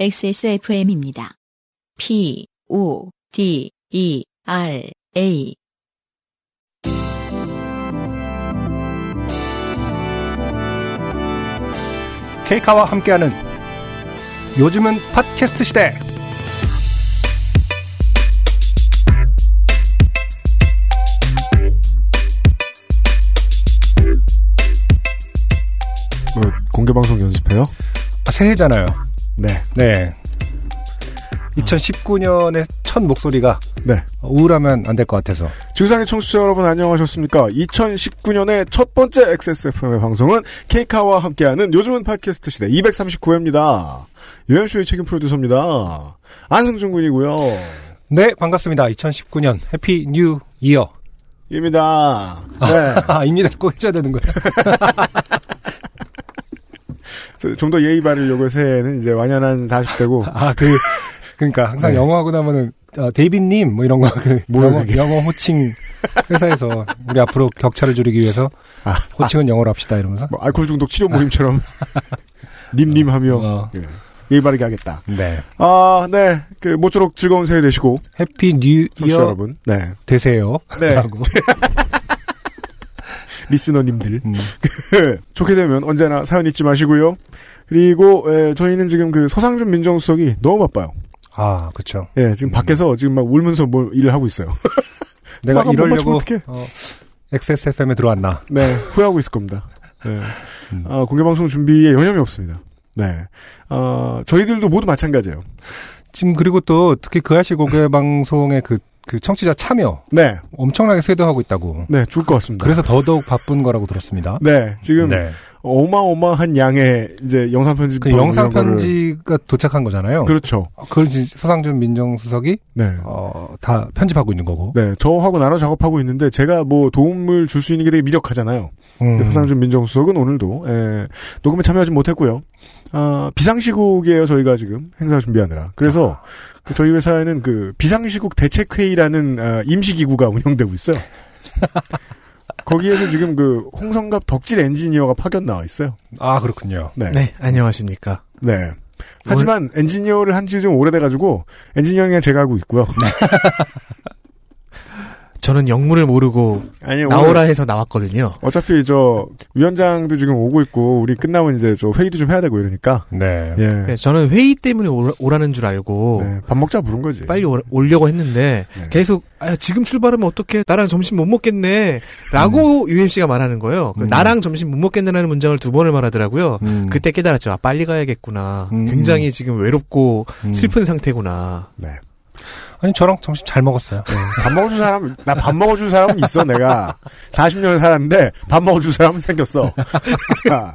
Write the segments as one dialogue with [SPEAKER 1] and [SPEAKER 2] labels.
[SPEAKER 1] XSFM입니다. P, O, D, E, R, A.
[SPEAKER 2] 케이카와 함께하는 요즘은 팟캐스트 시대
[SPEAKER 3] 뭐 공개 방송 연습해요?
[SPEAKER 2] 아, 새해잖아요.
[SPEAKER 3] 네,
[SPEAKER 2] 네. 2019년의 첫 목소리가
[SPEAKER 3] 네. 우울하면
[SPEAKER 2] 우울하면 안 될 것 같아서
[SPEAKER 3] 지구상의 청취자 여러분 안녕하셨습니까? 2019년의 첫 번째 XSFM의 방송은 케이카와 함께하는 요즘은 팟캐스트 시대 239회입니다. 유현수의 책임 프로듀서입니다. 안승준 군이고요.
[SPEAKER 2] 네 반갑습니다. 2019년 해피 뉴 이어
[SPEAKER 3] 입니다. 네.
[SPEAKER 2] 아, 입니다 꼭 해줘야 되는 거예요.
[SPEAKER 3] 좀 더 예의 바르려고 새해에는 이제 완연한 40대고
[SPEAKER 2] 아 그 그러니까 항상
[SPEAKER 3] 네.
[SPEAKER 2] 영어 하고 나면은 아, 데이빈님 뭐 이런 거그
[SPEAKER 3] 뭐야,
[SPEAKER 2] 영어,
[SPEAKER 3] 그게?
[SPEAKER 2] 영어 호칭 회사에서 우리 앞으로 격차를 줄이기 위해서
[SPEAKER 3] 아,
[SPEAKER 2] 호칭은 영어로 합시다 이러면서
[SPEAKER 3] 뭐 알코올 중독 치료 모임처럼 님님하며
[SPEAKER 2] 어.
[SPEAKER 3] 예, 예의 바르게 하겠다.
[SPEAKER 2] 네
[SPEAKER 3] 아, 네. 그 모쪼록 즐거운 새해 되시고
[SPEAKER 2] 해피 뉴
[SPEAKER 3] 청취자
[SPEAKER 2] 이어
[SPEAKER 3] 여러분. 네.
[SPEAKER 2] 되세요.
[SPEAKER 3] 네.
[SPEAKER 2] 라고.
[SPEAKER 3] 리스너님들.
[SPEAKER 2] 음.
[SPEAKER 3] 예, 좋게 되면 언제나 사연 잊지 마시고요. 그리고 예, 저희는 지금 그 서상준 민정수석이 너무 바빠요.
[SPEAKER 2] 아 그렇죠.
[SPEAKER 3] 예, 지금 밖에서 지금 막 울면서 뭘 일을 하고 있어요. 아,
[SPEAKER 2] 내가
[SPEAKER 3] 막 한번
[SPEAKER 2] 이러려고
[SPEAKER 3] 마시면
[SPEAKER 2] 어, XSFM에 들어왔나?
[SPEAKER 3] 네, 후회하고 있을 겁니다. 네.
[SPEAKER 2] 음.
[SPEAKER 3] 아, 공개 방송 준비에 여념이 없습니다. 네. 아, 저희들도 모두 마찬가지예요.
[SPEAKER 2] 지금 그리고 또 특히 그 아시 고개 방송의 그, 그 청취자 참여
[SPEAKER 3] 네.
[SPEAKER 2] 엄청나게 쇄도하고 있다고.
[SPEAKER 3] 네, 죽을 것 같습니다.
[SPEAKER 2] 그래서 더더욱 바쁜 거라고 들었습니다.
[SPEAKER 3] 네, 지금
[SPEAKER 2] 네.
[SPEAKER 3] 어마어마한 양의 이제 영상 편집
[SPEAKER 2] 그
[SPEAKER 3] 방송
[SPEAKER 2] 영상
[SPEAKER 3] 이런 거를-
[SPEAKER 2] 편지가 도착한 거잖아요. 그...
[SPEAKER 3] 그렇죠.
[SPEAKER 2] 걸 서상준 민정수석이
[SPEAKER 3] 네.
[SPEAKER 2] 어, 다 편집하고 있는 거고.
[SPEAKER 3] 네, 저하고 나눠 작업하고 있는데 제가 뭐 도움을 줄 수 있는 게 되게 미력하잖아요.
[SPEAKER 2] 음.
[SPEAKER 3] 서상준 예, 민정수석은 오늘도 에, 녹음에 참여하지 못했고요. 아, 비상시국이에요 저희가 지금 행사 준비하느라. 그래서
[SPEAKER 4] 아.
[SPEAKER 3] 그 저희 회사에는 그 비상시국 대책회의라는 아, 임시기구가 운영되고 있어요. 거기에서 지금 그 홍성갑 덕질 엔지니어가 파견 나와 있어요.
[SPEAKER 2] 아 그렇군요.
[SPEAKER 3] 네, 네.
[SPEAKER 4] 네, 안녕하십니까.
[SPEAKER 3] 하지만 엔지니어를 한 지 좀 오래돼가지고 엔지니어링은 제가 하고 있고요.
[SPEAKER 4] 네. 저는 영문을 모르고
[SPEAKER 3] 아니 네, 오늘-
[SPEAKER 4] 나오라 해서 나왔거든요.
[SPEAKER 3] 어차피 저 위원장도 지금 오고 있고 우리 끝나면 이제 저 회의도 좀 해야 되고 이러니까
[SPEAKER 2] 네.
[SPEAKER 3] 예.
[SPEAKER 4] 네, 저는 회의 때문에 오라- 오라는 줄 알고
[SPEAKER 3] 네, 밥 먹자 부른 거지.
[SPEAKER 4] 뭐. 빨리 오- 오려고 했는데
[SPEAKER 3] 네.
[SPEAKER 4] 계속 아, 지금 출발하면 어떡해 나랑 점심 못 먹겠네
[SPEAKER 3] 음.
[SPEAKER 4] 라고 UMC가 말하는 거예요.
[SPEAKER 2] 음.
[SPEAKER 4] 나랑 점심 못 먹겠네라는 문장을 두 번을 말하더라고요.
[SPEAKER 2] 음.
[SPEAKER 4] 그때 깨달았죠. 아, 빨리 가야겠구나.
[SPEAKER 2] 음.
[SPEAKER 4] 굉장히 지금 외롭고
[SPEAKER 2] 음.
[SPEAKER 4] 슬픈 상태구나.
[SPEAKER 3] 네.
[SPEAKER 2] 아니 저랑 점심 잘 먹었어요.
[SPEAKER 3] 밥 먹어준 사람 나 밥 먹어준 사람은 있어 내가 40년을 살았는데 밥 먹어준 사람은 생겼어. 아,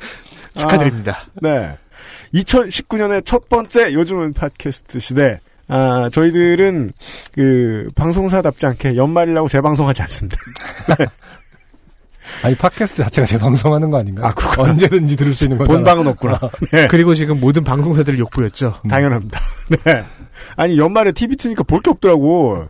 [SPEAKER 4] 축하드립니다.
[SPEAKER 3] 네. 2019년의 첫 번째 요즘은 팟캐스트 시대. 아, 저희들은 그 방송사답지 않게 연말이라고 재방송하지 않습니다.
[SPEAKER 2] 아니 팟캐스트 자체가 재방송하는 거 아닌가?
[SPEAKER 3] 아, 그렇구나.
[SPEAKER 2] 언제든지 들을 수 있는 거잖아.
[SPEAKER 3] 본방은 없구나. 네. 음.
[SPEAKER 4] 그리고 지금 모든 방송사들 욕구였죠.
[SPEAKER 3] 당연합니다. 네. 아니 연말에 TV 트니까 볼 게 없더라고.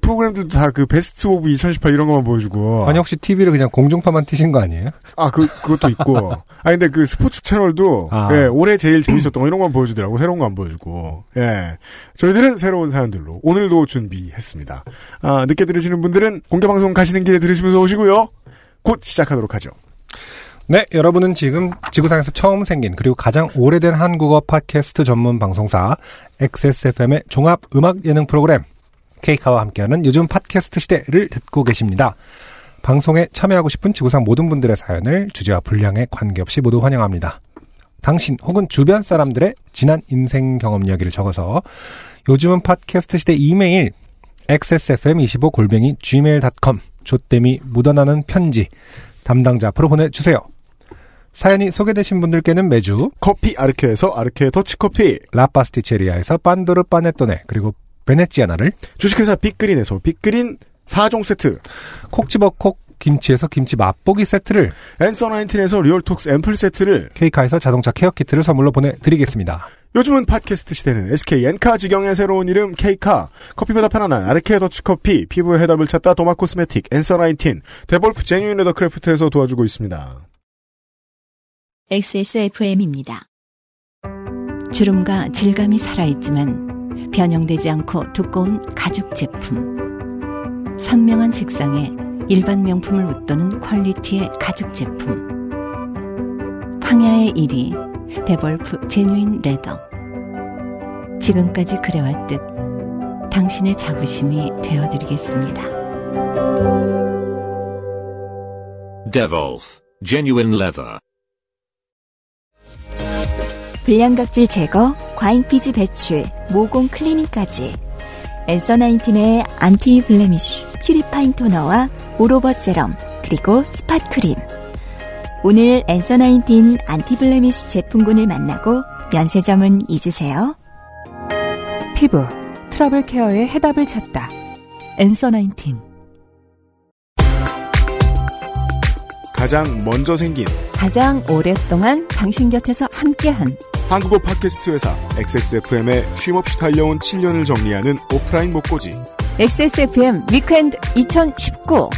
[SPEAKER 3] 프로그램들도 다 그 베스트 오브 2018 이런 것만 보여주고.
[SPEAKER 2] 아니 혹시 TV를 그냥 공중파만 트신 거 아니에요?
[SPEAKER 3] 아, 그, 그것도 있고. 아, 근데 그 스포츠 채널도,
[SPEAKER 2] 아.
[SPEAKER 3] 예, 올해 제일 재밌었던 거 이런 건 보여주더라고. 새로운 거 안 보여주고. 예. 저희들은 새로운 사연들로 오늘도 준비했습니다. 아, 늦게 들으시는 분들은 공개방송 가시는 길에 들으시면서 오시고요. 곧 시작하도록 하죠.
[SPEAKER 2] 네, 여러분은 지금 지구상에서 처음 생긴 그리고 가장 오래된 한국어 팟캐스트 전문 방송사 XSFM의 종합 음악 예능 프로그램 케이카와 함께하는 요즘 팟캐스트 시대를 듣고 계십니다. 방송에 참여하고 싶은 지구상 모든 분들의 사연을 주제와 분량에 관계없이 모두 환영합니다. 당신 혹은 주변 사람들의 지난 인생 경험 이야기를 적어서 요즘은 팟캐스트 시대 이메일 xsfm25골뱅이 gmail.com 조땜이 묻어나는 편지 담당자 앞으로 보내주세요. 사연이 소개되신 분들께는 매주
[SPEAKER 3] 커피 아르케에서 아르케 더치커피,
[SPEAKER 2] 라파스티체리아에서 빤도르 빠네또네 그리고 베네치아나를
[SPEAKER 3] 주식회사 빅그린에서 빅그린 4종 세트,
[SPEAKER 2] 콕 집어 콕 김치에서 김치 맛보기 세트를
[SPEAKER 3] 앤서 19에서 리얼톡스 앰플 세트를,
[SPEAKER 2] 케이카에서 자동차 케어 키트를 선물로 보내드리겠습니다.
[SPEAKER 3] 요즘은 팟캐스트 시대는 SK 엔카 직영의 새로운 이름 K카 커피보다 편안한 아르케 더치커피 피부의 해답을 찾다 도마코스메틱 엔서 19 데볼프 제뉴인 레더크래프트에서 도와주고 있습니다
[SPEAKER 1] XSFM입니다.
[SPEAKER 5] 주름과 질감이 살아있지만 변형되지 않고 두꺼운 가죽 제품. 선명한 색상에 일반 명품을 웃도는 퀄리티의 가죽 제품. 황야의 1위, 데볼프 제뉴인 레더. 지금까지 그래왔듯 당신의 자부심이 되어드리겠습니다.
[SPEAKER 6] Devolf. Genuine leather.
[SPEAKER 7] 불량각질 제거, 과잉피지 배출, 모공 클리닝까지. 엔서 나인틴의 안티 블레미쉬, 퓨리파인 토너와 오로버 세럼, 그리고 스팟 크림. 오늘 엔서 나인틴 안티 블레미쉬 제품군을 만나고 면세점은 잊으세요.
[SPEAKER 8] 피부 트러블 케어의 해답을 찾다. 엔서 19.
[SPEAKER 3] 가장 먼저 생긴
[SPEAKER 7] 가장 오랫동안 당신 곁에서 함께한
[SPEAKER 3] 한국어 팟캐스트 회사 XSFM의 쉼없이 달려온 7년을 정리하는 오프라인 목고지
[SPEAKER 7] XSFM 위크엔드 2019.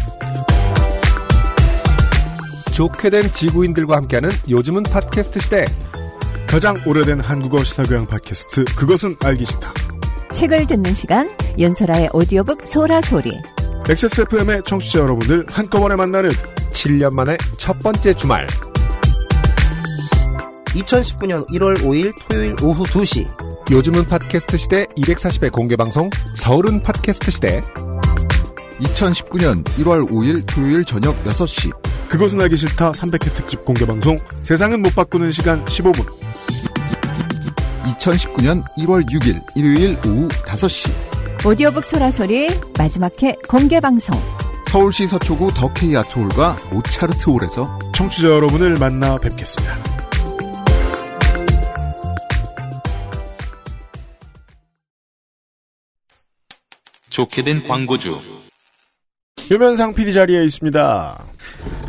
[SPEAKER 2] 좋게 된 지구인들과 함께하는 요즘은 팟캐스트 시대.
[SPEAKER 3] 가장 오래된 한국어 시사교양 팟캐스트 그것은 알기 싫다
[SPEAKER 7] 책을 듣는 시간, 윤설아의 오디오북 소라소리.
[SPEAKER 3] XSFM의 청취자 여러분들 한꺼번에 만나는
[SPEAKER 2] 7년 만에 첫 번째 주말.
[SPEAKER 9] 2019년 1월 5일 토요일 오후 2시
[SPEAKER 2] 요즘은 팟캐스트 시대 240회 공개 방송 서울은 팟캐스트 시대.
[SPEAKER 10] 2019년 1월 5일 토요일 저녁 6시
[SPEAKER 3] 그것은 알기 싫다 300회 특집 공개 방송 세상은 못 바꾸는 시간 15분
[SPEAKER 10] 2019년 1월 6일 일요일 오후 5시
[SPEAKER 7] 오디오북 소라소리 마지막 회 공개 방송.
[SPEAKER 10] 서울시 서초구 더케이 아트홀과 모차르트 홀에서
[SPEAKER 3] 청취자 여러분을 만나 뵙겠습니다
[SPEAKER 11] 좋게 된 광고주.
[SPEAKER 3] 유면상 PD 자리에 있습니다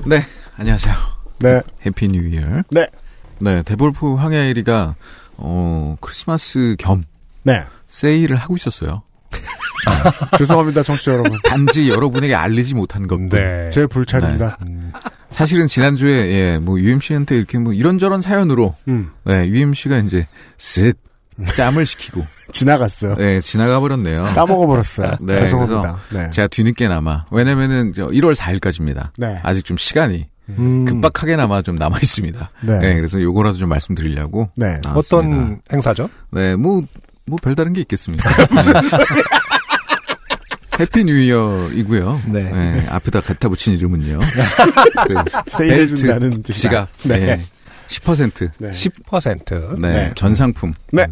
[SPEAKER 10] 네 안녕하세요
[SPEAKER 3] 네
[SPEAKER 10] 해피 뉴 이어
[SPEAKER 3] 네.
[SPEAKER 10] 네 데볼프 황야의 1위가 어 크리스마스 겸
[SPEAKER 3] 네.
[SPEAKER 10] 세일을 하고 있었어요
[SPEAKER 3] 죄송합니다 청취자 여러분
[SPEAKER 10] 단지 여러분에게 알리지 못한 것뿐
[SPEAKER 2] 네.
[SPEAKER 3] 제 불찰입니다
[SPEAKER 10] 사실은 지난주에 예, 뭐 UMC한테 이렇게 뭐 이런저런 사연으로
[SPEAKER 3] 음.
[SPEAKER 10] 네, UMC가 이제 쓱 짬을 시키고
[SPEAKER 3] 지나갔어요
[SPEAKER 10] 네, 지나가 버렸네요.
[SPEAKER 3] 까먹어버렸어요
[SPEAKER 10] 네,
[SPEAKER 3] 죄송합니다 네.
[SPEAKER 10] 제가 뒤늦게나마 왜냐면은 저 1월 4일까지입니다.
[SPEAKER 3] 네. 음.
[SPEAKER 10] 아직 좀 시간이 음. 급박하게나마 좀 남아 있습니다.
[SPEAKER 3] 네.
[SPEAKER 10] 네, 그래서 요거라도 좀 말씀드리려고
[SPEAKER 3] 네.
[SPEAKER 10] 나왔습니다.
[SPEAKER 2] 어떤 행사죠?
[SPEAKER 10] 네, 뭐, 뭐 별다른 게 있겠습니까? 해피 뉴 이어이고요.
[SPEAKER 2] 네.
[SPEAKER 10] 앞에다 갖다 붙인 이름은요. 그
[SPEAKER 3] 아, 세일해준다는 뜻이다.
[SPEAKER 10] 시각.
[SPEAKER 3] 네.
[SPEAKER 10] 네. 10%.
[SPEAKER 3] 네.
[SPEAKER 2] 10%.
[SPEAKER 10] 네.
[SPEAKER 3] 네.
[SPEAKER 10] 전상품.
[SPEAKER 3] 네.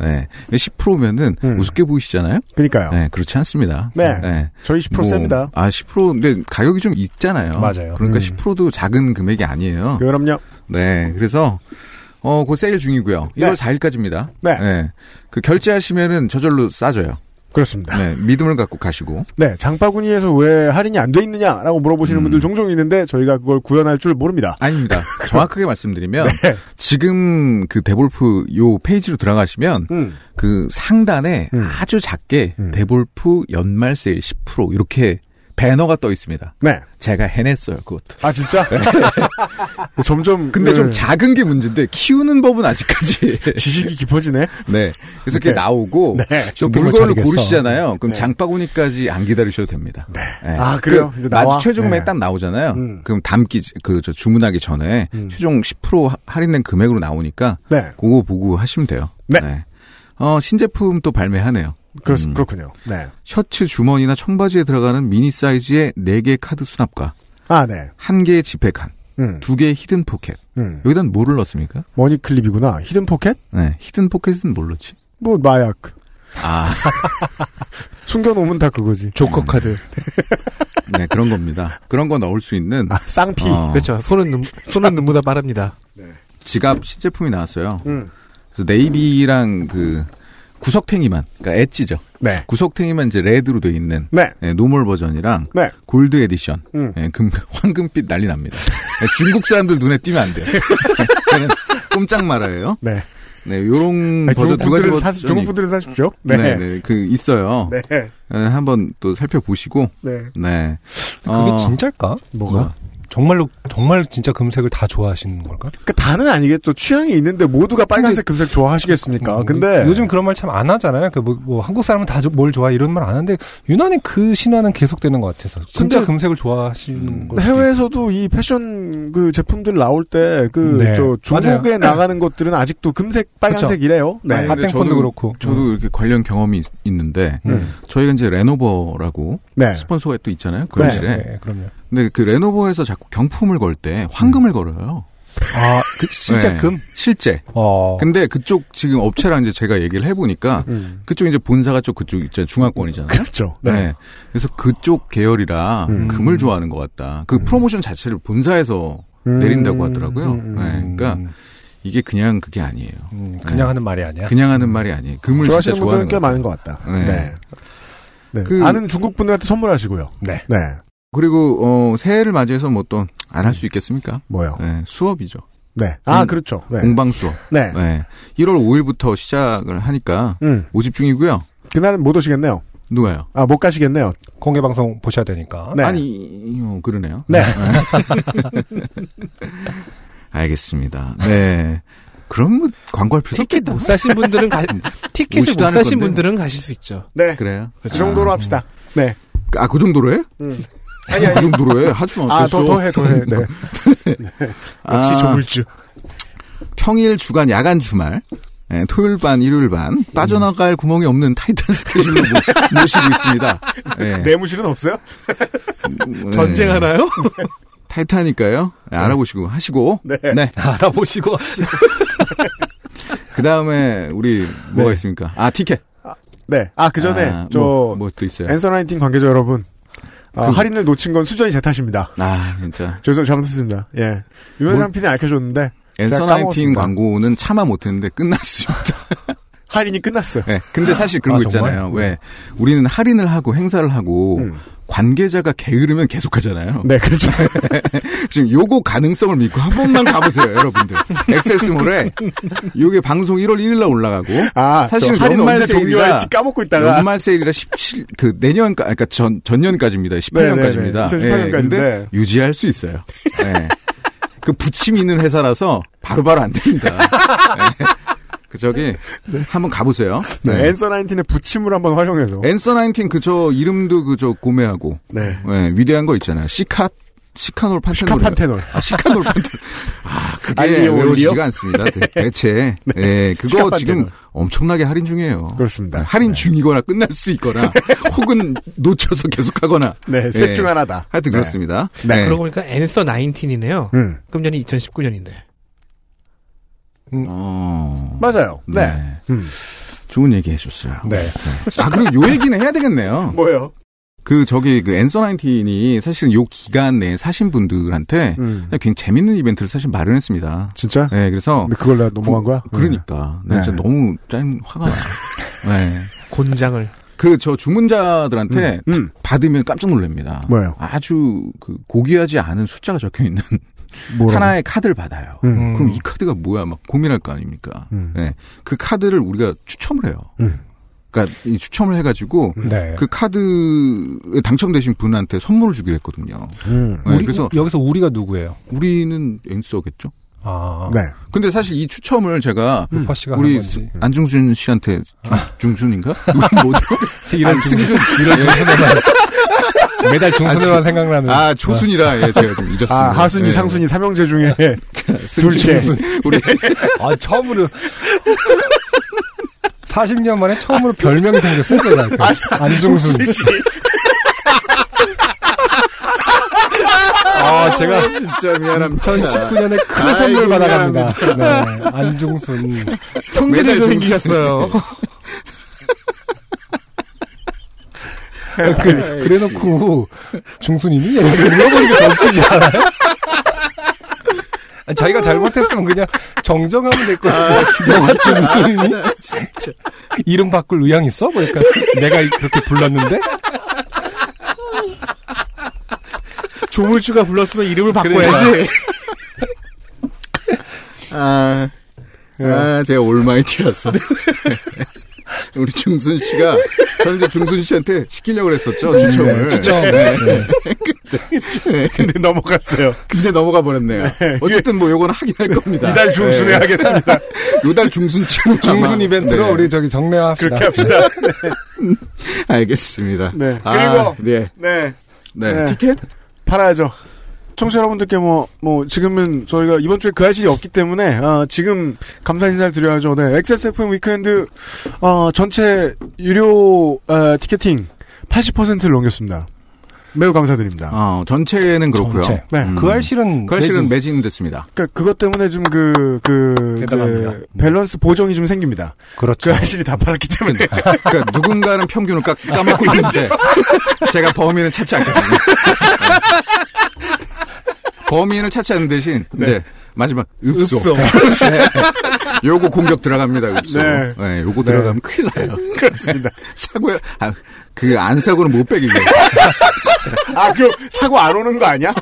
[SPEAKER 10] 10%면은
[SPEAKER 3] 음.
[SPEAKER 10] 우습게 보이시잖아요.
[SPEAKER 3] 그러니까요
[SPEAKER 10] 네, 그렇지 않습니다.
[SPEAKER 3] 네. 저희 10%
[SPEAKER 10] 뭐,
[SPEAKER 3] 셉니다
[SPEAKER 10] 아, 10% 근데 가격이 좀 있잖아요.
[SPEAKER 2] 맞아요.
[SPEAKER 10] 그러니까
[SPEAKER 3] 음.
[SPEAKER 10] 10%도 작은 금액이 아니에요.
[SPEAKER 3] 그럼요
[SPEAKER 10] 네, 그래서 어, 그 세일 중이고요.
[SPEAKER 3] 네.
[SPEAKER 10] 1월 4일까지입니다.
[SPEAKER 3] 네.
[SPEAKER 10] 그 결제하시면은 저절로 싸져요.
[SPEAKER 3] 그렇습니다
[SPEAKER 10] 네, 믿음을 갖고 가시고.
[SPEAKER 3] 네, 장바구니에서 왜 할인이 안 돼 있느냐라고 물어보시는
[SPEAKER 10] 음.
[SPEAKER 3] 분들 종종 있는데 저희가 그걸 구현할 줄 모릅니다.
[SPEAKER 10] 아닙니다. 정확하게 말씀드리면
[SPEAKER 3] 네.
[SPEAKER 10] 지금 그 데볼프 요 페이지로 들어가시면
[SPEAKER 3] 음.
[SPEAKER 10] 그 상단에
[SPEAKER 3] 음.
[SPEAKER 10] 아주 작게
[SPEAKER 3] 음.
[SPEAKER 10] 데볼프 연말 세일 10% 이렇게 배너가 떠 있습니다.
[SPEAKER 3] 네.
[SPEAKER 10] 제가 해냈어요, 그것도.
[SPEAKER 3] 아 진짜? 점점
[SPEAKER 10] 근데
[SPEAKER 3] 예,
[SPEAKER 10] 좀 작은 게 문제인데 키우는 법은 아직까지
[SPEAKER 3] 지식이 깊어지네.
[SPEAKER 10] 네. 그래서 이렇게
[SPEAKER 3] 네.
[SPEAKER 10] 나오고
[SPEAKER 3] 네.
[SPEAKER 10] 그
[SPEAKER 2] 쇼핑몰
[SPEAKER 10] 물건을
[SPEAKER 2] 차리겠어.
[SPEAKER 10] 고르시잖아요. 그럼
[SPEAKER 3] 네.
[SPEAKER 10] 장바구니까지 안 기다리셔도 됩니다. 네.
[SPEAKER 3] 아, 그래요? 이제 나와?
[SPEAKER 10] 마주 최종에
[SPEAKER 3] 네.
[SPEAKER 10] 딱 나오잖아요.
[SPEAKER 3] 음.
[SPEAKER 10] 그럼 담기 그 저 주문하기 전에
[SPEAKER 3] 음.
[SPEAKER 10] 최종 10% 하- 할인된 금액으로 나오니까
[SPEAKER 3] 네,
[SPEAKER 10] 그거 보고 하시면 돼요.
[SPEAKER 3] 네.
[SPEAKER 10] 어, 신제품 또 발매하네요.
[SPEAKER 3] 그렇,
[SPEAKER 10] 음.
[SPEAKER 3] 그렇군요. 네.
[SPEAKER 10] 셔츠 주머니나 청바지에 들어가는 미니 사이즈의 4개 카드 수납과
[SPEAKER 3] 아, 네.
[SPEAKER 10] 1개의 지폐칸,
[SPEAKER 3] 음,
[SPEAKER 10] 2개의 히든 포켓.
[SPEAKER 3] 음.
[SPEAKER 10] 여기다 뭐를 넣습니까?
[SPEAKER 3] 머니클립이구나. 히든 포켓?
[SPEAKER 10] 네. 히든 포켓은 뭘 넣지?
[SPEAKER 3] 뭐 마약.
[SPEAKER 10] 아,
[SPEAKER 3] 숨겨놓으면 다 그거지. 음.
[SPEAKER 4] 조커 카드.
[SPEAKER 10] 네, 그런 겁니다. 그런 거 넣을 수 있는
[SPEAKER 3] 아, 쌍피.
[SPEAKER 10] 어,
[SPEAKER 4] 그렇죠. 손은 눈, 손은 눈보다 빠릅니다.
[SPEAKER 10] 지갑 신제품이 나왔어요.
[SPEAKER 3] 음.
[SPEAKER 10] 그래서 네이비랑 그 구석탱이만, 그러니까 엣지죠.
[SPEAKER 3] 네,
[SPEAKER 10] 구석탱이만 이제 레드로 돼 있는
[SPEAKER 3] 네,
[SPEAKER 10] 예, 노멀 버전이랑
[SPEAKER 3] 네.
[SPEAKER 10] 골드 에디션,
[SPEAKER 3] 음.
[SPEAKER 10] 예, 금, 황금빛 난리 납니다. 예, 중국 사람들 눈에 띄면 안 돼요. 저는 꼼짝 말아요.
[SPEAKER 3] 네.
[SPEAKER 10] 네, 요런
[SPEAKER 3] 아니, 중국
[SPEAKER 10] 버전 두 가지
[SPEAKER 3] 분들은
[SPEAKER 10] 버전이
[SPEAKER 3] 사, 중국 분들은 사십시오.
[SPEAKER 10] 네.
[SPEAKER 3] 네,
[SPEAKER 10] 네,
[SPEAKER 3] 네,
[SPEAKER 10] 그 있어요.
[SPEAKER 3] 네.
[SPEAKER 10] 예, 한번 또 살펴보시고, 네.
[SPEAKER 2] 그게
[SPEAKER 10] 어,
[SPEAKER 2] 진짜일까?
[SPEAKER 3] 뭐가?
[SPEAKER 2] 정말로 정말 진짜 금색을 다 좋아하시는 걸까?
[SPEAKER 3] 그 다는 아니겠죠. 취향이 있는데 모두가 빨간색 금색
[SPEAKER 10] 그러니까 음,
[SPEAKER 3] 좋아하시겠습니까? 근데
[SPEAKER 2] 음, 요즘 그런 말 참 안 하잖아요. 그 뭐 한국 사람은 다 뭘 좋아 이런 말 안 하는데 유난히 그 신화는 계속되는 것 같아서 진짜
[SPEAKER 3] 근데
[SPEAKER 2] 금색을 좋아하시는
[SPEAKER 10] 음.
[SPEAKER 2] 걸 수도
[SPEAKER 3] 해외에서도 이 패션 그 제품들 나올 때 그
[SPEAKER 2] 네.
[SPEAKER 3] 저
[SPEAKER 2] 맞아요.
[SPEAKER 3] 중국에 나가는 것들은 아직도 금색 빨간색이래요.
[SPEAKER 10] 음. 아니,
[SPEAKER 3] 네.
[SPEAKER 10] 근데
[SPEAKER 2] 핫땡폰도
[SPEAKER 10] 저도-
[SPEAKER 2] 그렇고.
[SPEAKER 10] 저도 이렇게 관련 경험이 있, 는데
[SPEAKER 2] 음.
[SPEAKER 10] 저희가 이제 레노버라고
[SPEAKER 3] 네.
[SPEAKER 10] 스폰서가 또 있잖아요.
[SPEAKER 2] 있고. 네,
[SPEAKER 10] 그런실에
[SPEAKER 2] 네, 그럼요.
[SPEAKER 10] 근데 그 레노버에서 자꾸 경품을 걸 때 황금을 걸어요.
[SPEAKER 2] 아, 그 진짜
[SPEAKER 10] 네.
[SPEAKER 2] 금?
[SPEAKER 10] 실제.
[SPEAKER 2] 어.
[SPEAKER 10] 근데 그쪽 지금 업체랑 이제 제가 얘기를 해보니까
[SPEAKER 3] 음.
[SPEAKER 10] 그쪽 이제 본사가 쪽 그쪽 있잖아요. 중화권이잖아요.
[SPEAKER 3] 그렇죠. 네.
[SPEAKER 10] 그래서 그쪽 계열이라
[SPEAKER 3] 음.
[SPEAKER 10] 금을 좋아하는 것 같다. 그 프로모션 자체를 본사에서
[SPEAKER 3] 음.
[SPEAKER 10] 내린다고 하더라고요.
[SPEAKER 3] 음, 음,
[SPEAKER 10] 네, 그러니까
[SPEAKER 2] 음,
[SPEAKER 10] 이게 그냥 그게 아니에요.
[SPEAKER 2] 음, 그냥 하는 말이 아니야.
[SPEAKER 10] 그냥 하는 말이 아니에요. 금을 진짜
[SPEAKER 3] 좋아하시는 분들은
[SPEAKER 10] 좋아하는
[SPEAKER 3] 꽤
[SPEAKER 10] 것
[SPEAKER 3] 많은
[SPEAKER 10] 같아요.
[SPEAKER 3] 것 같다. 네.
[SPEAKER 10] 네.
[SPEAKER 3] 네.
[SPEAKER 10] 그-
[SPEAKER 3] 아는 중국 분들한테 선물하시고요.
[SPEAKER 2] 네.
[SPEAKER 3] 네.
[SPEAKER 10] 그리고 어, 새해를 맞이해서 뭐 또 안 할 수 있겠습니까?
[SPEAKER 3] 뭐요?
[SPEAKER 10] 네, 수업이죠.
[SPEAKER 3] 네. 아
[SPEAKER 10] 음.
[SPEAKER 3] 그렇죠. 네.
[SPEAKER 10] 공방 수업.
[SPEAKER 3] 네.
[SPEAKER 10] 네. 1월 5일부터 시작을 하니까
[SPEAKER 3] 음.
[SPEAKER 10] 모집 중이고요.
[SPEAKER 3] 그날은 못 오시겠네요.
[SPEAKER 10] 누가요?
[SPEAKER 3] 아 못 가시겠네요.
[SPEAKER 2] 공개 방송 보셔야 되니까.
[SPEAKER 3] 네.
[SPEAKER 10] 아니, 어, 그러네요.
[SPEAKER 3] 네.
[SPEAKER 10] 알겠습니다. 네. 그럼 뭐 광고할 필요
[SPEAKER 4] 티켓
[SPEAKER 10] 없겠다.
[SPEAKER 4] 못 사신 분들은 가, 티켓을
[SPEAKER 10] 오지도
[SPEAKER 4] 못
[SPEAKER 10] 않을
[SPEAKER 4] 사신
[SPEAKER 10] 건데.
[SPEAKER 4] 분들은 가실 수 있죠.
[SPEAKER 3] 네.
[SPEAKER 10] 그래요?
[SPEAKER 3] 그 정도로 합시다. 네.
[SPEAKER 10] 아, 그 정도로 해?
[SPEAKER 3] 음.
[SPEAKER 10] 아니, 그 정도로 해? 하지 마.
[SPEAKER 3] 아, 더,
[SPEAKER 10] 됐어.
[SPEAKER 3] 더 해, 더 해. 네. 역시
[SPEAKER 10] 아,
[SPEAKER 3] 조물주.
[SPEAKER 10] 평일, 주간, 야간, 주말. 예, 토요일 반, 일요일
[SPEAKER 3] 음.
[SPEAKER 10] 반. 빠져나갈 구멍이 없는 타이탄 스케줄로 모- 모시고 있습니다. 예.
[SPEAKER 3] 내무실은 없어요?
[SPEAKER 4] 네.
[SPEAKER 10] 음, 예.
[SPEAKER 4] 전쟁하나요?
[SPEAKER 10] 타이타니까요. 예, 알아보시고 하시고.
[SPEAKER 3] 네.
[SPEAKER 2] 알아보시고.
[SPEAKER 10] 그 다음에 우리 뭐가 있습니까? 아, 티켓.
[SPEAKER 3] 네. 아, 네. 그 전에,
[SPEAKER 10] 아,
[SPEAKER 3] 저,
[SPEAKER 10] 뭐, 뭐또 있어요.
[SPEAKER 3] 엔서 나인틴 관계자 여러분. 아,
[SPEAKER 10] 그-
[SPEAKER 3] 할인을 놓친 건 수전이 제 탓입니다.
[SPEAKER 10] 아, 진짜.
[SPEAKER 3] 죄송, 잘못했습니다. 예. 유현상 PD는 알려줬는데,
[SPEAKER 10] 엔서
[SPEAKER 3] 제가
[SPEAKER 10] 나이틴
[SPEAKER 3] 까먹었습니다.
[SPEAKER 10] 광고는 참아 못했는데 끝났습니다.
[SPEAKER 3] 할인이 끝났어요.
[SPEAKER 10] 네. 근데 사실 그런
[SPEAKER 2] 아,
[SPEAKER 10] 거 있잖아요. 왜 우리는 할인을 하고 행사를 하고
[SPEAKER 3] 네. 음.
[SPEAKER 10] 관계자가 게으르면 계속 하잖아요.
[SPEAKER 3] 네, 그렇죠.
[SPEAKER 10] 지금 요거 가능성을 믿고 한 번만 가보세요, 여러분들. 엑세스몰에 요게 방송 1월 1일 날 올라가고
[SPEAKER 3] 아,
[SPEAKER 10] 사실은
[SPEAKER 3] 저 할인
[SPEAKER 10] 연말
[SPEAKER 3] 언제
[SPEAKER 10] 세일이라-
[SPEAKER 3] 종료할지 까먹고 있다가.
[SPEAKER 10] 연말 세일이라 17, 그, 내년까, 그니까 전, 전년까지입니다. 18년까지입니다. 예,
[SPEAKER 3] 네네네. 18년까지인데.
[SPEAKER 10] 근데 유지할 수 있어요. 예. 그 부침 있는 회사라서 바로바로 안 됩니다. 예. 그, 저기, 한번 가보세요.
[SPEAKER 3] 네. 엔서 나인틴의 부침을 한번 활용해서.
[SPEAKER 10] 엔서 나인틴 그 저 이름도 그 저 고매하고
[SPEAKER 3] 네.
[SPEAKER 10] 예, 위대한 거 있잖아요. 시카 시카놀
[SPEAKER 3] 시카
[SPEAKER 10] 판테놀.
[SPEAKER 3] 판테놀.
[SPEAKER 10] 아, 시카놀 판테놀. 아, 그게
[SPEAKER 3] 알리오, 올리오?
[SPEAKER 10] 외워지지가 않습니다. 대- 대체. 예,
[SPEAKER 3] 시카
[SPEAKER 10] 그거
[SPEAKER 3] 판테놀.
[SPEAKER 10] 지금 엄청나게 할인 중이에요. 예,
[SPEAKER 3] 그렇습니다. 네.
[SPEAKER 10] 할인 중이거나 끝날 수 있거나 혹은 놓쳐서 계속하거나.
[SPEAKER 3] 네,
[SPEAKER 10] 예.
[SPEAKER 3] 셋중 하나다.
[SPEAKER 10] 하여튼
[SPEAKER 3] 네.
[SPEAKER 10] 그렇습니다.
[SPEAKER 3] 네,
[SPEAKER 10] 예.
[SPEAKER 4] 그러고 보니까 앤서 19이네요.
[SPEAKER 3] 음.
[SPEAKER 4] 금년이 2019년인데.
[SPEAKER 10] 어.
[SPEAKER 3] 맞아요. 네. 음.
[SPEAKER 10] 좋은 얘기 해줬어요.
[SPEAKER 3] 네.
[SPEAKER 10] 아, 그리고 요 얘기는 해야 되겠네요.
[SPEAKER 3] 뭐요?
[SPEAKER 10] 그, 저기, 그, 엔서 나인틴이 사실은 요 기간 내에 사신 분들한테
[SPEAKER 3] 음.
[SPEAKER 10] 굉장히 재밌는 이벤트를 사실 마련했습니다.
[SPEAKER 3] 진짜?
[SPEAKER 10] 네, 그래서.
[SPEAKER 3] 근데 그걸 내가 넘어간 거야?
[SPEAKER 10] 그러니까. 나 진짜
[SPEAKER 3] 네.
[SPEAKER 10] 너무 짠 화가 나. 네.
[SPEAKER 4] 곤장을.
[SPEAKER 10] 그, 저 주문자들한테
[SPEAKER 3] 음. 음.
[SPEAKER 10] 받으면 깜짝 놀랍니다.
[SPEAKER 3] 뭐예요?
[SPEAKER 10] 아주 그 고귀하지 않은 숫자가 적혀 있는
[SPEAKER 3] 뭐라고?
[SPEAKER 10] 하나의 카드를 받아요.
[SPEAKER 3] 음.
[SPEAKER 2] 음.
[SPEAKER 10] 네. 그럼 이 카드가 뭐야? 막 고민할 거 아닙니까?
[SPEAKER 3] 음.
[SPEAKER 10] 네. 그 카드를 우리가 추첨을 해요.
[SPEAKER 3] 음.
[SPEAKER 10] 그러니까 이 추첨을 해가지고
[SPEAKER 2] 네.
[SPEAKER 10] 그 카드에 당첨되신 분한테 선물을 주기로 했거든요.
[SPEAKER 3] 음.
[SPEAKER 10] 네,
[SPEAKER 2] 우리,
[SPEAKER 10] 그래서
[SPEAKER 2] 여기서 우리가 누구예요?
[SPEAKER 10] 우리는 엔서겠죠.
[SPEAKER 2] 아.
[SPEAKER 10] 어.
[SPEAKER 3] 네.
[SPEAKER 10] 근데 사실 이 추첨을 제가
[SPEAKER 2] 루파 씨가 한
[SPEAKER 10] 우리
[SPEAKER 2] 건지.
[SPEAKER 10] 안중준 씨한테 중, 중순인가? 우리 뭐죠?
[SPEAKER 2] 이런
[SPEAKER 10] 아니,
[SPEAKER 2] 중,
[SPEAKER 10] 승준.
[SPEAKER 2] 이런 중순에만 매달 중순에만 생각나는.
[SPEAKER 10] 아, 조순이라 예, 제가 좀 잊었습니다.
[SPEAKER 3] 아, 하순이,
[SPEAKER 10] 예. 네.
[SPEAKER 3] 상순이, 삼형제 중에
[SPEAKER 10] 승준,
[SPEAKER 3] 둘째.
[SPEAKER 10] 중순. 우리
[SPEAKER 2] 아, 처음으로 40년 만에 처음으로 별명이 생겼어요. 제가. 그 안중순. 아, 제가
[SPEAKER 10] 음, 진짜 미안합니다.
[SPEAKER 2] 2019년에 큰
[SPEAKER 10] 아이고,
[SPEAKER 2] 선물
[SPEAKER 10] 미안합니다.
[SPEAKER 2] 받아갑니다. 네, 안중순.
[SPEAKER 10] 매달
[SPEAKER 4] 풍들이도
[SPEAKER 10] 정수-
[SPEAKER 4] 생기셨어요.
[SPEAKER 2] 그, 그래놓고 중순이니? 이렇게 물어보는 게 나쁘지 않아요? 아니, 자기가 잘못했으면 그냥 정정하면 될 것이지.
[SPEAKER 10] 아,
[SPEAKER 2] 너가 중순이니? 이름 바꿀 의향 있어? 뭐 약간 내가 그렇게 불렀는데?
[SPEAKER 4] 조물주가 불렀으면 이름을 바꿔야지.
[SPEAKER 10] 아, 아, 제가 올마이티라서. 네. 우리 중순 씨가 저는 이제 중순 씨한테 시키려고 그랬었죠 추첨을.
[SPEAKER 3] 네, 추첨.
[SPEAKER 10] 네.
[SPEAKER 3] 네.
[SPEAKER 10] 근데,
[SPEAKER 3] 근데 넘어갔어요.
[SPEAKER 10] 근데 넘어가 버렸네요. 어쨌든 뭐 요거는 하긴 할 겁니다.
[SPEAKER 3] 이달
[SPEAKER 10] 네.
[SPEAKER 3] 중순에 하겠습니다.
[SPEAKER 10] 요달 중순쯤
[SPEAKER 2] 중순 이벤트로
[SPEAKER 10] 네.
[SPEAKER 2] 우리 저기 정례합시다. 네.
[SPEAKER 3] 그렇게 합시다.
[SPEAKER 10] 알겠습니다.
[SPEAKER 3] 네.
[SPEAKER 10] 아,
[SPEAKER 3] 그리고-
[SPEAKER 10] 네.
[SPEAKER 3] 네.
[SPEAKER 10] 네.
[SPEAKER 3] 네.
[SPEAKER 10] 티켓?
[SPEAKER 3] 팔아야죠. 청취자 여러분들께 뭐, 뭐, 지금은 저희가 이번 주에 그 할실이 없기 때문에, 아, 지금 감사 인사를 드려야죠. 네, XSFM 위크엔드, 어, 전체 유료, 어, 티켓팅 80%를 넘겼습니다. 매우 감사드립니다.
[SPEAKER 10] 어, 전체는 그렇고요.
[SPEAKER 2] 전체.
[SPEAKER 3] 네.
[SPEAKER 10] 음.
[SPEAKER 2] 그 알실은
[SPEAKER 10] 그 알실은 매진됐습니다.
[SPEAKER 3] 그러니까 그것 때문에 좀 그, 그,
[SPEAKER 2] 대단합니다.
[SPEAKER 3] 그 밸런스 보정이 좀 생깁니다.
[SPEAKER 2] 그렇죠.
[SPEAKER 3] 그 할실이 다 팔았기 때문에.
[SPEAKER 10] 그러니까 누군가는 평균을 깎, 까먹고 있는데 제가 범인을 찾지 않거든요. 범인을 찾지 않는 대신 이제 마지막 읍소.
[SPEAKER 3] 읍소.
[SPEAKER 10] 네. 요거 공격 들어갑니다. 읍소.
[SPEAKER 3] 네.
[SPEAKER 10] 네. 요거 들어가면 큰일 나요.
[SPEAKER 3] 그렇습니다.
[SPEAKER 10] 사고야. 아, 그 안 사고는 못 빼기죠.
[SPEAKER 3] 아, 그, 사고 안 오는 거 아니야?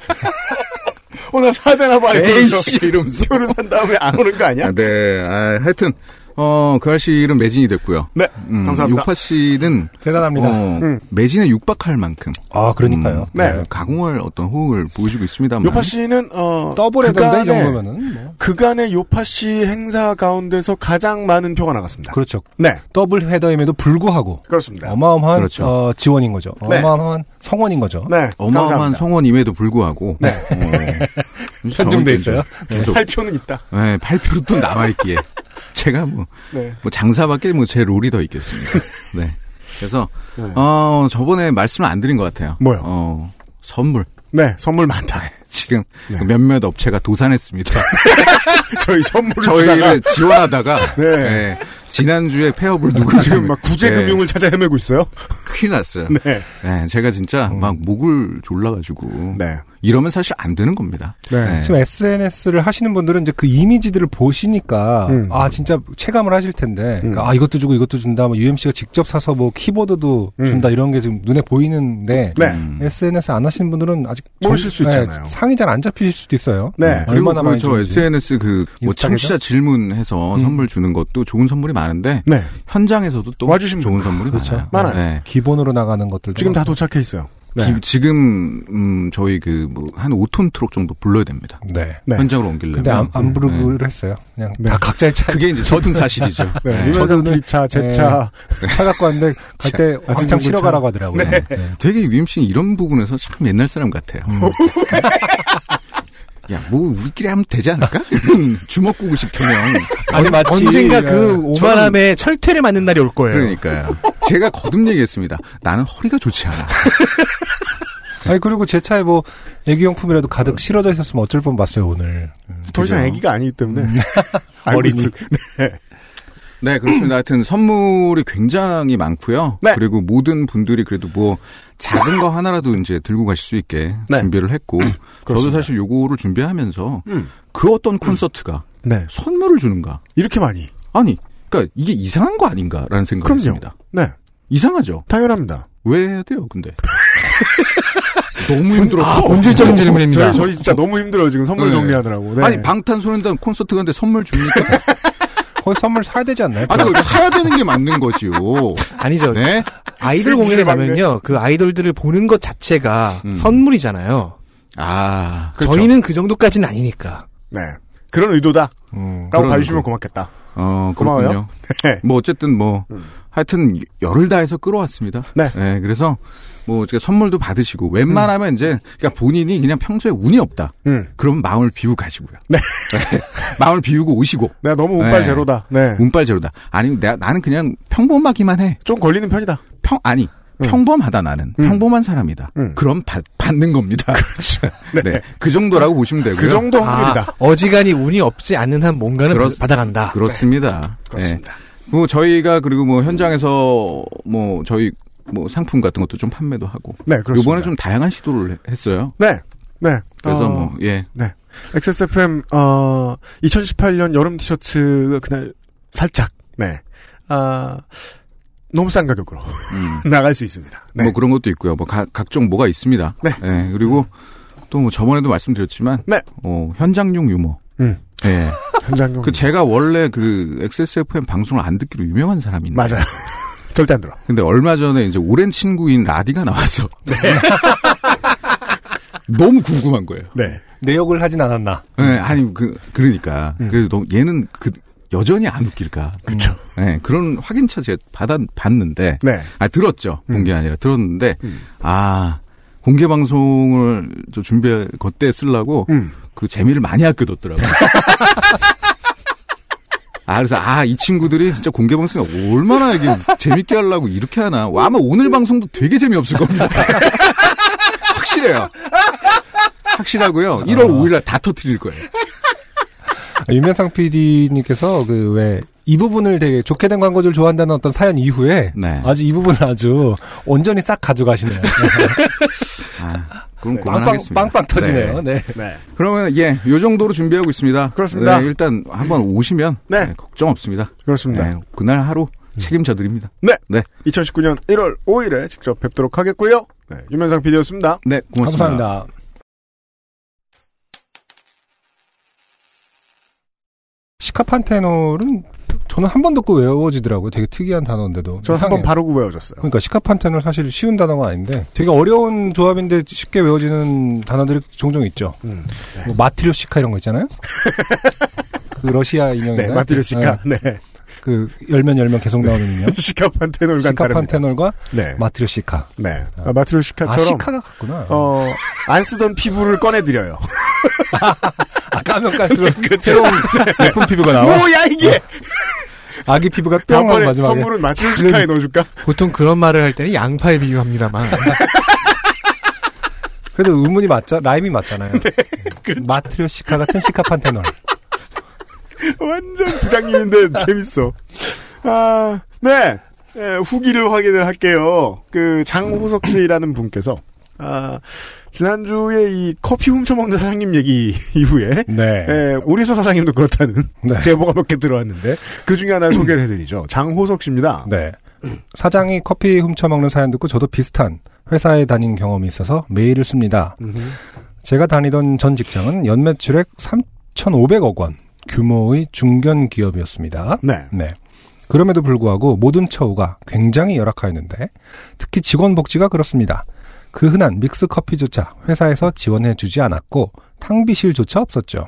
[SPEAKER 3] 어, 나 사대나 봐. 이러면서
[SPEAKER 10] 에이씨 이러면서.
[SPEAKER 3] 표를 산 다음에 안 오는 거 아니야?
[SPEAKER 10] 아, 네. 아, 하여튼 어, 그 알실은 매진이 됐고요.
[SPEAKER 3] 네.
[SPEAKER 10] 음,
[SPEAKER 3] 감사합니다.
[SPEAKER 10] 육파 씨는
[SPEAKER 2] 그, 대단합니다.
[SPEAKER 10] 어,
[SPEAKER 3] 음.
[SPEAKER 10] 매진에 육박할 만큼
[SPEAKER 2] 아, 그러니까요.
[SPEAKER 3] 네.
[SPEAKER 10] 가공할 어떤 호응을 보여주고 있습니다만
[SPEAKER 3] 요파 씨는, 어,
[SPEAKER 2] 더블헤더인데 이
[SPEAKER 3] 그간에-
[SPEAKER 2] 정도면은 뭐.
[SPEAKER 3] 그간의 요파 씨 행사 가운데서 가장 많은 표가 나갔습니다.
[SPEAKER 2] 그렇죠.
[SPEAKER 3] 네,
[SPEAKER 2] 더블 헤더임에도 불구하고
[SPEAKER 3] 그렇습니다.
[SPEAKER 2] 어마어마한
[SPEAKER 10] 그렇죠.
[SPEAKER 2] 어, 지원인 거죠.
[SPEAKER 3] 네.
[SPEAKER 2] 어마어마한 성원인 거죠.
[SPEAKER 3] 네,
[SPEAKER 10] 어마어마한
[SPEAKER 3] 감사합니다. 네.
[SPEAKER 10] 성원임에도 불구하고 어,
[SPEAKER 2] 편중돼 있어요.
[SPEAKER 10] 계속
[SPEAKER 3] 할 표는 있다.
[SPEAKER 10] 네, 8표로 또 남아있기에 제가 뭐,
[SPEAKER 3] 네,
[SPEAKER 10] 뭐 장사밖에 뭐 제 롤이 더 있겠습니까? 네. 그래서
[SPEAKER 3] 네.
[SPEAKER 10] 어 저번에 말씀을 안 드린 것 같아요.
[SPEAKER 3] 뭐요?
[SPEAKER 10] 어, 선물
[SPEAKER 3] 네, 선물 많다.
[SPEAKER 10] 지금
[SPEAKER 3] 네.
[SPEAKER 10] 그 몇몇 업체가 도산했습니다.
[SPEAKER 3] 저희 선물을 주다가
[SPEAKER 10] 저희를 지원하다가
[SPEAKER 3] 네.
[SPEAKER 10] 네, 지난주에 폐업을 누가
[SPEAKER 3] 지금 막 구제금융을 찾아 헤매고 있어요.
[SPEAKER 10] 큰일 났어요.
[SPEAKER 3] 네,
[SPEAKER 10] 네, 제가 진짜
[SPEAKER 2] 음.
[SPEAKER 10] 막 목을 졸라가지고
[SPEAKER 3] 네,
[SPEAKER 10] 이러면 사실 안 되는 겁니다. 예.
[SPEAKER 3] 네.
[SPEAKER 2] 지금 SNS를 하시는 분들은 이제 그 이미지들을 보시니까
[SPEAKER 3] 음.
[SPEAKER 2] 아 진짜 체감을 하실 텐데
[SPEAKER 3] 음.
[SPEAKER 2] 아 이것도 주고 이것도 준다 뭐 UMC가 직접 사서 뭐 키보드도
[SPEAKER 3] 음.
[SPEAKER 2] 준다 이런 게 지금 눈에 보이는데
[SPEAKER 3] 네.
[SPEAKER 10] 음.
[SPEAKER 2] SNS 안 하시는 분들은 아직 네,
[SPEAKER 3] 모르실 수 있잖아요.
[SPEAKER 2] 상이 잘 안 잡히실 수도 있어요.
[SPEAKER 3] 네.
[SPEAKER 10] 그리고
[SPEAKER 2] 얼마나 많이
[SPEAKER 10] 그저
[SPEAKER 2] 주는지.
[SPEAKER 10] SNS 그뭐
[SPEAKER 2] 인스타에서?
[SPEAKER 10] 청취자 질문해서
[SPEAKER 2] 음.
[SPEAKER 10] 선물 주는 것도 좋은 선물이 많은데
[SPEAKER 3] 네.
[SPEAKER 10] 현장에서도 또
[SPEAKER 3] 와주신
[SPEAKER 10] 좋은 선물이
[SPEAKER 2] 그렇죠.
[SPEAKER 10] 많아요.
[SPEAKER 3] 많아요.
[SPEAKER 10] 네.
[SPEAKER 2] 기본으로 나가는 것들
[SPEAKER 3] 지금 다 도착해 있어요. 네,
[SPEAKER 10] 기- 지금 음, 저희 그 뭐 한 5톤 트럭 정도 불러야 됩니다.
[SPEAKER 2] 네.
[SPEAKER 3] 네.
[SPEAKER 10] 현장으로 옮기려면.
[SPEAKER 2] 근데 안, 안 부르기로
[SPEAKER 10] 네.
[SPEAKER 2] 했어요. 그냥
[SPEAKER 3] 네.
[SPEAKER 2] 다 각자의 차,
[SPEAKER 10] 그게 이제 저든 사실이죠.
[SPEAKER 3] 네,
[SPEAKER 10] 네.
[SPEAKER 3] 유면상
[SPEAKER 2] 저는-
[SPEAKER 3] 기차, 제 차,
[SPEAKER 2] 차 갖고 왔는데 갈 때
[SPEAKER 3] 아,
[SPEAKER 2] 왕창
[SPEAKER 3] 진짜
[SPEAKER 2] 실어 가라고 하더라고요. 네.
[SPEAKER 10] 되게 유임 씨는 이런 부분에서 참 옛날 사람 같아요.
[SPEAKER 3] 음.
[SPEAKER 10] 야, 뭐 우리끼리 하면 되지 않을까? 이런 주먹구구 식혀면
[SPEAKER 4] 아니, 언젠가
[SPEAKER 10] 네.
[SPEAKER 4] 그 오만함에 철퇴를 맞는 날이 올 거예요.
[SPEAKER 10] 그러니까요. 제가 거듭 얘기했습니다. 나는 허리가 좋지 않아.
[SPEAKER 2] 아니 그리고 제 차에 뭐 애기용품이라도
[SPEAKER 10] 네.
[SPEAKER 2] 가득 실어져 있었으면 어쩔 뻔 봤어요 오늘.
[SPEAKER 3] 음, 더 이상
[SPEAKER 10] 그죠?
[SPEAKER 3] 아기가 아니기 때문에 알고
[SPEAKER 2] 어린이.
[SPEAKER 3] 있을- 네.
[SPEAKER 10] 네, 그렇습니다. 하여튼 선물이 굉장히 많고요.
[SPEAKER 3] 네.
[SPEAKER 10] 그리고 모든 분들이 그래도 뭐 작은 거 하나라도 이제 들고 가실 수 있게
[SPEAKER 3] 네.
[SPEAKER 10] 준비를 했고 저도 사실 요거를 준비하면서
[SPEAKER 3] 음.
[SPEAKER 10] 그 어떤 콘서트가
[SPEAKER 3] 네,
[SPEAKER 10] 선물을 주는가?
[SPEAKER 3] 이렇게 많이.
[SPEAKER 10] 아니, 그러니까 이게 이상한 거 아닌가라는 생각이
[SPEAKER 3] 그럼요.
[SPEAKER 10] 듭니다.
[SPEAKER 3] 네,
[SPEAKER 10] 이상하죠.
[SPEAKER 3] 당연합니다.
[SPEAKER 10] 왜 해야 돼요, 근데? 너무 힘들었어.
[SPEAKER 3] 아,
[SPEAKER 4] 본질적인 질문입니다.
[SPEAKER 3] 저희, 저희 진짜 너무 힘들어요, 지금 선물
[SPEAKER 10] 네.
[SPEAKER 3] 정리하느라고. 네.
[SPEAKER 10] 아니 방탄소년단 콘서트 가는데 선물 줍니까?
[SPEAKER 2] 거기 선물 사야 되지 않나요?
[SPEAKER 10] 아니 그거 사야 되는 게 맞는 거지요.
[SPEAKER 4] 아니죠.
[SPEAKER 10] 네.
[SPEAKER 4] 아이돌 공연에 가면요, 그 아이돌들을 보는 것 자체가
[SPEAKER 10] 음.
[SPEAKER 4] 선물이잖아요.
[SPEAKER 10] 아
[SPEAKER 4] 저희는 그 정도까지는 아니니까.
[SPEAKER 3] 네. 그런 의도다.
[SPEAKER 2] 음.
[SPEAKER 3] 라고
[SPEAKER 10] 그런
[SPEAKER 3] 봐주시면
[SPEAKER 10] 의도.
[SPEAKER 3] 고맙겠다.
[SPEAKER 10] 어,
[SPEAKER 3] 고마워요.
[SPEAKER 10] 그렇군요.
[SPEAKER 3] 네.
[SPEAKER 10] 뭐 어쨌든 뭐 하여튼 열을 다해서 끌어왔습니다.
[SPEAKER 3] 네.
[SPEAKER 10] 그래서 뭐 제가 선물도 받으시고 웬만하면 이제 그러니까 본인이 그냥 평소에 운이 없다.
[SPEAKER 3] 음.
[SPEAKER 10] 그럼 마음을 비우고 가시고요. 네. 마음을 비우고 오시고
[SPEAKER 3] 내가 너무 운빨
[SPEAKER 10] 네.
[SPEAKER 3] 제로다. 네.
[SPEAKER 10] 운빨 제로다. 아니 나, 나는 그냥 평범하기만 해.
[SPEAKER 3] 좀 걸리는 편이다.
[SPEAKER 10] 평 아니
[SPEAKER 3] 음.
[SPEAKER 10] 평범하다 나는
[SPEAKER 3] 음.
[SPEAKER 10] 평범한 사람이다.
[SPEAKER 3] 음.
[SPEAKER 10] 그럼 받, 받는 겁니다. 그렇죠. 네. 그 정도라고 보시면 되고요.
[SPEAKER 3] 그 정도 확률이다.
[SPEAKER 4] 아, 어지간히 운이 없지 않는 한 뭔가는
[SPEAKER 10] 그렇-
[SPEAKER 4] 받아간다.
[SPEAKER 10] 그렇습니다. 네.
[SPEAKER 3] 그렇습니다.
[SPEAKER 10] 뭐 저희가 그리고 뭐 현장에서 뭐 저희 뭐 상품 같은 것도 좀 판매도 하고
[SPEAKER 3] 네, 그렇습니다.
[SPEAKER 10] 이번에 좀 다양한 시도를 해- 했어요.
[SPEAKER 3] 네. 네.
[SPEAKER 10] 그래서
[SPEAKER 3] 어,
[SPEAKER 10] 뭐 예.
[SPEAKER 3] XSFM, 어, 2018년 여름 티셔츠 그날 살짝, 네. 아, 너무 싼 가격으로
[SPEAKER 10] 음,
[SPEAKER 3] 나갈 수 있습니다. 네.
[SPEAKER 10] 뭐 그런 것도 있고요. 뭐 가- 각종 뭐가 있습니다.
[SPEAKER 3] 네.
[SPEAKER 10] 예, 그리고 또 뭐 저번에도 말씀드렸지만
[SPEAKER 3] 네.
[SPEAKER 10] 어, 현장용 유머.
[SPEAKER 3] 음.
[SPEAKER 10] 예.
[SPEAKER 3] 현장용.
[SPEAKER 10] 그 제가 원래 그 XSFM 방송을 안 듣기로 유명한 사람인데
[SPEAKER 3] 맞아요. 절대 안 들어.
[SPEAKER 10] 근데 얼마 전에 이제 오랜 친구인 라디가 나와서
[SPEAKER 3] 네.
[SPEAKER 10] 너무 궁금한 거예요.
[SPEAKER 3] 네.
[SPEAKER 2] 내역을 하진 않았나.
[SPEAKER 3] 음.
[SPEAKER 10] 네, 아니 그 그러니까 그래도 너무 얘는 그 여전히 안 웃길까.
[SPEAKER 3] 그쵸.
[SPEAKER 10] 네, 그런 확인차 제가 받아 봤는데,
[SPEAKER 3] 네.
[SPEAKER 10] 아 들었죠 공개 아니라 들었는데,
[SPEAKER 3] 음.
[SPEAKER 10] 아 공개 방송을 저 준비 그때 쓰려고
[SPEAKER 3] 음.
[SPEAKER 10] 그 재미를 많이 아껴뒀더라고요. 아, 그래서, 아, 이 친구들이 진짜 공개 방송에 얼마나 이게 재밌게 하려고 이렇게 하나. 와, 아마 오늘 방송도 되게 재미없을 겁니다. 확실해요. 확실하고요. 1월 5일날 다 터트릴 거예요.
[SPEAKER 2] 유면상 PD님께서 그 왜 이 부분을 되게 좋게 된 광고주를 좋아한다는 어떤 사연 이후에
[SPEAKER 10] 네.
[SPEAKER 2] 아주 이 부분을 아주 온전히 싹 가져가시네요.
[SPEAKER 10] 아, 그럼
[SPEAKER 2] 네, 빵빵,
[SPEAKER 10] 그만하겠습니다.
[SPEAKER 2] 빵빵 터지네요.
[SPEAKER 10] 네.
[SPEAKER 2] 네.
[SPEAKER 3] 네.
[SPEAKER 10] 그러면 예, 요 정도로 준비하고 있습니다.
[SPEAKER 3] 그렇습니다.
[SPEAKER 10] 네, 일단 한번 오시면
[SPEAKER 3] 네.
[SPEAKER 10] 네, 걱정 없습니다.
[SPEAKER 3] 그렇습니다.
[SPEAKER 10] 네, 그날 하루 책임져 드립니다.
[SPEAKER 3] 네.
[SPEAKER 10] 네.
[SPEAKER 3] 2019년 1월 5일에 직접 뵙도록 하겠고요. 네. 유면상 PD였습니다.
[SPEAKER 10] 네, 고맙습니다.
[SPEAKER 2] 감사합니다. 시카판테놀은 저는 한 번 듣고 외워지더라고요. 되게 특이한 단어인데도.
[SPEAKER 3] 저는 한 번
[SPEAKER 2] 이상해요.
[SPEAKER 3] 바로 외워졌어요.
[SPEAKER 2] 그러니까 시카판테놀 사실 쉬운 단어가 아닌데 되게 어려운 조합인데 쉽게 외워지는 단어들이 종종 있죠.
[SPEAKER 3] 음,
[SPEAKER 2] 뭐 마트리오시카 이런 거 있잖아요. 그 러시아 인형인가요?
[SPEAKER 3] 네, 마티르
[SPEAKER 2] 네,
[SPEAKER 3] 시카. 네.
[SPEAKER 2] 그 열면 열면 계속 나오는 인형.
[SPEAKER 3] 시카판테놀과 다릅니다.
[SPEAKER 2] 시카판테놀과
[SPEAKER 3] 네.
[SPEAKER 2] 마트리오시카.
[SPEAKER 3] 네. 아, 마티르
[SPEAKER 2] 아
[SPEAKER 3] 시카처럼
[SPEAKER 2] 시카가 같구나.
[SPEAKER 3] 어, 안 쓰던 피부를 꺼내드려요.
[SPEAKER 2] 아, 까면 깔수록 새로운
[SPEAKER 3] 네.
[SPEAKER 2] 예쁜 피부가 나와.
[SPEAKER 3] 뭐야, 이게!
[SPEAKER 2] 아기 피부가 뿅 하고
[SPEAKER 3] 다음번에
[SPEAKER 2] 네. 마지막에
[SPEAKER 3] 선물은 마티르 시카에 넣어줄까?
[SPEAKER 4] 보통 그런 말을 할 때는 양파에 비유합니다만.
[SPEAKER 2] 그래도 의문이 맞자 라임이 맞잖아요.
[SPEAKER 3] 네, 그렇죠.
[SPEAKER 2] 마트리오시카 같은 시카판테놀.
[SPEAKER 3] 완전 부장님인데 재밌어. 아, 네. 예, 후기를 확인을 할게요. 그 장호석 씨라는 분께서 아, 지난주에 이 커피 훔쳐먹는 사장님 얘기 이후에
[SPEAKER 2] 네.
[SPEAKER 3] 예, 우리 회사 사장님도 그렇다는
[SPEAKER 2] 네. 음.
[SPEAKER 3] 제보가 몇 개 들어왔는데 그 중에 하나를 소개를 해드리죠. 장호석 씨입니다.
[SPEAKER 2] 네. 사장이 커피 훔쳐먹는 사연 듣고 저도 비슷한 회사에 다닌 경험이 있어서 메일을 씁니다. 제가 다니던 전 직장은 연매출액 3,500억 원 규모의 중견 기업이었습니다.
[SPEAKER 3] 네.
[SPEAKER 2] 네. 그럼에도 불구하고 모든 처우가 굉장히 열악하였는데 특히 직원 복지가 그렇습니다. 그 흔한 믹스 커피조차 회사에서 지원해 주지 않았고 탕비실조차 없었죠.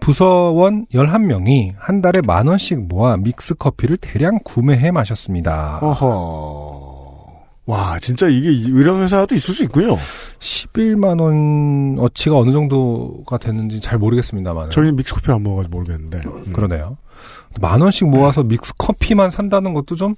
[SPEAKER 2] 부서원 11명이 한 달에 만 원씩 모아 믹스 커피를 대량 구매해 마셨습니다.
[SPEAKER 3] 어허. 와, 진짜 이게 이런 회사도 있을 수 있군요.
[SPEAKER 2] 네. 11만 원 어치가 어느 정도가 됐는지 잘 모르겠습니다만.
[SPEAKER 3] 저희는 믹스커피 안 먹어가지고 모르겠는데. 음.
[SPEAKER 2] 그러네요. 만 원씩 모아서 믹스 커피만 산다는 것도 좀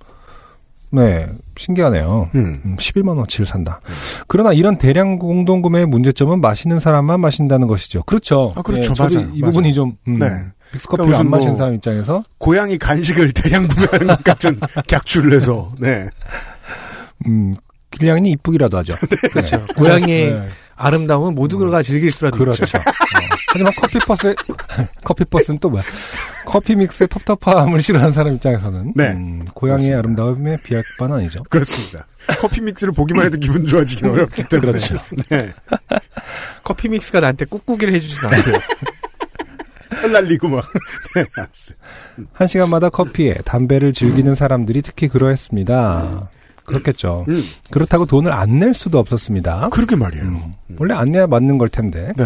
[SPEAKER 2] 네, 신기하네요.
[SPEAKER 3] 음.
[SPEAKER 2] 음, 11만 원치를 산다. 그러나 이런 대량 공동 구매의 문제점은 마시는 사람만 마신다는 것이죠. 그렇죠.
[SPEAKER 3] 아, 그렇죠.
[SPEAKER 2] 예, 저도
[SPEAKER 3] 맞아요.
[SPEAKER 2] 이
[SPEAKER 3] 맞아요.
[SPEAKER 2] 부분이 좀 음,
[SPEAKER 3] 네.
[SPEAKER 2] 믹스 커피를
[SPEAKER 3] 그러니까
[SPEAKER 2] 안
[SPEAKER 3] 무슨
[SPEAKER 2] 마신
[SPEAKER 3] 뭐-
[SPEAKER 2] 사람 입장에서
[SPEAKER 3] 고양이 간식을 대량 구매하는 것 같은 객출을 해서, 네.
[SPEAKER 2] 음, 길냥이는 이쁘기라도 하죠.
[SPEAKER 4] 그렇죠. 고양이의
[SPEAKER 2] 네,
[SPEAKER 4] 아름다움은 모두가 즐길 수라도
[SPEAKER 2] 그렇죠.
[SPEAKER 4] 있죠.
[SPEAKER 2] 어. 하지만 커피버스, 커피버스는 또 뭐야? 커피 믹스의 텁텁함을 싫어하는 사람 입장에서는
[SPEAKER 3] 네.
[SPEAKER 2] 음, 고양이의
[SPEAKER 3] 그렇습니다.
[SPEAKER 2] 아름다움에 비할 바는 아니죠.
[SPEAKER 3] 그렇습니다. 커피 믹스를 보기만 해도 기분 좋아지기 어렵기 때문에.
[SPEAKER 2] 그렇죠.
[SPEAKER 3] 네.
[SPEAKER 4] 커피 믹스가 나한테 꾹꾹이를 해주진 않아요.
[SPEAKER 3] 털 날리고 막. 네, 알았어요.
[SPEAKER 2] 한 시간마다 커피에 담배를 즐기는 사람들이 특히 그러했습니다. 그렇겠죠.
[SPEAKER 3] 음.
[SPEAKER 2] 그렇다고 돈을 안 낼 수도 없었습니다.
[SPEAKER 3] 그렇게 말이에요.
[SPEAKER 2] 원래 안 내야 맞는 걸 텐데.
[SPEAKER 3] 네.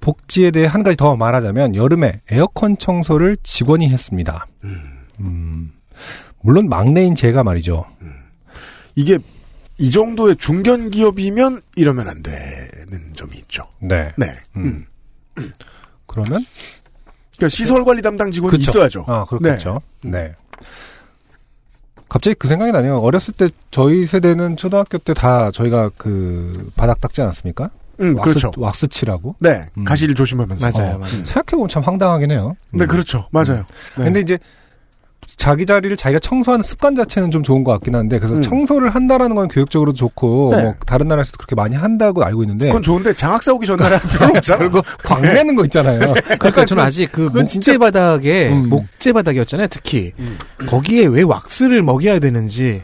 [SPEAKER 2] 복지에 대해 한 가지 더 말하자면 여름에 에어컨 청소를 직원이 했습니다. 음, 물론 막내인 제가 말이죠.
[SPEAKER 3] 이게 이 정도의 중견 기업이면 이러면 안 되는 점이 있죠.
[SPEAKER 2] 네.
[SPEAKER 3] 네.
[SPEAKER 2] 음. 그러면
[SPEAKER 3] 그러니까 시설 관리 담당 직원이
[SPEAKER 2] 그렇죠. 그쵸.
[SPEAKER 3] 있어야죠.
[SPEAKER 2] 아 그렇겠죠. 네. 갑자기 그 생각이 나네요. 어렸을 때 저희 세대는 초등학교 때 다 저희가 그 바닥 닦지 않았습니까?
[SPEAKER 3] 음,
[SPEAKER 2] 왁스,
[SPEAKER 3] 그렇죠.
[SPEAKER 2] 왁스 칠하고.
[SPEAKER 3] 네.
[SPEAKER 2] 음.
[SPEAKER 3] 가시를 조심하면서.
[SPEAKER 4] 맞아요,
[SPEAKER 3] 어.
[SPEAKER 4] 맞아요.
[SPEAKER 2] 생각해보면 참 황당하긴 해요.
[SPEAKER 3] 네, 그렇죠. 맞아요. 네.
[SPEAKER 2] 음. 근데 이제 자기 자리를 자기가 청소하는 습관 자체는 좋은 것 같긴 한데 그래서
[SPEAKER 3] 음.
[SPEAKER 2] 청소를 한다라는 건 교육적으로도 좋고
[SPEAKER 3] 네.
[SPEAKER 2] 뭐 다른 나라에서도 그렇게 많이 한다고 알고 있는데
[SPEAKER 3] 그건 네. 좋은데 장학 싸우기 전날에 별로 없잖아.
[SPEAKER 2] 음. 결국 광내는 거 있잖아요.
[SPEAKER 3] 네.
[SPEAKER 4] 그러니까 저는 아직 그
[SPEAKER 2] 그건
[SPEAKER 4] 목재
[SPEAKER 2] 진짜-
[SPEAKER 4] 바닥에
[SPEAKER 2] 음.
[SPEAKER 4] 목재 바닥이었잖아요. 특히 거기에 왜 왁스를 음. 먹여야 되는지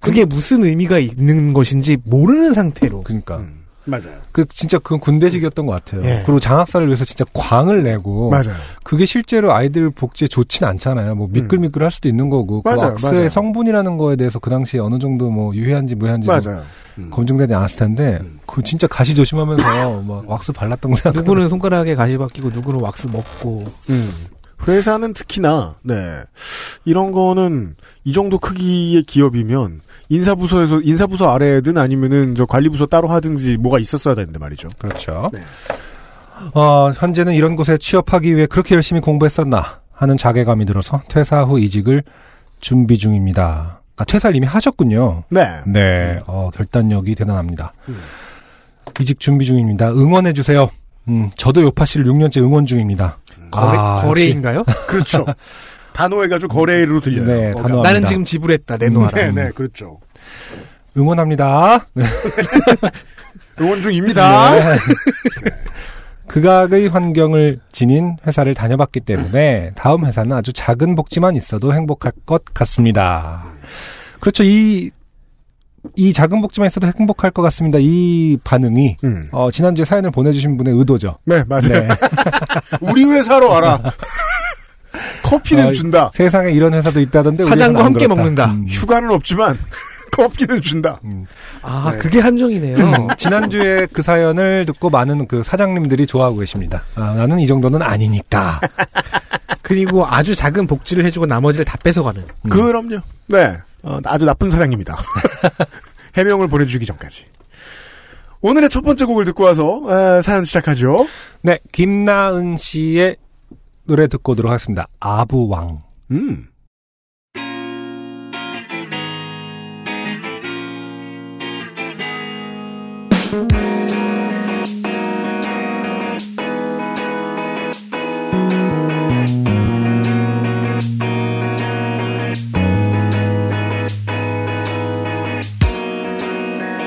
[SPEAKER 4] 그게 무슨 의미가 있는 것인지 모르는 상태로
[SPEAKER 2] 그러니까
[SPEAKER 3] 음. 맞아요.
[SPEAKER 2] 그 진짜 그 군대식이었던 것 같아요.
[SPEAKER 3] 예.
[SPEAKER 2] 그리고 장학사를 위해서 진짜 광을 내고
[SPEAKER 3] 맞아요. 음.
[SPEAKER 2] 그게 실제로 아이들 복지에 좋진 않잖아요. 뭐 미끌미끌 할 수도 있는 거고 그
[SPEAKER 3] 맞아요,
[SPEAKER 2] 악세의
[SPEAKER 3] 맞아요.
[SPEAKER 2] 성분이라는 거에 대해서 그 당시에 어느 정도 뭐 유해한지 무해한지
[SPEAKER 3] 맞아요.
[SPEAKER 2] 검증되지 않았을 텐데 그 진짜 가시 조심하면서 막 왁스 발랐던 생각.
[SPEAKER 4] 음. 누구는 손가락에 가시 박히고 누구는 왁스 먹고
[SPEAKER 3] 음. 회사는 특히나 네 이런 거는 이 정도 크기의 기업이면 인사부서에서 인사부서 아래든 아니면은 저 관리부서 따로 하든지 뭐가 있었어야 되는데 말이죠.
[SPEAKER 2] 그렇죠.
[SPEAKER 4] 네.
[SPEAKER 2] 어, 현재는 이런 곳에 취업하기 위해 그렇게 열심히 공부했었나 하는 자괴감이 들어서 퇴사 후 이직을 준비 중입니다. 아, 퇴사를 이미 하셨군요.
[SPEAKER 3] 네.
[SPEAKER 4] 음.
[SPEAKER 2] 네, 어, 결단력이 대단합니다. 이직 준비 중입니다. 응원해 주세요. 음, 저도 요파 씨를 6년째 응원 중입니다.
[SPEAKER 3] 거래-
[SPEAKER 2] 아, 역시.
[SPEAKER 4] 거래인가요?
[SPEAKER 3] 그렇죠. 단호해가지고 거래로 들려요.
[SPEAKER 2] 네, 음.
[SPEAKER 3] 거기가.
[SPEAKER 2] 단호합니다.
[SPEAKER 4] 나는 지금 지불했다 내놓아라.
[SPEAKER 3] 네, 네, 그렇죠.
[SPEAKER 2] 응원합니다. 네.
[SPEAKER 3] 응원 중입니다.
[SPEAKER 2] 극악의 환경을 지닌 회사를 다녀봤기 때문에 다음 회사는 아주 작은 복지만 있어도 행복할 것 같습니다. 그렇죠. 이, 이 작은 복지만 있어도 행복할 것 같습니다. 이 반응이,
[SPEAKER 3] 음.
[SPEAKER 2] 어, 지난주에 사연을 보내주신 분의 의도죠.
[SPEAKER 3] 네, 맞아요.
[SPEAKER 2] 네.
[SPEAKER 3] 우리 회사로 와라. 커피는
[SPEAKER 2] 아,
[SPEAKER 3] 준다.
[SPEAKER 2] 세상에 이런 회사도 있다던데. 우리 회사는
[SPEAKER 4] 사장과
[SPEAKER 2] 안
[SPEAKER 4] 함께
[SPEAKER 2] 그렇다.
[SPEAKER 4] 먹는다.
[SPEAKER 2] 음.
[SPEAKER 3] 휴가는 없지만 커피는 준다.
[SPEAKER 4] 아
[SPEAKER 3] 네.
[SPEAKER 4] 그게 함정이네요. 음.
[SPEAKER 2] 지난주에 그 사연을 듣고 많은 그 사장님들이 좋아하고 계십니다. 아, 나는 이 정도는 아니니까.
[SPEAKER 4] 그리고 아주 작은 복지를 해주고 나머지를 다 뺏어가는.
[SPEAKER 2] 음.
[SPEAKER 3] 그럼요. 네. 어, 아주 나쁜 사장님이다. 해명을 보내주기 전까지. 오늘의 첫 번째 곡을 듣고 와서 에, 사연 시작하죠.
[SPEAKER 2] 네, 김나은 씨의 노래 듣고 오도록 하겠습니다. 아부왕.
[SPEAKER 3] 음.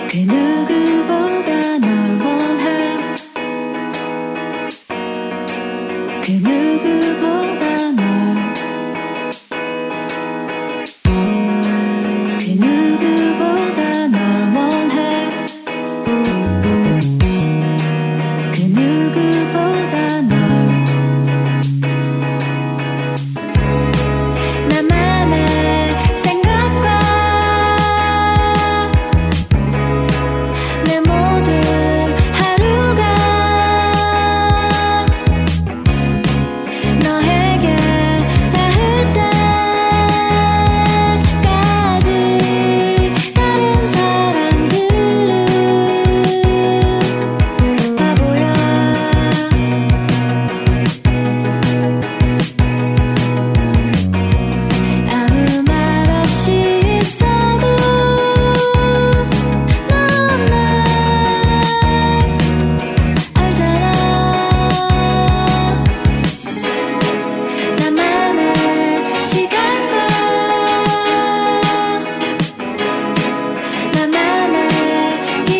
[SPEAKER 7] 그 누구보다 널 원해 그 누구보다 널그 누구보다 널 원해 그 누구보다 널 나만의 생각과 내 모든 하루가 너에게 닿을 때까지 다른 사람들은 바보야 아무 말 없이 있어도 넌날 알잖아 나만의 시간과 나만의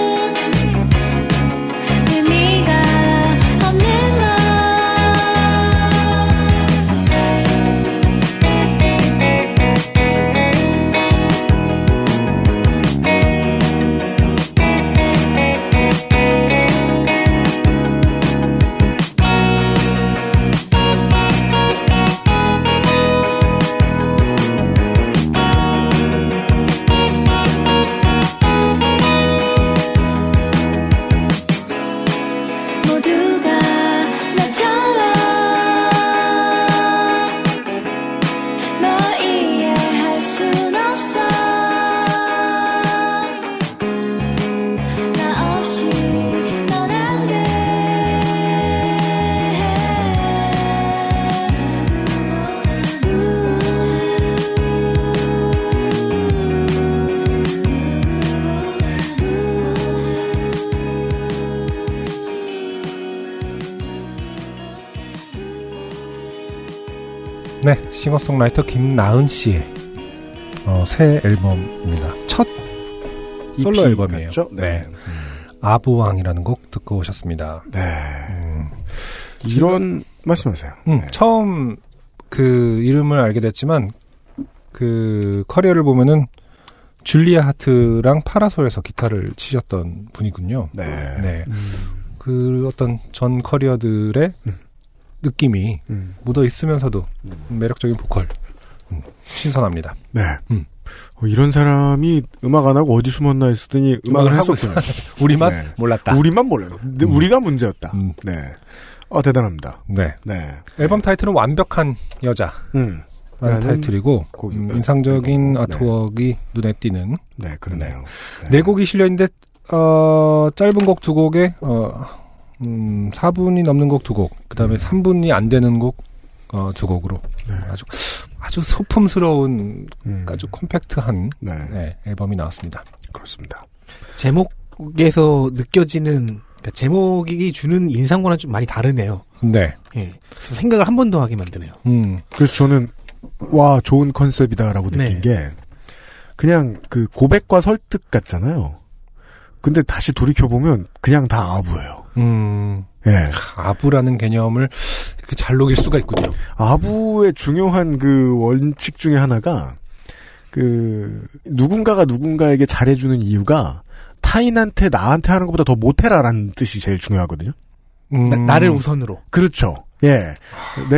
[SPEAKER 7] 기억은 의미가 없는 걸 모두가 나처럼 너 이해할 순 없어 나 없이 넌 안돼
[SPEAKER 2] 네, 싱어송라이터 김나은 씨의 어, 새 앨범입니다. 첫 솔로
[SPEAKER 3] EP
[SPEAKER 2] 앨범이에요.
[SPEAKER 3] 같죠? 네.
[SPEAKER 2] 아부왕이라는 곡 듣고 오셨습니다.
[SPEAKER 3] 네. 이런 말씀하세요.
[SPEAKER 2] 음,
[SPEAKER 3] 네.
[SPEAKER 2] 처음 그 이름을 알게 됐지만 그 커리어를 보면은 줄리아 하트랑 파라솔에서 기타를 치셨던 분이군요.
[SPEAKER 3] 네.
[SPEAKER 10] 음.
[SPEAKER 2] 그 어떤 전 커리어들의 느낌이
[SPEAKER 3] 음.
[SPEAKER 2] 묻어 있으면서도 매력적인 보컬. 음, 신선합니다.
[SPEAKER 3] 네.
[SPEAKER 2] 음.
[SPEAKER 3] 어, 이런 사람이 음악 안 하고 어디 숨었나 했더니 음악을,
[SPEAKER 2] 음악을 하고
[SPEAKER 3] 했었군요.
[SPEAKER 2] 우리만
[SPEAKER 3] 네.
[SPEAKER 2] 몰랐다.
[SPEAKER 3] 우리만 몰라요. 근데 우리가 문제였다.
[SPEAKER 2] 음.
[SPEAKER 3] 네. 어, 대단합니다.
[SPEAKER 2] 네.
[SPEAKER 3] 네.
[SPEAKER 2] 앨범 타이틀은 완벽한 여자.
[SPEAKER 3] 음.
[SPEAKER 2] 라는
[SPEAKER 3] 라는
[SPEAKER 2] 타이틀이고
[SPEAKER 3] 곡이-
[SPEAKER 2] 음, 인상적인
[SPEAKER 3] 네.
[SPEAKER 2] 아트웍이 눈에 띄는
[SPEAKER 3] 네, 그러네요.
[SPEAKER 2] 네 곡이 실려 있는데 어, 짧은 곡 두 곡에 어, 음, 4분이 넘는 곡 두 곡, 그다음에 3분이 안 되는 곡 어, 두 곡으로
[SPEAKER 3] 네.
[SPEAKER 2] 아주 아주 소품스러운
[SPEAKER 3] 음.
[SPEAKER 2] 아주 컴팩트한
[SPEAKER 3] 네.
[SPEAKER 2] 네, 앨범이 나왔습니다.
[SPEAKER 3] 그렇습니다.
[SPEAKER 4] 제목에서 느껴지는 그러니까 제목이 주는 인상과는 좀 많이 다르네요.
[SPEAKER 2] 네,
[SPEAKER 4] 예. 그래서 생각을 한 번 더 하게 만드네요.
[SPEAKER 2] 음,
[SPEAKER 3] 그래서 저는 와, 좋은 컨셉이다라고 느낀
[SPEAKER 4] 네.
[SPEAKER 3] 게 그냥 그 고백과 설득 같잖아요. 근데 다시 돌이켜 보면 그냥 다 아부예요.
[SPEAKER 2] 음,
[SPEAKER 3] 예.
[SPEAKER 2] 아부라는 개념을 이렇게 잘 녹일 수가 있군요.
[SPEAKER 3] 아부의 중요한 그 원칙 중에 하나가 그 누군가가 누군가에게 잘해주는 이유가 타인한테 나한테 하는 것보다 더 못해라라는 뜻이 제일 중요하거든요.
[SPEAKER 2] 음,
[SPEAKER 4] 나, 를 우선으로.
[SPEAKER 3] 그렇죠. 예.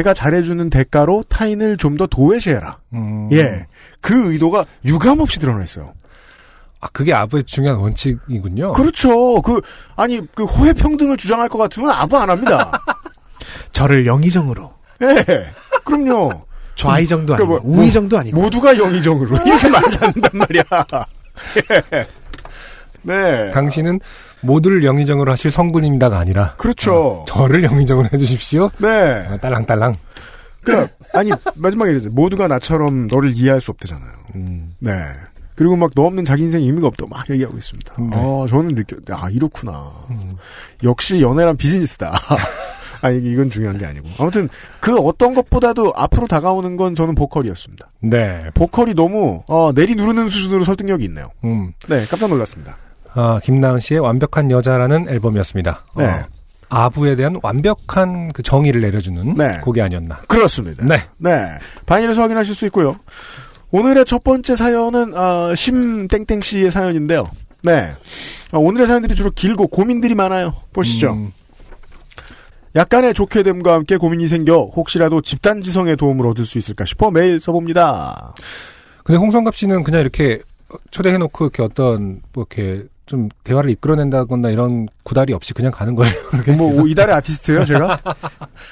[SPEAKER 3] 내가 잘해주는 대가로 타인을 좀 더 도외시해라.
[SPEAKER 2] 음,
[SPEAKER 3] 예. 그 의도가 유감없이 드러나 있어요.
[SPEAKER 2] 아 그게 아부의 중요한 원칙이군요.
[SPEAKER 3] 그렇죠. 그, 아니, 그 호혜평등을 주장할 것 같으면 아부 안 합니다.
[SPEAKER 4] 저를 영의정으로.
[SPEAKER 3] 예. 그럼요.
[SPEAKER 4] 좌의정도
[SPEAKER 3] 그러니까
[SPEAKER 4] 아니고
[SPEAKER 3] 뭐-
[SPEAKER 4] 우의정도 아니고.
[SPEAKER 3] 모두가 영의정으로. 이렇게 말하지 않는단 말이야. 예. 네.
[SPEAKER 2] 당신은 모두를 영의정으로 하실 성군입니다가 아니라
[SPEAKER 3] 그렇죠.
[SPEAKER 2] 저를 영의정으로 해주십시오.
[SPEAKER 3] 네.
[SPEAKER 2] 아, 딸랑딸랑.
[SPEAKER 3] 그러니까 아니 마지막에 이러죠. 모두가 나처럼 너를 이해할 수 없대잖아요.
[SPEAKER 2] 음.
[SPEAKER 3] 네. 그리고 막 너 없는 자기 인생 의미가 없다 막 얘기하고 있습니다. 아 저는 느껴 아 이렇구나. 역시 연애란 비즈니스다. 아니 이게- 이건 중요한 게 아니고 아무튼 그 어떤 것보다도 앞으로 다가오는 건 저는 보컬이었습니다.
[SPEAKER 2] 네.
[SPEAKER 3] 보컬이 너무 어, 내리 누르는 수준으로 설득력이 있네요.
[SPEAKER 2] 음.
[SPEAKER 3] 네 깜짝 놀랐습니다.
[SPEAKER 2] 아, 김나은 씨의 완벽한 여자라는 앨범이었습니다.
[SPEAKER 3] 네.
[SPEAKER 2] 어, 아부에 대한 완벽한 그 정의를 내려주는
[SPEAKER 3] 네.
[SPEAKER 2] 곡이 아니었나.
[SPEAKER 3] 그렇습니다.
[SPEAKER 2] 네.
[SPEAKER 3] 네. 바이닐에서 확인하실 수 있고요. 오늘의 첫 번째 사연은 아, 심땡땡 씨의 사연인데요. 네. 아, 오늘의 사연들이 주로 길고 고민들이 많아요. 보시죠.
[SPEAKER 2] 음,
[SPEAKER 3] 약간의 좋게 됨과 함께 고민이 생겨 혹시라도 집단 지성의 도움을 얻을 수 있을까 싶어 매일 써봅니다.
[SPEAKER 2] 근데 홍성갑 씨는 그냥 이렇게 초대해놓고 이렇게 어떤 뭐 이렇게 좀 대화를 이끌어낸다거나 이런 구달이 없이 그냥 가는 거예요. 이렇게
[SPEAKER 3] 뭐 이달의 아티스트예요, 제가?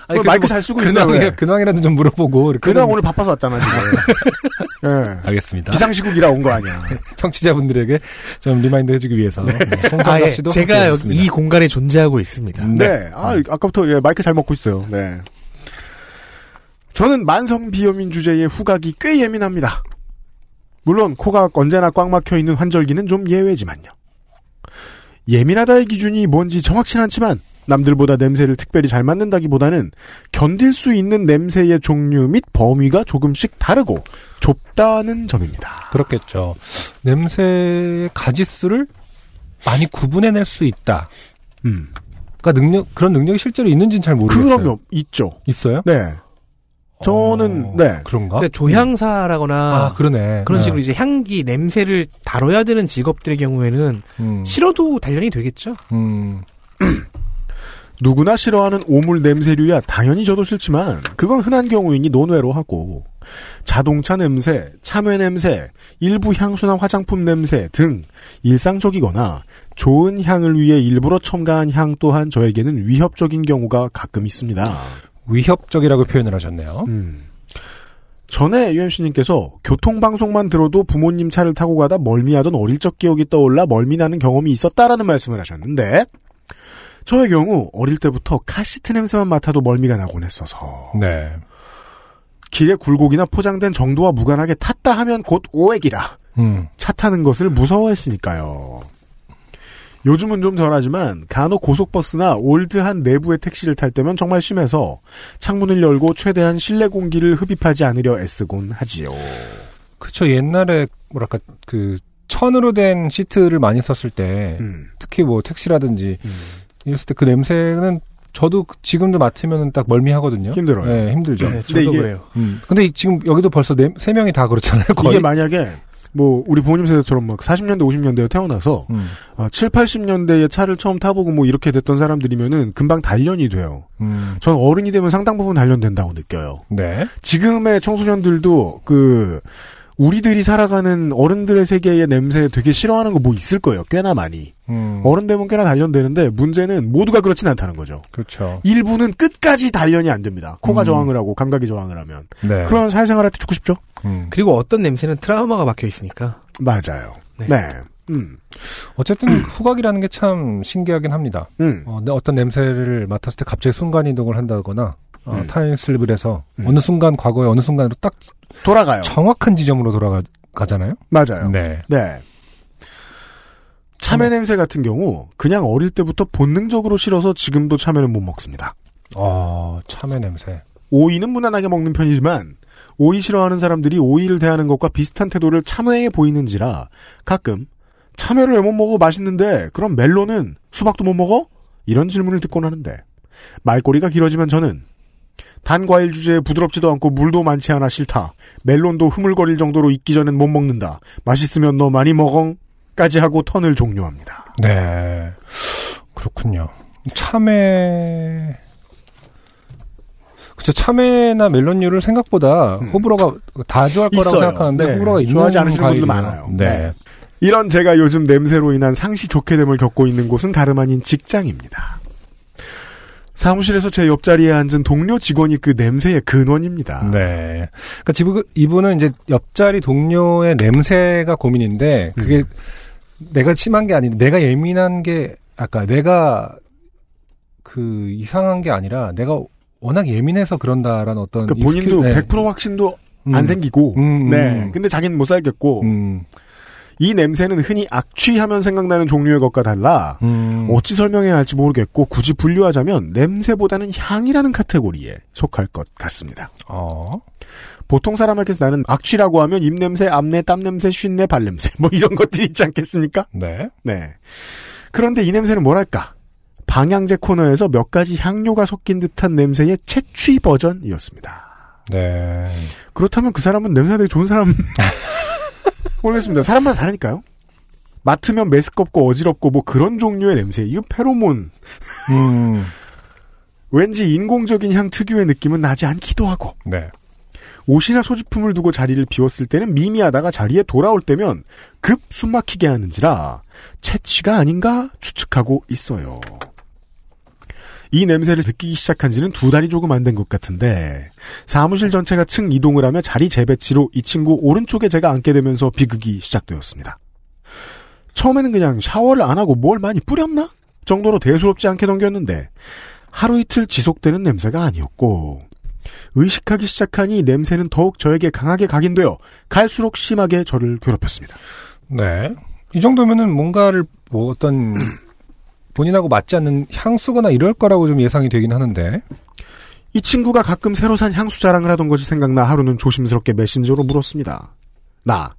[SPEAKER 2] 아니,
[SPEAKER 3] 마이크
[SPEAKER 2] 그래도 뭐
[SPEAKER 3] 잘 쓰고 있네요. 예.
[SPEAKER 2] 근황,
[SPEAKER 3] 왜?
[SPEAKER 2] 근황이라도 좀 물어보고. 이렇게
[SPEAKER 3] 그냥
[SPEAKER 2] 하는-
[SPEAKER 3] 오늘 바빠서 왔잖아, 지금. 예.
[SPEAKER 2] 알겠습니다.
[SPEAKER 3] 비상시국이라 온 거 아니야.
[SPEAKER 2] 청취자분들에게 좀 리마인드 해주기 위해서 네,
[SPEAKER 4] 아,
[SPEAKER 2] 홍성갑
[SPEAKER 4] 예.
[SPEAKER 2] 씨도
[SPEAKER 4] 제가
[SPEAKER 2] 함께하고
[SPEAKER 4] 여기 이
[SPEAKER 2] 있습니다. 음.
[SPEAKER 4] 공간에 존재하고 있습니다.
[SPEAKER 3] 네. 아, 아까부터 예, 마이크 잘 먹고 있어요. 네. 저는 만성 비염인 주제에 후각이 꽤 예민합니다. 물론 코가 언제나 꽉 막혀 있는 환절기는 좀 예외지만요. 예민하다의 기준이 뭔지 정확치 는 않지만 남들보다 냄새를 특별히 잘 맡는다기보다는 견딜 수 있는 냄새의 종류 및 범위가 조금씩 다르고 좁다는 점입니다.
[SPEAKER 2] 그렇겠죠. 냄새의 가지수를 많이 구분해낼 수 있다.
[SPEAKER 3] 음.
[SPEAKER 2] 그러니까 능력 그런 능력이 실제로 있는지는 잘 모르겠어요.
[SPEAKER 3] 그럼요, 있죠.
[SPEAKER 2] 있어요?
[SPEAKER 3] 네. 저는
[SPEAKER 2] 어,
[SPEAKER 3] 네.
[SPEAKER 2] 그런가?
[SPEAKER 4] 근데 조향사라거나
[SPEAKER 2] 아 그러네.
[SPEAKER 4] 그런
[SPEAKER 2] 네.
[SPEAKER 4] 식으로 이제 향기, 냄새를 다뤄야 되는 직업들의 경우에는
[SPEAKER 2] 음,
[SPEAKER 4] 싫어도 단련이 되겠죠.
[SPEAKER 2] 음,
[SPEAKER 3] 누구나 싫어하는 오물 냄새류야 당연히 저도 싫지만 그건 흔한 경우이니 논외로 하고 자동차 냄새, 참외 냄새, 일부 향수나 화장품 냄새 등 일상적이거나 좋은 향을 위해 일부러 첨가한 향 또한 저에게는 위협적인 경우가 가끔 있습니다.
[SPEAKER 2] 위협적이라고 표현을 하셨네요.
[SPEAKER 3] 음. 전에 UMC님께서 교통방송만 들어도 부모님 차를 타고 가다 멀미하던 어릴 적 기억이 떠올라 멀미나는 경험이 있었다라는 말씀을 하셨는데, 저의 경우 어릴 때부터 카시트 냄새만 맡아도 멀미가 나곤 했어서,
[SPEAKER 2] 네.
[SPEAKER 3] 길에 굴곡이나 포장된 정도와 무관하게 탔다 하면 곧 오액이라
[SPEAKER 2] 음.
[SPEAKER 3] 차 타는 것을 무서워했으니까요. 요즘은 좀 덜하지만 간혹 고속버스나 올드한 내부의 택시를 탈 때면 정말 심해서 창문을 열고 최대한 실내 공기를 흡입하지 않으려 애쓰곤 하지요.
[SPEAKER 2] 그쵸 옛날에 뭐랄까 그 천으로 된 시트를 많이 썼을 때
[SPEAKER 3] 음.
[SPEAKER 2] 특히 뭐 택시라든지
[SPEAKER 3] 음.
[SPEAKER 2] 이랬을 때 그 냄새는 저도 지금도 맡으면 딱 멀미하거든요.
[SPEAKER 3] 힘들어요.
[SPEAKER 2] 네, 힘들죠.
[SPEAKER 4] 네, 저도
[SPEAKER 3] 이게-
[SPEAKER 4] 그래요.
[SPEAKER 2] 음. 근데 이- 지금 여기도 벌써 네, 세 명이 다 그렇잖아요. 거의.
[SPEAKER 3] 이게 만약에 뭐 우리 부모님 세대처럼 막 40년대 50년대에 태어나서
[SPEAKER 2] 음.
[SPEAKER 3] 아, 7, 80년대에 차를 처음 타보고 뭐 이렇게 됐던 사람들이면은 금방 단련이 돼요.
[SPEAKER 2] 음.
[SPEAKER 3] 전 어른이 되면 상당 부분 단련된다고 느껴요.
[SPEAKER 2] 네.
[SPEAKER 3] 지금의 청소년들도 그 우리들이 살아가는 어른들의 세계의 냄새 되게 싫어하는 거 뭐 있을 거예요. 꽤나 많이.
[SPEAKER 2] 음.
[SPEAKER 3] 어른 되면 꽤나 단련되는데 문제는 모두가 그렇진 않다는 거죠.
[SPEAKER 2] 그렇죠.
[SPEAKER 3] 일부는 끝까지 단련이 안 됩니다. 코가
[SPEAKER 2] 음.
[SPEAKER 3] 저항을 하고 감각이 저항을 하면.
[SPEAKER 2] 네.
[SPEAKER 3] 그러면 사회생활 할때 죽고 싶죠?
[SPEAKER 2] 음.
[SPEAKER 4] 그리고 어떤 냄새는 트라우마가 박혀 있으니까.
[SPEAKER 3] 맞아요.
[SPEAKER 4] 네.
[SPEAKER 3] 네. 음.
[SPEAKER 2] 어쨌든 후각이라는 게 참 신기하긴 합니다.
[SPEAKER 3] 음.
[SPEAKER 2] 어, 내 어떤 냄새를 맡았을 때 갑자기 순간 이동을 한다거나 어,
[SPEAKER 3] 음.
[SPEAKER 2] 타임슬립을 해서
[SPEAKER 3] 음.
[SPEAKER 2] 어느 순간 과거에 어느 순간으로 딱
[SPEAKER 3] 돌아가요.
[SPEAKER 2] 정확한 지점으로 돌아가잖아요.
[SPEAKER 3] 맞아요.
[SPEAKER 2] 네.
[SPEAKER 3] 네. 참외 냄새 같은 경우 그냥 어릴 때부터 본능적으로 싫어서 지금도 참외는 못 먹습니다.
[SPEAKER 2] 어, 참외 냄새.
[SPEAKER 3] 오이는 무난하게 먹는 편이지만 오이 싫어하는 사람들이 오이를 대하는 것과 비슷한 태도를 참외에 보이는지라 가끔 참외를 왜 못 먹어 맛있는데 그럼 멜론은 수박도 못 먹어? 이런 질문을 듣곤 하는데 말꼬리가 길어지면 저는 단과일 주제에 부드럽지도 않고 물도 많지 않아 싫다. 멜론도 흐물거릴 정도로 익기 전엔 못 먹는다. 맛있으면 너 많이 먹엉. 까지 하고 턴을 종료합니다.
[SPEAKER 2] 네. 그렇군요. 참외. 그쵸, 참외나 멜론류를 생각보다 호불호가 다 좋아할 거라고
[SPEAKER 3] 음. 있어요.
[SPEAKER 2] 생각하는데
[SPEAKER 3] 네.
[SPEAKER 2] 호불호가 있는
[SPEAKER 3] 좋아하지 않으시는
[SPEAKER 2] 과일이에요.
[SPEAKER 3] 분들 많아요.
[SPEAKER 2] 네.
[SPEAKER 3] 이런 제가 요즘 냄새로 인한 상시 좋게 됨을 겪고 있는 곳은 다름 아닌 직장입니다. 사무실에서 제 옆자리에 앉은 동료 직원이 그 냄새의 근원입니다.
[SPEAKER 2] 네. 그러니까 지금 이분은 이제 옆자리 동료의 냄새가 고민인데 그게
[SPEAKER 3] 음.
[SPEAKER 2] 내가 심한 게 아닌 내가 예민한 게 아까 내가 그 이상한 게 아니라 내가 워낙 예민해서 그런다라는 어떤
[SPEAKER 3] 그러니까 본인도
[SPEAKER 2] 익스큐- 네.
[SPEAKER 3] 100% 확신도 안
[SPEAKER 2] 음.
[SPEAKER 3] 생기고,
[SPEAKER 2] 음,
[SPEAKER 3] 네.
[SPEAKER 2] 음.
[SPEAKER 3] 근데 자기는 못 살겠고,
[SPEAKER 2] 음.
[SPEAKER 3] 이 냄새는 흔히 악취하면 생각나는 종류의 것과 달라,
[SPEAKER 2] 음.
[SPEAKER 3] 어찌 설명해야 할지 모르겠고, 굳이 분류하자면 냄새보다는 향이라는 카테고리에 속할 것 같습니다.
[SPEAKER 2] 어.
[SPEAKER 3] 보통 사람에게서 나는 악취라고 하면 입냄새, 앞내, 땀냄새, 쉰내, 발냄새, 뭐 이런 것들이 있지 않겠습니까?
[SPEAKER 2] 네.
[SPEAKER 3] 네. 그런데 이 냄새는 뭐랄까? 방향제 코너에서 몇 가지 향료가 섞인 듯한 냄새의 채취 버전이었습니다.
[SPEAKER 2] 네.
[SPEAKER 3] 그렇다면 그 사람은 냄새가 되게 좋은 사람. 모르겠습니다. 사람마다 다르니까요. 맡으면 메스껍고 어지럽고 뭐 그런 종류의 냄새. 이거 페로몬.
[SPEAKER 2] 음.
[SPEAKER 3] 왠지 인공적인 향 특유의 느낌은 나지 않기도 하고.
[SPEAKER 2] 네.
[SPEAKER 3] 옷이나 소지품을 두고 자리를 비웠을 때는 미미하다가 자리에 돌아올 때면 급 숨막히게 하는지라 채취가 아닌가 추측하고 있어요. 이 냄새를 느끼기 시작한 지는 두 달이 조금 안 된 것 같은데 사무실 전체가 층 이동을 하며 자리 재배치로 이 친구 오른쪽에 제가 앉게 되면서 비극이 시작되었습니다. 처음에는 그냥 샤워를 안 하고 뭘 많이 뿌렸나? 정도로 대수롭지 않게 넘겼는데 하루 이틀 지속되는 냄새가 아니었고 의식하기 시작하니 냄새는 더욱 저에게 강하게 각인되어 갈수록 심하게 저를 괴롭혔습니다.
[SPEAKER 2] 네. 이 정도면은 뭔가를 뭐 어떤 본인하고 맞지 않는 향수거나 이럴 거라고 좀 예상이 되긴 하는데.
[SPEAKER 3] 이 친구가 가끔 새로 산 향수 자랑을 하던 것이 생각나 하루는 조심스럽게 메신저로 물었습니다. 나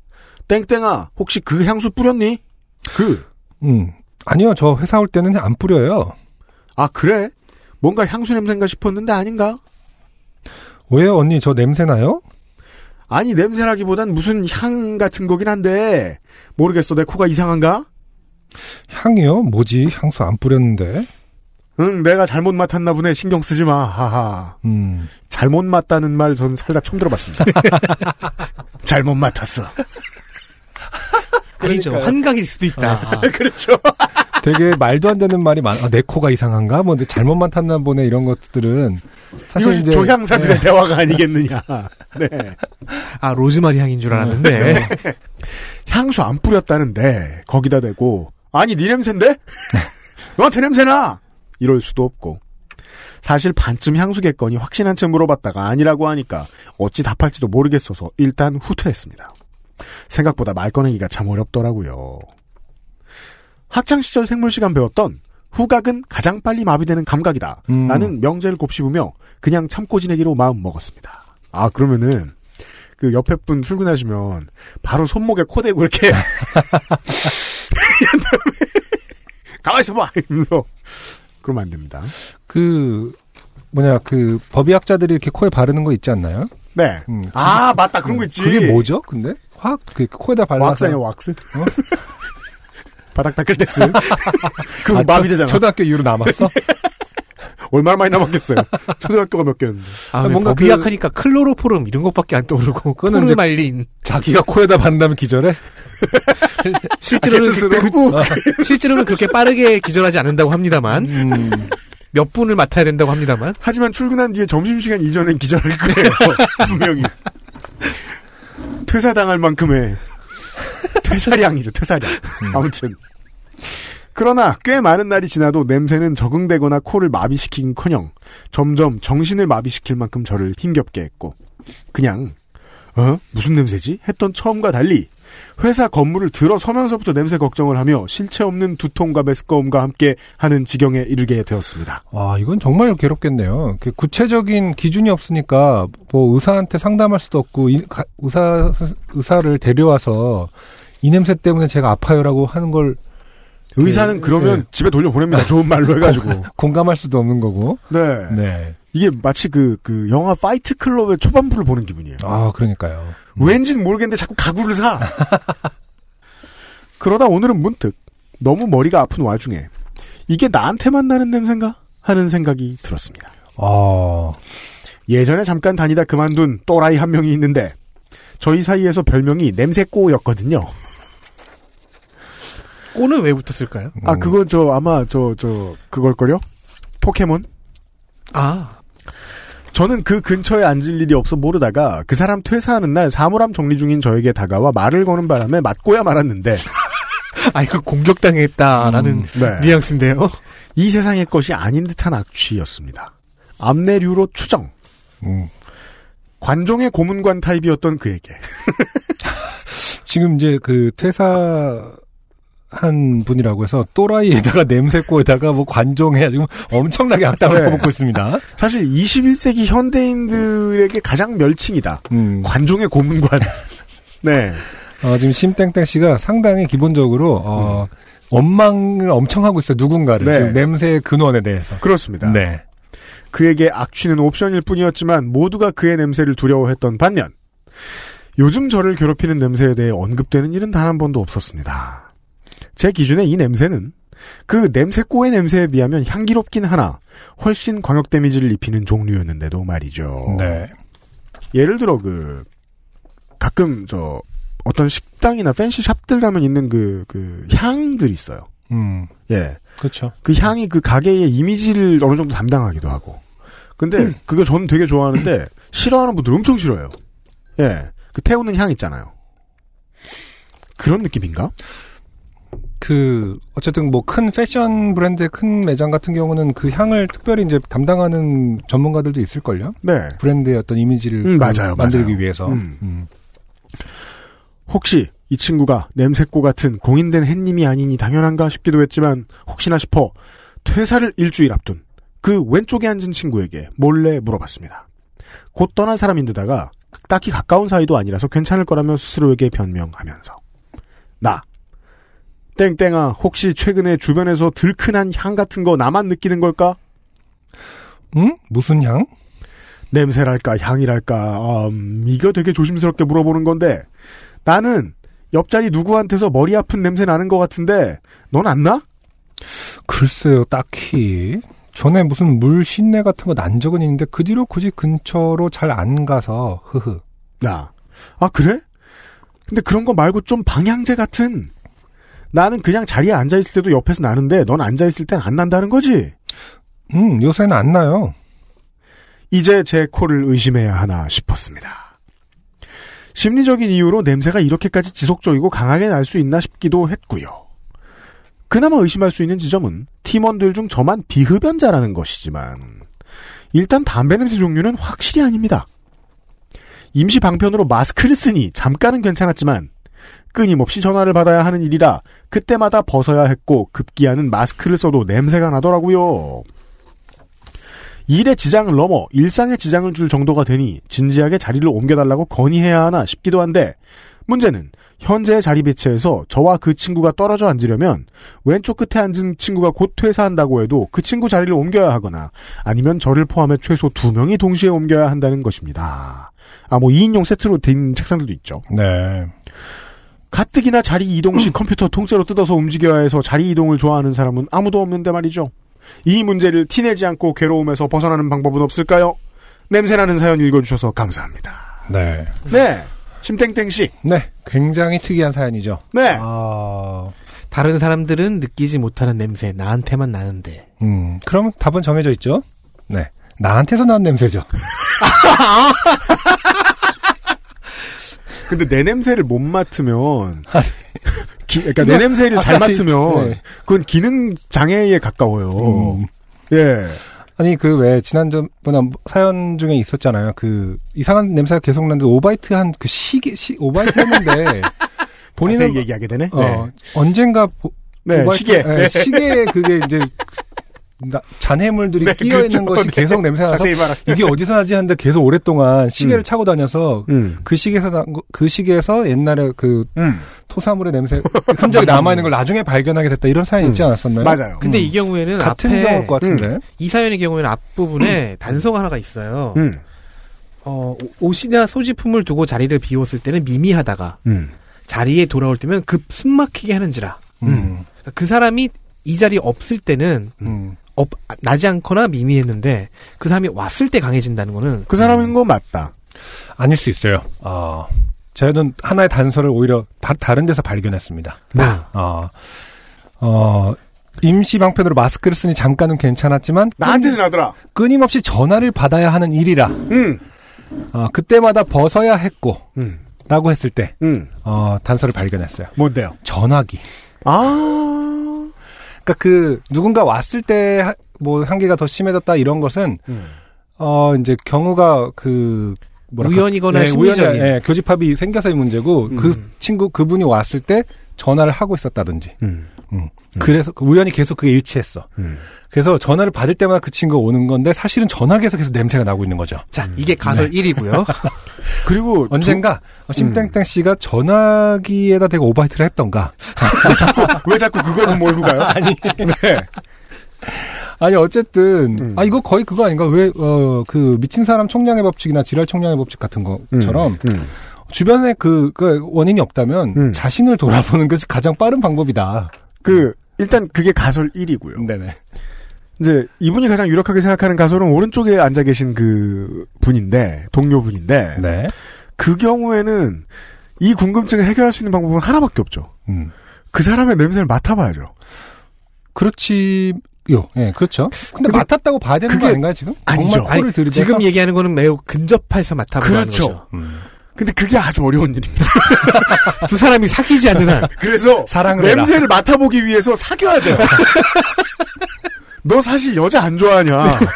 [SPEAKER 3] 땡땡아 혹시 그 향수 뿌렸니? 그 아
[SPEAKER 2] 음. 아니요. 저 회사 올 때는 안 뿌려요.
[SPEAKER 3] 아, 그래? 뭔가 향수 냄새인가 싶었는데 아닌가?
[SPEAKER 2] 왜요, 언니? 저 냄새 나요?
[SPEAKER 3] 아니 냄새라기보단 무슨 향 같은 거긴 한데 모르겠어 내 코가 이상한가?
[SPEAKER 2] 향이요? 뭐지? 향수 안 뿌렸는데.
[SPEAKER 3] 응 내가 잘못 맡았나 보네 신경 쓰지 마 하하
[SPEAKER 2] 음.
[SPEAKER 3] 잘못 맡다는 말 저는 살다 처음 들어봤습니다. 잘못 맡았어.
[SPEAKER 2] 그러니까.
[SPEAKER 4] 아니죠. 환각일 수도 있다.
[SPEAKER 3] 그렇죠.
[SPEAKER 2] 되게 말도 안 되는 말이 많아. 내 코가 이상한가? 뭐, 내 잘못만 탔나 보네. 이런 것들은. 사실
[SPEAKER 3] 이것이
[SPEAKER 2] 이제. 네.
[SPEAKER 3] 조향사들의 대화가 아니겠느냐. 네.
[SPEAKER 4] 아 로즈마리 향인 줄
[SPEAKER 2] 음.
[SPEAKER 4] 알았는데.
[SPEAKER 3] 향수 안 뿌렸다는데 거기다 대고 아니 네 냄새인데? 너한테 냄새나? 이럴 수도 없고 사실 반쯤 향수겠거니 확신한 채 물어봤다가 아니라고 하니까 어찌 답할지도 모르겠어서 일단 후퇴했습니다. 생각보다 말 꺼내기가 참 어렵더라고요. 학창시절 생물 시간 배웠던 후각은 가장 빨리 마비되는 감각이다.
[SPEAKER 2] 음.
[SPEAKER 3] 라는 명제를 곱씹으며 그냥 참고 지내기로 마음 먹었습니다. 아, 그러면은 그 옆에 분 출근하시면 바로 손목에 코 대고 이렇게 이런 다음에 가만 있어 봐. 이러면서 그러면 안 됩니다.
[SPEAKER 2] 그, 뭐냐, 그, 법의학자들이 이렇게 코에 바르는 거 있지 않나요?
[SPEAKER 3] 네.
[SPEAKER 2] 음.
[SPEAKER 3] 아, 맞다. 그런 거 있지.
[SPEAKER 2] 그게 뭐죠, 근데? 확, 그, 코에다 발라서.
[SPEAKER 3] 왁스 아니야, 왁스?
[SPEAKER 2] 어?
[SPEAKER 3] 바닥 닦을 때 쓰는? 그건
[SPEAKER 2] 아,
[SPEAKER 3] 마비 되잖아.
[SPEAKER 2] 초- 초등학교 이후로 남았어?
[SPEAKER 3] 얼마나 많이 남았겠어요. 초등학교가 몇 개였는데.
[SPEAKER 4] 아,
[SPEAKER 2] 뭔가
[SPEAKER 4] 뭔가
[SPEAKER 2] 그-
[SPEAKER 4] 비약하니까 클로로포름 이런 것밖에 안 떠오르고
[SPEAKER 2] 그거는 이제-
[SPEAKER 4] 포르말린
[SPEAKER 2] 자기가 코에다 바른다면 기절해?
[SPEAKER 4] 아, 실제로는
[SPEAKER 2] 스스로?
[SPEAKER 4] 그- 실제로는 그렇게 빠르게 기절하지 않는다고 합니다만
[SPEAKER 2] 음.
[SPEAKER 4] 몇 분을 맡아야 된다고 합니다만
[SPEAKER 3] 하지만 출근한 뒤에 점심시간 이전엔 기절할 거예요. 분명히. 퇴사당할 만큼의 퇴사량이죠, 퇴사량. 아무튼. 그러나 꽤 많은 날이 지나도 냄새는 적응되거나 코를 마비시키긴커녕 점점 정신을 마비시킬 만큼 저를 힘겹게 했고 그냥 어? 무슨 냄새지? 했던 처음과 달리 회사 건물을 들어서면서부터 냄새 걱정을 하며 실체 없는 두통과 메스꺼움과 함께 하는 지경에 이르게 되었습니다.
[SPEAKER 2] 아, 이건 정말 괴롭겠네요. 그 구체적인 기준이 없으니까 뭐 의사한테 상담할 수도 없고 이- 가- 의사 의사를 데려와서 이 냄새 때문에 제가 아파요라고 하는 걸
[SPEAKER 3] 의사는
[SPEAKER 2] 예,
[SPEAKER 3] 그러면
[SPEAKER 2] 예.
[SPEAKER 3] 집에 돌려보냅니다. 좋은 말로 해가지고.
[SPEAKER 2] 공감할 수도 없는 거고.
[SPEAKER 3] 어. 네.
[SPEAKER 2] 네.
[SPEAKER 3] 이게 마치 그, 그 영화 파이트 클럽의 초반부를 보는 기분이에요.
[SPEAKER 2] 아, 그러니까요.
[SPEAKER 3] 왠진 모르겠는데 자꾸 가구를 사. 그러다 오늘은 문득 너무 머리가 아픈 와중에 이게 나한테만 나는 냄새인가? 하는 생각이 들었습니다.
[SPEAKER 2] 아,
[SPEAKER 3] 예전에 잠깐 다니다 그만둔 또라이 한 명이 있는데 저희 사이에서 별명이 냄새꼬였거든요.
[SPEAKER 4] 꼬는 왜 붙었을까요?
[SPEAKER 3] 아 그건 저 아마 저 저 그걸걸요? 포켓몬?
[SPEAKER 4] 아
[SPEAKER 3] 저는 그 근처에 앉을 일이 없어 모르다가 그 사람 퇴사하는 날 사물함 정리 중인 저에게 다가와 말을 거는 바람에 맞고야 말았는데
[SPEAKER 4] 아 이거 공격당했다라는
[SPEAKER 3] 네.
[SPEAKER 4] 뉘앙스인데요.
[SPEAKER 3] 이 세상의 것이 아닌 듯한 악취였습니다. 암내류로 추정.
[SPEAKER 2] 음.
[SPEAKER 3] 관종의 고문관 타입이었던 그에게
[SPEAKER 2] 지금 이제 그 퇴사 한 분이라고 해서 또라이에다가 냄새꼬에다가 뭐 관종해 지금 엄청나게 악담을
[SPEAKER 3] 네.
[SPEAKER 2] 퍼붓고 있습니다.
[SPEAKER 3] 사실 21세기 현대인들에게 가장 멸칭이다.
[SPEAKER 2] 음.
[SPEAKER 3] 관종의 고문관. 네.
[SPEAKER 2] 어, 지금 심땡땡 씨가 상당히 기본적으로 어, 원망을 엄청 하고 있어요. 누군가를
[SPEAKER 3] 네.
[SPEAKER 2] 지금 냄새의 근원에 대해서.
[SPEAKER 3] 그렇습니다.
[SPEAKER 2] 네.
[SPEAKER 3] 그에게 악취는 옵션일 뿐이었지만 모두가 그의 냄새를 두려워했던 반면 요즘 저를 괴롭히는 냄새에 대해 언급되는 일은 단 한 번도 없었습니다. 제 기준에 이 냄새는 그 냄새꼬의 냄새에 비하면 향기롭긴 하나 훨씬 광역 데미지를 입히는 종류였는데도 말이죠.
[SPEAKER 2] 네.
[SPEAKER 3] 예를 들어 그 가끔 저 어떤 식당이나 팬시 샵들 가면 있는 그 그 향들 있어요.
[SPEAKER 2] 음.
[SPEAKER 3] 예.
[SPEAKER 2] 그렇죠.
[SPEAKER 3] 그 향이 그 가게의 이미지를 어느 정도 담당하기도 하고. 근데 그거 저는 되게 좋아하는데 싫어하는 분들 엄청 싫어해요. 예. 그 태우는 향 있잖아요. 그런 느낌인가?
[SPEAKER 2] 그 어쨌든 뭐 큰 패션 브랜드의 큰 매장 같은 경우는 그 향을 특별히 이제 담당하는 전문가들도 있을 걸요.
[SPEAKER 3] 네.
[SPEAKER 2] 브랜드의 어떤 이미지를
[SPEAKER 3] 음, 맞아요,
[SPEAKER 2] 만들기
[SPEAKER 3] 맞아요.
[SPEAKER 2] 위해서.
[SPEAKER 3] 음.
[SPEAKER 2] 음.
[SPEAKER 3] 혹시 이 친구가 냄새꼬 같은 공인된 햇님이 아니니 당연한가 싶기도 했지만 혹시나 싶어 퇴사를 일주일 앞둔 그 왼쪽에 앉은 친구에게 몰래 물어봤습니다. 곧 떠날 사람인데다가 딱히 가까운 사이도 아니라서 괜찮을 거라며 스스로에게 변명하면서 나 땡땡아 혹시 최근에 주변에서 들큰한 향 같은 거 나만 느끼는 걸까?
[SPEAKER 2] 음? 무슨 향?
[SPEAKER 3] 냄새랄까 향이랄까 음, 이거 되게 조심스럽게 물어보는 건데 나는 옆자리 누구한테서 머리 아픈 냄새 나는 것 같은데 넌 안 나?
[SPEAKER 2] 글쎄요, 딱히. 전에 무슨 물 신내 같은 거 난 적은 있는데 그 뒤로 굳이 근처로 잘 안 가서 흐흐.
[SPEAKER 3] 나. 아 그래? 근데 그런 거 말고 좀 방향제 같은 나는 그냥 자리에 앉아 있을 때도 옆에서 나는데 넌 앉아 있을 땐 안 난다는 거지.
[SPEAKER 2] 음, 요새는 안 나요.
[SPEAKER 3] 이제 제 코를 의심해야 하나 싶었습니다. 심리적인 이유로 냄새가 이렇게까지 지속적이고 강하게 날 수 있나 싶기도 했고요. 그나마 의심할 수 있는 지점은 팀원들 중 저만 비흡연자라는 것이지만 일단 담배 냄새 종류는 확실히 아닙니다. 임시 방편으로 마스크를 쓰니 잠깐은 괜찮았지만 끊임없이 전화를 받아야 하는 일이라 그때마다 벗어야 했고 급기야는 마스크를 써도 냄새가 나더라고요. 일의 지장을 넘어 일상에 지장을 줄 정도가 되니 진지하게 자리를 옮겨달라고 건의해야 하나 싶기도 한데 문제는 현재의 자리 배치에서 저와 그 친구가 떨어져 앉으려면 왼쪽 끝에 앉은 친구가 곧 퇴사한다고 해도 그 친구 자리를 옮겨야 하거나 아니면 저를 포함해 최소 두 명이 동시에 옮겨야 한다는 것입니다. 아 뭐 2인용 세트로 된 책상들도 있죠.
[SPEAKER 2] 네.
[SPEAKER 3] 가뜩이나 자리 이동
[SPEAKER 2] 음.
[SPEAKER 3] 시 컴퓨터 통째로 뜯어서 움직여야 해서 자리 이동을 좋아하는 사람은 아무도 없는데 말이죠. 이 문제를 티내지 않고 괴로움에서 벗어나는 방법은 없을까요? 냄새나는 사연 읽어주셔서 감사합니다.
[SPEAKER 2] 네.
[SPEAKER 3] 네. 심땡땡 씨.
[SPEAKER 2] 네. 굉장히 특이한 사연이죠. 아.
[SPEAKER 3] 네.
[SPEAKER 4] 다른 사람들은 느끼지 못하는 냄새 나한테만 나는데.
[SPEAKER 2] 음, 그럼 답은 정해져 있죠? 네. 나한테서 난 냄새죠.
[SPEAKER 3] 근데 내 냄새를 못 맡으면 기- 그러니까 내 냄새를 잘
[SPEAKER 2] 아, 네. 아까 지-
[SPEAKER 3] 맡으면
[SPEAKER 2] 네. 음.
[SPEAKER 3] 그건 기능 장애에 가까워요. 예.
[SPEAKER 2] 아니 그 왜 지난번에 한 사연 중에 있었잖아요. 그 이상한 냄새가 계속 나는데 오바이트 한 그 시계 시 오바이트 했는데 본인은
[SPEAKER 3] 자세히 얘기하게 되네.
[SPEAKER 2] 어,
[SPEAKER 3] 네.
[SPEAKER 2] 언젠가 보-
[SPEAKER 3] 네,
[SPEAKER 2] 오바이트-
[SPEAKER 3] 시계.
[SPEAKER 2] 네,
[SPEAKER 3] 네.
[SPEAKER 2] 시계에 그게 이제 나- 잔해물들이
[SPEAKER 3] 네,
[SPEAKER 2] 끼어 있는
[SPEAKER 3] 그렇죠.
[SPEAKER 2] 것이 계속
[SPEAKER 3] 네.
[SPEAKER 2] 냄새가 나서
[SPEAKER 3] 자세히 말하-
[SPEAKER 2] 이게 어디서 나지 하는데 계속 오랫동안 시계를 차고 다녀서
[SPEAKER 3] 음.
[SPEAKER 2] 그 시계에서 난 거- 그 시계에서 옛날에 그 토사물의 냄새 그 흔적이 남아 있는 걸 나중에 발견하게 됐다 이런 사연 있지 않았었나요?
[SPEAKER 3] 맞아요.
[SPEAKER 4] 근데
[SPEAKER 2] 음.
[SPEAKER 4] 이 경우에는
[SPEAKER 2] 같은
[SPEAKER 4] 앞에
[SPEAKER 2] 경우일 것 같은데.
[SPEAKER 4] 이 사연의 경우에는 앞부분에 단서가 하나가 있어요.
[SPEAKER 3] 음.
[SPEAKER 4] 어, 오- 옷이나 소지품을 두고 자리를 비웠을 때는 미미하다가
[SPEAKER 3] 음.
[SPEAKER 4] 자리에 돌아올 때면 급 숨막히게 하는지라.
[SPEAKER 2] 음.
[SPEAKER 4] 그 사람이 이 자리에 없을 때는
[SPEAKER 2] 음.
[SPEAKER 4] 없- 나지 않거나 미미했는데 그 사람이 왔을 때 강해진다는 거는 음,
[SPEAKER 3] 그 사람인 건 맞다.
[SPEAKER 2] 아닐 수 있어요. 아, 저는 하나의 단서를 오히려 다, 른 데서 발견했습니다.
[SPEAKER 4] 나
[SPEAKER 2] 아, 어, 임시 방편으로 마스크를 쓰니 잠깐은 괜찮았지만
[SPEAKER 3] 나한테는 하더라.
[SPEAKER 2] 끊임없이 전화를 받아야 하는 일이라
[SPEAKER 3] 음.
[SPEAKER 2] 아, 그때마다 벗어야 했고
[SPEAKER 3] 음.
[SPEAKER 2] 라고 했을 때
[SPEAKER 3] 음.
[SPEAKER 2] 어, 단서를 발견했어요.
[SPEAKER 3] 뭔데요?
[SPEAKER 2] 전화기.
[SPEAKER 3] 아.
[SPEAKER 2] 그러니까 그 누군가 왔을 때 뭐 한계가 더 심해졌다 이런 것은 어 이제 경우가 그 뭐랄까
[SPEAKER 4] 우연이거나 심리적인. 음.
[SPEAKER 2] 우연이- 예, 교집합이 생겨서의 문제고 그 친구 그분이 왔을 때 전화를 하고 있었다든지
[SPEAKER 3] 음.
[SPEAKER 2] 그래서 그 우연히 계속 그게 일치했어.
[SPEAKER 3] 음.
[SPEAKER 2] 그래서 전화를 받을 때마다 그 친구가 오는 건데 사실은 전화기에서 계속 냄새가 나고 있는 거죠.
[SPEAKER 4] 자 이게 가설 1이고요.
[SPEAKER 3] 네. 그리고
[SPEAKER 2] 언젠가
[SPEAKER 4] 음.
[SPEAKER 2] 심땡땡 씨가 전화기에다 대고 오바이트를 했던가
[SPEAKER 3] 두- 왜 자꾸 그거를 몰고 가요? 아니. 네.
[SPEAKER 2] 아니 어쨌든
[SPEAKER 4] 음.
[SPEAKER 2] 아 이거 거의 그거 아닌가 왜 어 그 미친 사람 총량의 법칙이나 지랄 총량의 법칙 같은 것처럼
[SPEAKER 3] 음.
[SPEAKER 2] 주변에 그, 그 원인이 없다면
[SPEAKER 3] 음.
[SPEAKER 2] 자신을 돌아보는 것이 가장 빠른 방법이다.
[SPEAKER 3] 그 일단 그게 가설 1이고요.
[SPEAKER 2] 네네.
[SPEAKER 3] 이제 이분이 가장 유력하게 생각하는 가설은 오른쪽에 앉아 계신 그 분인데 동료분인데
[SPEAKER 2] 네.
[SPEAKER 3] 그 경우에는 이 궁금증을 해결할 수 있는 방법은 하나밖에 없죠.
[SPEAKER 2] 음.
[SPEAKER 3] 그 사람의 냄새를 맡아봐야죠.
[SPEAKER 2] 그렇지요. 예, 그렇죠. 근데,
[SPEAKER 3] 근데
[SPEAKER 2] 맡았다고 봐야 되는
[SPEAKER 3] 그게
[SPEAKER 2] 거 아닌가요, 지금?
[SPEAKER 3] 아니죠.
[SPEAKER 2] 정말 코를 들이대서
[SPEAKER 4] 지금 얘기하는 거는 매우 근접해서 맡아보는
[SPEAKER 3] 그렇죠.
[SPEAKER 4] 거죠.
[SPEAKER 2] 음.
[SPEAKER 3] 근데 그게 아주 어려운 일입니다.
[SPEAKER 4] 두 사람이 사귀지 않는 한
[SPEAKER 3] 그래서
[SPEAKER 2] 사랑을 해라.
[SPEAKER 3] 냄새를 맡아보기 위해서 사귀어야 돼요. 너 사실 여자 안 좋아하냐.
[SPEAKER 2] 네.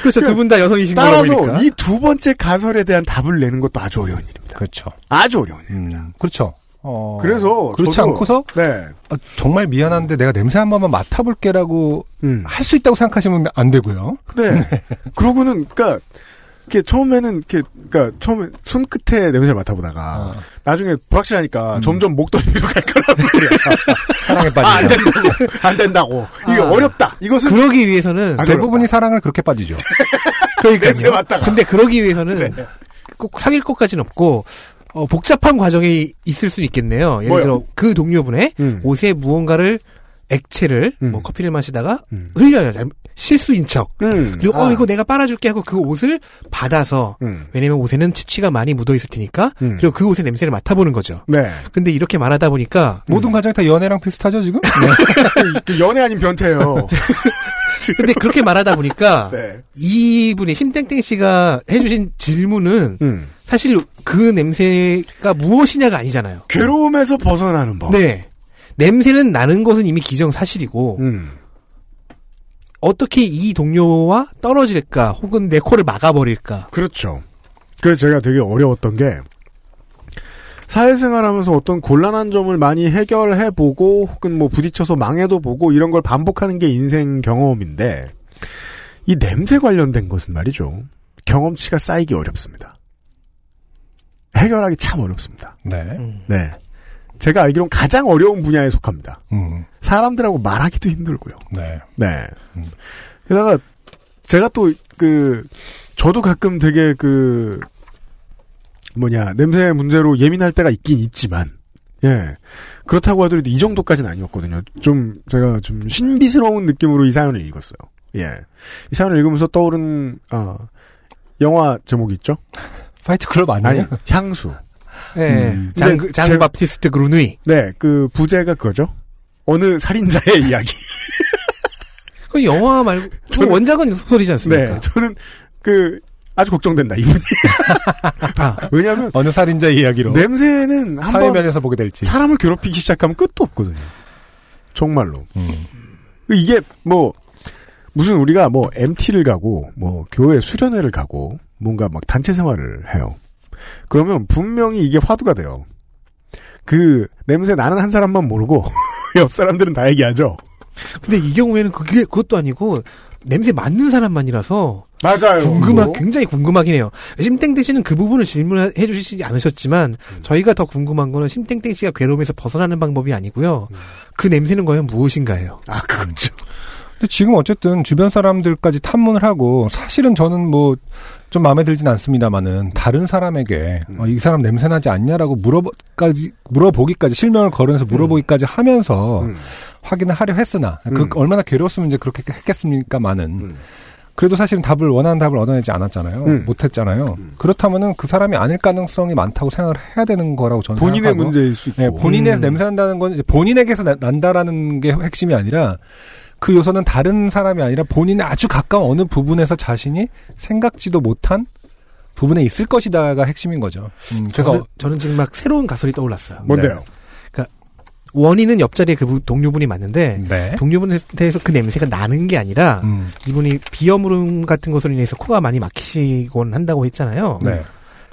[SPEAKER 4] 그렇죠. 두 분 다 여성이신 거라
[SPEAKER 3] 따라서
[SPEAKER 2] 그러니까.
[SPEAKER 4] 보니까.
[SPEAKER 3] 이 두 번째 가설에 대한 답을 내는 것도 아주 어려운 일입니다.
[SPEAKER 2] 그렇죠.
[SPEAKER 3] 아주 어려운 일.
[SPEAKER 2] 음. 그렇죠. 어,
[SPEAKER 3] 그래서
[SPEAKER 2] 그렇지
[SPEAKER 3] 저도-
[SPEAKER 2] 않고서
[SPEAKER 3] 네.
[SPEAKER 2] 아, 정말 미안한데 내가 냄새 한 번만 맡아볼게라고
[SPEAKER 3] 음.
[SPEAKER 2] 할 수 있다고 생각하시면 안 되고요.
[SPEAKER 3] 네. 그러고는 그러니까 이렇게 처음에는 이렇게 그러니까 처음에 손끝에 냄새를 맡아보다가
[SPEAKER 2] 아.
[SPEAKER 3] 나중에
[SPEAKER 2] 음.
[SPEAKER 3] 불확실하니까 점점 목덜미로 갈 거란 말이야.
[SPEAKER 2] 사랑에
[SPEAKER 3] 아, 안
[SPEAKER 2] 빠지죠.
[SPEAKER 3] 된다고. 안 된다고. 이게
[SPEAKER 4] 아.
[SPEAKER 3] 어렵다. 이것은
[SPEAKER 4] 그러기 위해서는
[SPEAKER 3] 아,
[SPEAKER 2] 대부분이 사랑을 그렇게 빠지죠.
[SPEAKER 3] 냄새 맡다가.
[SPEAKER 4] 근데 그러기 위해서는
[SPEAKER 3] 네.
[SPEAKER 4] 꼭 사귈 것까지는 없고 어, 복잡한 과정이 있을 수 있겠네요. 예를
[SPEAKER 3] 뭐요?
[SPEAKER 4] 들어 그 동료분의
[SPEAKER 3] 음.
[SPEAKER 4] 옷에 무언가를 액체를
[SPEAKER 3] 음.
[SPEAKER 4] 뭐 커피를 마시다가
[SPEAKER 3] 음.
[SPEAKER 4] 흘려요. 잘- 실수인 척.
[SPEAKER 3] 음.
[SPEAKER 4] 그리고
[SPEAKER 3] 아.
[SPEAKER 4] 어 이거 내가 빨아줄게 하고 그 옷을 받아서
[SPEAKER 3] 음.
[SPEAKER 4] 왜냐면 옷에는 치취가 많이 묻어 있을 테니까
[SPEAKER 3] 음.
[SPEAKER 4] 그리고 그 옷의 냄새를 맡아보는 거죠.
[SPEAKER 3] 네.
[SPEAKER 4] 근데 이렇게 말하다 보니까
[SPEAKER 2] 모든 과정이 다 연애랑 비슷하죠, 지금?
[SPEAKER 3] 그 연애 아닌 변태예요.
[SPEAKER 4] 근데 그렇게 말하다 보니까
[SPEAKER 3] 네.
[SPEAKER 4] 이분이 심땡땡 씨가 해주신 질문은
[SPEAKER 3] 음.
[SPEAKER 4] 사실 그 냄새가 무엇이냐가 아니잖아요.
[SPEAKER 3] 괴로움에서 벗어나는 법.
[SPEAKER 4] 네. 냄새는 나는 것은 이미 기정사실이고
[SPEAKER 3] 음.
[SPEAKER 4] 어떻게 이 동료와 떨어질까 혹은 내 코를 막아버릴까
[SPEAKER 3] 그렇죠. 그래서 제가 되게 어려웠던 게 사회생활하면서 어떤 곤란한 점을 많이 해결해 보고 혹은 뭐 부딪혀서 망해도 보고 이런 걸 반복하는 게 인생 경험인데 이 냄새 관련된 것은 말이죠. 경험치가 쌓이기 어렵습니다. 해결하기 참 어렵습니다.
[SPEAKER 2] 네.
[SPEAKER 3] 네. 제가 알기론 가장 어려운 분야에 속합니다.
[SPEAKER 2] 음,
[SPEAKER 3] 사람들하고 말하기도 힘들고요.
[SPEAKER 2] 네.
[SPEAKER 3] 네.
[SPEAKER 2] 음.
[SPEAKER 3] 게다가 제가 또 그 저도 가끔 되게 그 뭐냐 냄새 문제로 예민할 때가 있긴 있지만 예 그렇다고 하더라도 이 정도까지는 아니었거든요. 좀 제가 좀 신비스러운 느낌으로 이 사연을 읽었어요. 예이 사연을 읽으면서 떠오른 아 영화 제목이 있죠?
[SPEAKER 2] 파이트 클럽 아니에요? 음.
[SPEAKER 3] 아니, 향수.
[SPEAKER 4] 예.
[SPEAKER 3] 음.
[SPEAKER 4] 장,
[SPEAKER 3] 근데
[SPEAKER 4] 장
[SPEAKER 3] 제-
[SPEAKER 4] 바프티스트 그루누이.
[SPEAKER 3] 네, 그 부제가 그거죠. 어느 살인자의 이야기.
[SPEAKER 4] 그 영화 말고 그
[SPEAKER 3] 저는-
[SPEAKER 4] 원작은 소설이지 않습니까?
[SPEAKER 3] 네, 저는 그 아주 걱정된다 이분이. 아, 왜냐하면
[SPEAKER 2] 어느 살인자 이야기로
[SPEAKER 4] 네.
[SPEAKER 3] 냄새는
[SPEAKER 2] 사회
[SPEAKER 3] 한번
[SPEAKER 2] 면에서 보게 될지.
[SPEAKER 3] 사람을 괴롭히기 시작하면 끝도 없거든요. 정말로. 이게 뭐 무슨 우리가 뭐 MT를 가고 뭐 교회 수련회를 가고 뭔가 막 단체 생활을 해요. 그러면 분명히 이게 화두가 돼요. 그 냄새 나는 한 사람만 모르고 옆 사람들은 다 얘기하죠.
[SPEAKER 4] 근데 이 경우에는 그게 그것도 아니고 냄새 맡는 사람만이라서
[SPEAKER 3] 맞아요.
[SPEAKER 4] 궁금하 굉장히 궁금하긴 해요. 심땡땡 씨는 그 부분을 질문해 주시지 않으셨지만
[SPEAKER 2] 음.
[SPEAKER 4] 저희가 더 궁금한 거는 심땡땡 씨가 괴로움에서 벗어나는 방법이 아니고요.
[SPEAKER 2] 음.
[SPEAKER 4] 그 냄새는 과연 무엇인가예요?
[SPEAKER 3] 아 그렇죠.
[SPEAKER 2] 근데 지금 어쨌든 주변 사람들까지 탐문을 하고 사실은 저는 뭐 좀 마음에 들진 않습니다만은 다른 사람에게 어, 이 사람 냄새 나지 않냐라고 물어까지 물어보기까지 실명을 걸으면서 물어보기까지 하면서
[SPEAKER 3] 음.
[SPEAKER 2] 확인을 하려 했으나 그
[SPEAKER 3] 음.
[SPEAKER 2] 얼마나 괴로웠으면 이제 그렇게 했겠습니까만은
[SPEAKER 3] 음.
[SPEAKER 2] 그래도 사실은 답을 원하는 답을 얻어내지 않았잖아요.
[SPEAKER 3] 음.
[SPEAKER 2] 못했잖아요. 그렇다면은 그 사람이 아닐 가능성이 많다고 생각을 해야 되는 거라고 저는
[SPEAKER 3] 본인의
[SPEAKER 2] 생각하고
[SPEAKER 3] 문제일 수 있고.
[SPEAKER 2] 네, 본인에서
[SPEAKER 4] 음.
[SPEAKER 2] 냄새 난다는 건 이제 본인에게서 나- 난다라는 게 핵심이 아니라 그 요소는 다른 사람이 아니라 본인의 아주 가까운 어느 부분에서 자신이 생각지도 못한 부분에 있을 것이다가 핵심인 거죠. 음, 그래서
[SPEAKER 4] 저는, 저는 지금 막 새로운 가설이 떠올랐어요.
[SPEAKER 3] 뭔데요?
[SPEAKER 4] 원인은 옆자리에 그 부- 동료분이 맞는데
[SPEAKER 2] 네.
[SPEAKER 4] 동료분에 대해서 그 냄새가 나는 게 아니라
[SPEAKER 2] 음,
[SPEAKER 4] 이분이 비염으름 같은 것으로 인해서 코가 많이 막히시곤 한다고 했잖아요.
[SPEAKER 2] 네.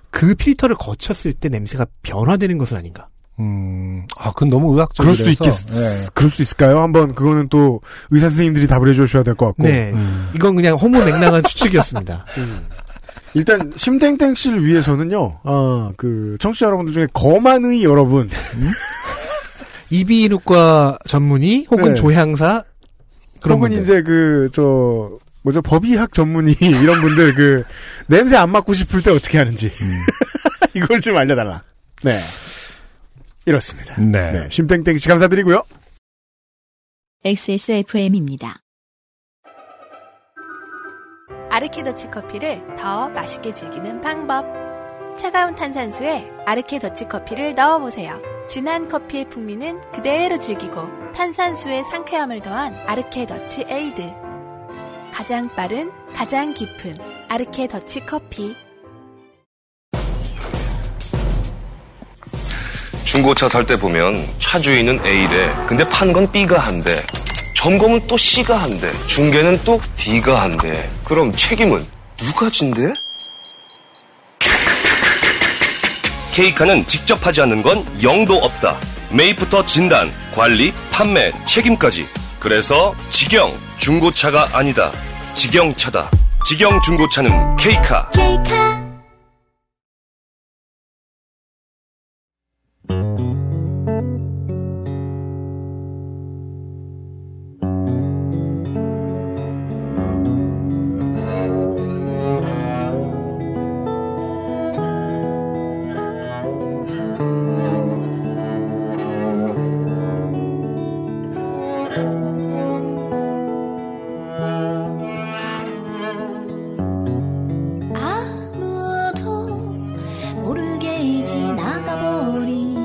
[SPEAKER 4] 그 필터를 거쳤을 때 냄새가 변화되는 것은 아닌가?
[SPEAKER 2] 음, 아, 그건 너무 의학적이라서.
[SPEAKER 3] 그럴 수도 있겠, 그럴 수도 있을까요? 한번 그거는 또 의사 선생님들이 답을 해주셔야 될 것 같고.
[SPEAKER 4] 네.
[SPEAKER 2] 음.
[SPEAKER 4] 이건 그냥 허무맹랑한 추측이었습니다.
[SPEAKER 3] 일단 심땡땡 씨를 위해서는요. 아, 그 청취자 여러분들 중에 거만의 여러분.
[SPEAKER 4] 이비인후과 전문의 혹은
[SPEAKER 3] 네.
[SPEAKER 4] 조향사 그런
[SPEAKER 3] 혹은
[SPEAKER 4] 분들.
[SPEAKER 3] 이제 그 저 뭐죠 법의학 전문의 이런 분들 그 냄새 안 맡고 싶을 때 어떻게 하는지 이걸 좀 알려달라. 네. 이렇습니다.
[SPEAKER 2] 네.
[SPEAKER 3] 네. 심땡땡 씨 감사드리고요.
[SPEAKER 1] XSFM입니다.
[SPEAKER 7] 아르케더치 커피를 더 맛있게 즐기는 방법. 차가운 탄산수에 아르케더치 커피를 넣어보세요. 진한 커피의 풍미는 그대로 즐기고 탄산수의 상쾌함을 더한 아르케더치 에이드. 가장 빠른, 가장 깊은 아르케더치 커피.
[SPEAKER 12] 중고차 살 때 보면 차 주인은 A래. 근데 판 건 B가 한대. 점검은 또 C가 한대. 중개는 또 D가 한대. 그럼 책임은 누가 진대?
[SPEAKER 13] 케이카는 직접 하지 않는 건 영도 없다. 매입부터 진단, 관리, 판매, 책임까지. 그래서 직영 중고차가 아니다. 직영차다. 직영 중고차는 케이카.
[SPEAKER 5] 아무도 모르게 지나가버린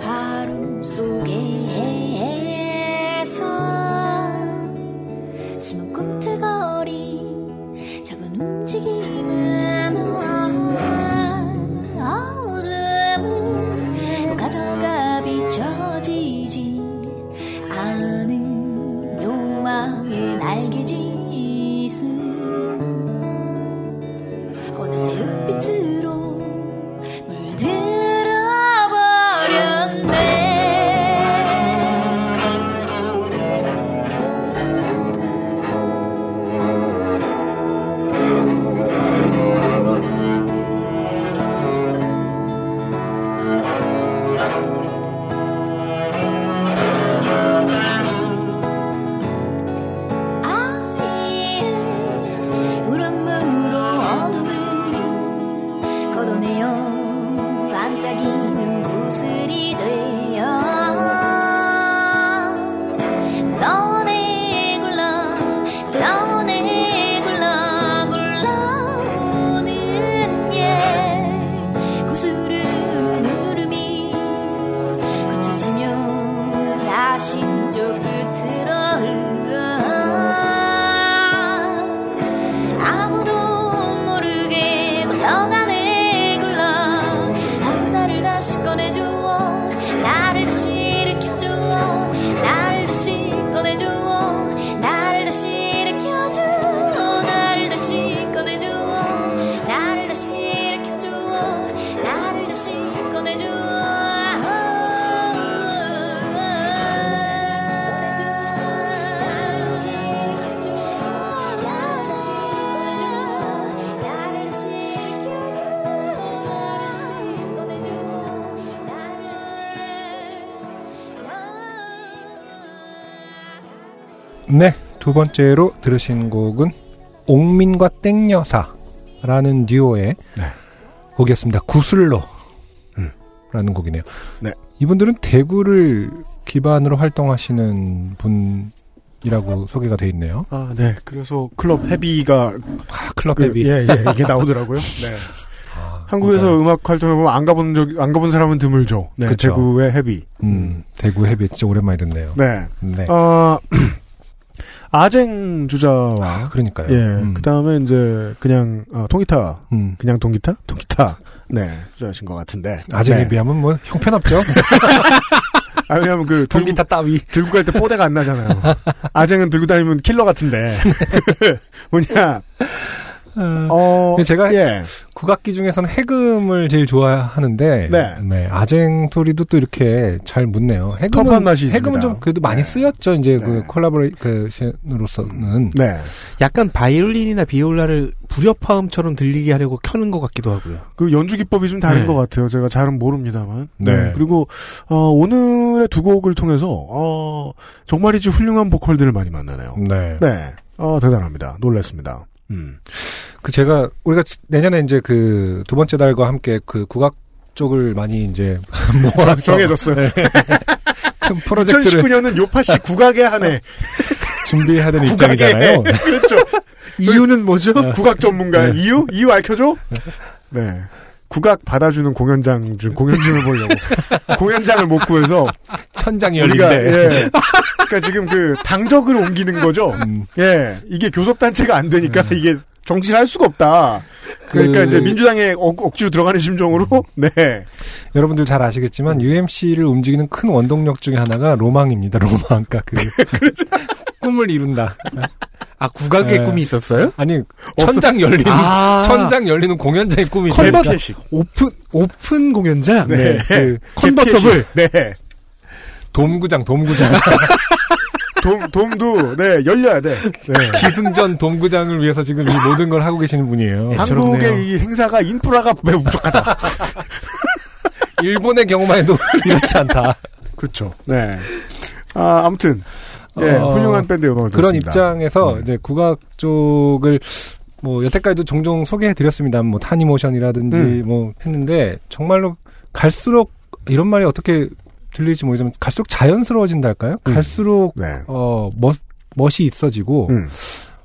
[SPEAKER 5] 하루 속의 해상 숨은 꿈틀거리 작은 움직임은 어둠을 뭐 가져가 비춰지지 않은 욕망의 날개짓은 어느새 흙빛으로 물들어버렸네
[SPEAKER 7] 예
[SPEAKER 14] 다시 꺼내주어 나를 다시 일으켜주어 나를 다시 꺼내주어 나를 다시 일으켜주어 나를 다시 꺼내주어 나를 다시 일으켜주어 나를 다시
[SPEAKER 2] 네, 두 번째로 들으신 곡은 옥민과 땡여사라는 듀오의 곡이었습니다. 구슬로 라는 음. 곡이네요.
[SPEAKER 3] 네.
[SPEAKER 2] 이분들은 대구를 기반으로 활동하시는 분이라고 소개가 돼 있네요.
[SPEAKER 3] 아, 네. 그래서 클럽 헤비가
[SPEAKER 2] 아, 클럽
[SPEAKER 3] 그,
[SPEAKER 2] 헤비.
[SPEAKER 3] 예, 예. 이게 나오더라고요. 네.
[SPEAKER 2] 아,
[SPEAKER 3] 한국에서 음악 활동해 보면 안 가본 적, 안 가본 사람은 드물죠. 네,
[SPEAKER 2] 그쵸.
[SPEAKER 3] 대구의 헤비.
[SPEAKER 2] 음, 대구 헤비 진짜 오랜만에 듣네요.
[SPEAKER 3] 네.
[SPEAKER 2] 네.
[SPEAKER 3] 아, 아쟁 주자와
[SPEAKER 2] 그러니까요.
[SPEAKER 3] 예.
[SPEAKER 2] 음.
[SPEAKER 3] 그다음에 이제 그냥 어, 통기타.
[SPEAKER 2] 음.
[SPEAKER 3] 그냥 통기타? 통기타. 네. 주자신 것 같은데.
[SPEAKER 2] 아쟁에
[SPEAKER 3] 네.
[SPEAKER 2] 비하면 뭐 형편없죠.
[SPEAKER 3] 아, 왜냐면 그
[SPEAKER 2] 통기타 따위
[SPEAKER 3] 들고 갈 때 뽀대가 안 나잖아요. 아쟁은 들고 다니면 킬러 같은데. 뭐냐? 어,
[SPEAKER 2] 근데 제가
[SPEAKER 3] 예.
[SPEAKER 2] 국악기 중에서는 해금을 제일 좋아하는데
[SPEAKER 3] 네.
[SPEAKER 2] 아쟁 소리도 또 이렇게 잘 묻네요. 해금은
[SPEAKER 3] 터프한 맛이 있습니다. 네.
[SPEAKER 2] 해금은 좀 그래도 많이 쓰였죠. 이제 그 콜라보레이션으로서는
[SPEAKER 3] 네.
[SPEAKER 4] 약간 바이올린이나 비올라를 불협화음처럼 들리게 하려고 켜는 것 같기도 하고요.
[SPEAKER 3] 그 연주 기법이 좀 다른
[SPEAKER 4] 네.
[SPEAKER 3] 것 같아요. 제가 잘은 모릅니다만. 네.
[SPEAKER 4] 네.
[SPEAKER 3] 그리고 어, 오늘의 두 곡을 통해서 어, 정말이지 훌륭한 보컬들을 많이 만나네요.
[SPEAKER 2] 네.
[SPEAKER 3] 네. 어, 대단합니다. 놀랐습니다. 음.
[SPEAKER 2] 그 제가 우리가 지- 내년에 이제 그 두 번째 달과 함께 그 국악 쪽을 많이 이제 모아서
[SPEAKER 3] 작성해줬어요.
[SPEAKER 2] 네. 큰 프로젝트를
[SPEAKER 3] 2019년은 요파시 국악의 한 해.
[SPEAKER 2] 준비해야 되는 입장이잖아요.
[SPEAKER 3] 국악의 해. 그렇죠.
[SPEAKER 4] 이유는 뭐죠?
[SPEAKER 3] 국악 전문가
[SPEAKER 2] 네.
[SPEAKER 3] 이유? 이유 알켜줘? 네. 국악 받아주는 공연장 좀 공연증을 보려고 공연장을 못 구해서
[SPEAKER 2] 천장이
[SPEAKER 3] 우리가,
[SPEAKER 2] 열린대.
[SPEAKER 3] 예. 그러니까 지금 그 당적을 옮기는 거죠.
[SPEAKER 2] 음.
[SPEAKER 3] 예, 이게 교섭 단체가 안 되니까 이게 정치를 할 수가 없다. 그러니까
[SPEAKER 2] 그-
[SPEAKER 3] 이제 민주당에 억, 지로 들어가는 심정으로 네.
[SPEAKER 2] 여러분들 잘 아시겠지만 UMC를 움직이는 큰 원동력 중에 하나가 로망입니다. 로망. 그러니까 그
[SPEAKER 3] 그렇죠.
[SPEAKER 2] 꿈을 이룬다.
[SPEAKER 4] 아 국악의
[SPEAKER 2] 예.
[SPEAKER 4] 꿈이 있었어요?
[SPEAKER 2] 아니 천장 열리는
[SPEAKER 4] 아.
[SPEAKER 2] 천장 열리는 공연장의 꿈이
[SPEAKER 4] 컨버
[SPEAKER 2] 있다니까.
[SPEAKER 4] 오픈 오픈 공연장.
[SPEAKER 2] 네.
[SPEAKER 4] 그
[SPEAKER 3] 개폐식.
[SPEAKER 4] 컨버터블.
[SPEAKER 3] 네.
[SPEAKER 2] 돔구장 돔구장
[SPEAKER 3] 돔 돔도 네 열려야 돼. 네.
[SPEAKER 2] 기승전 돔구장을 위해서 지금 이 모든 걸 하고 계시는 분이에요.
[SPEAKER 3] 한국의 이 행사가 인프라가 매우 부족하다.
[SPEAKER 2] 일본의 경우만 해도 이렇지 않다.
[SPEAKER 3] 그렇죠. 네. 아 아무튼 예,
[SPEAKER 2] 어,
[SPEAKER 3] 훌륭한 밴드
[SPEAKER 2] 그런
[SPEAKER 3] 음악을 들었습니다. 네.
[SPEAKER 2] 입장에서 이제 국악 쪽을 뭐 여태까지도 종종 소개해 드렸습니다만 뭐 타니모션이라든지
[SPEAKER 3] 음.
[SPEAKER 2] 뭐 했는데 정말로 갈수록 이런 말이 어떻게 들릴지 모르지만 갈수록 자연스러워진달까요?
[SPEAKER 3] 음.
[SPEAKER 2] 갈수록
[SPEAKER 3] 네.
[SPEAKER 2] 어 멋, 멋이 있어지고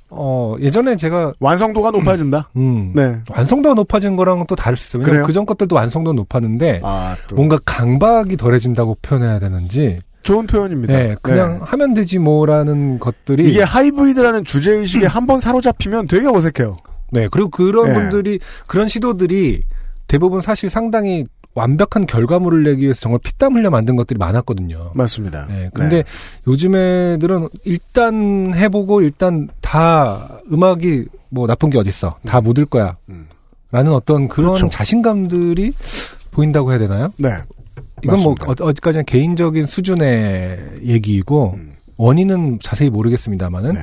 [SPEAKER 2] 어 예전에 제가
[SPEAKER 3] 음. 완성도가 높아진다.
[SPEAKER 2] 음.
[SPEAKER 3] 네.
[SPEAKER 2] 완성도가 높아진 거랑은 또 다를 수 있어요. 왜냐면
[SPEAKER 3] 그래요? 아,
[SPEAKER 2] 그전 것들도 완성도 는 높았는데
[SPEAKER 3] 또.
[SPEAKER 2] 뭔가 강박이 덜해진다고 표현해야 되는지
[SPEAKER 3] 좋은 표현입니다.
[SPEAKER 2] 네, 그냥
[SPEAKER 3] 네.
[SPEAKER 2] 하면 되지 뭐라는 것들이
[SPEAKER 3] 이게 하이브리드라는 주제 의식에
[SPEAKER 2] 음.
[SPEAKER 3] 한 번 사로잡히면 되게 어색해요.
[SPEAKER 2] 네, 그리고 그런
[SPEAKER 3] 네.
[SPEAKER 2] 분들이 그런 시도들이 대부분 사실 상당히 완벽한 결과물을 내기 위해서 정말 피땀 흘려 만든 것들이 많았거든요.
[SPEAKER 3] 맞습니다.
[SPEAKER 2] 네, 근데 요즘 애들은 일단 해보고 일단 다 음악이 뭐 나쁜 게 어딨어. 다 묻을 거야. 라는 어떤 그런
[SPEAKER 3] 음. 그렇죠.
[SPEAKER 2] 자신감들이 보인다고 해야 되나요?
[SPEAKER 3] 네.
[SPEAKER 2] 이건
[SPEAKER 3] 맞습니다.
[SPEAKER 2] 뭐 어- 어디까지나 개인적인 수준의 얘기이고
[SPEAKER 3] 음.
[SPEAKER 2] 원인은 자세히
[SPEAKER 3] 네.
[SPEAKER 2] 모르겠습니다만은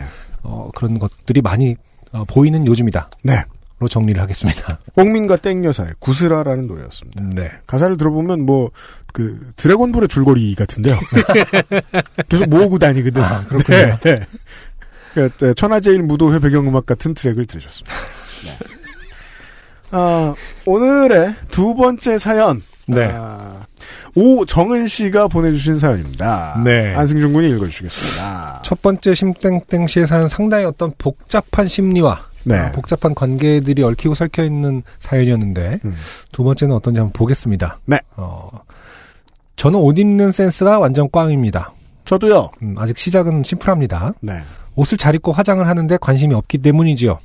[SPEAKER 2] 어, 그런 것들이 많이 어, 보이는 요즘이다.
[SPEAKER 3] 네.
[SPEAKER 2] 로 정리를 하겠습니다.
[SPEAKER 3] 옥민과 땡여사의 구스라라는 노래였습니다.
[SPEAKER 2] 네.
[SPEAKER 3] 가사를 들어보면 뭐 그 드래곤볼의 줄거리 같은데요. 네. 계속 모으고 다니거든. 요
[SPEAKER 2] 아, 그렇군요.
[SPEAKER 3] 네. 네. 그러니까 천하제일 무도회 배경음악 같은 트랙을 들으셨습니다. 네. 아, 오늘의 두 번째 사연.
[SPEAKER 2] 네.
[SPEAKER 3] 아, 오정은 씨가 보내주신 사연입니다.
[SPEAKER 2] 네.
[SPEAKER 3] 안승준 군이 읽어주시겠습니다.
[SPEAKER 2] 첫 번째 심땡땡 씨의 사연 상당히 어떤 복잡한 심리와
[SPEAKER 3] 네.
[SPEAKER 2] 아, 복잡한 관계들이 얽히고 설켜 있는 사연이었는데
[SPEAKER 4] 음.
[SPEAKER 2] 두 번째는 어떤지 한번 보겠습니다.
[SPEAKER 3] 네.
[SPEAKER 2] 어, 저는 옷 입는 센스가 완전 꽝입니다.
[SPEAKER 3] 저도요.
[SPEAKER 2] 아직 시작은 심플합니다.
[SPEAKER 3] 네.
[SPEAKER 2] 옷을 잘 입고 화장을 하는데 관심이 없기 때문이지요.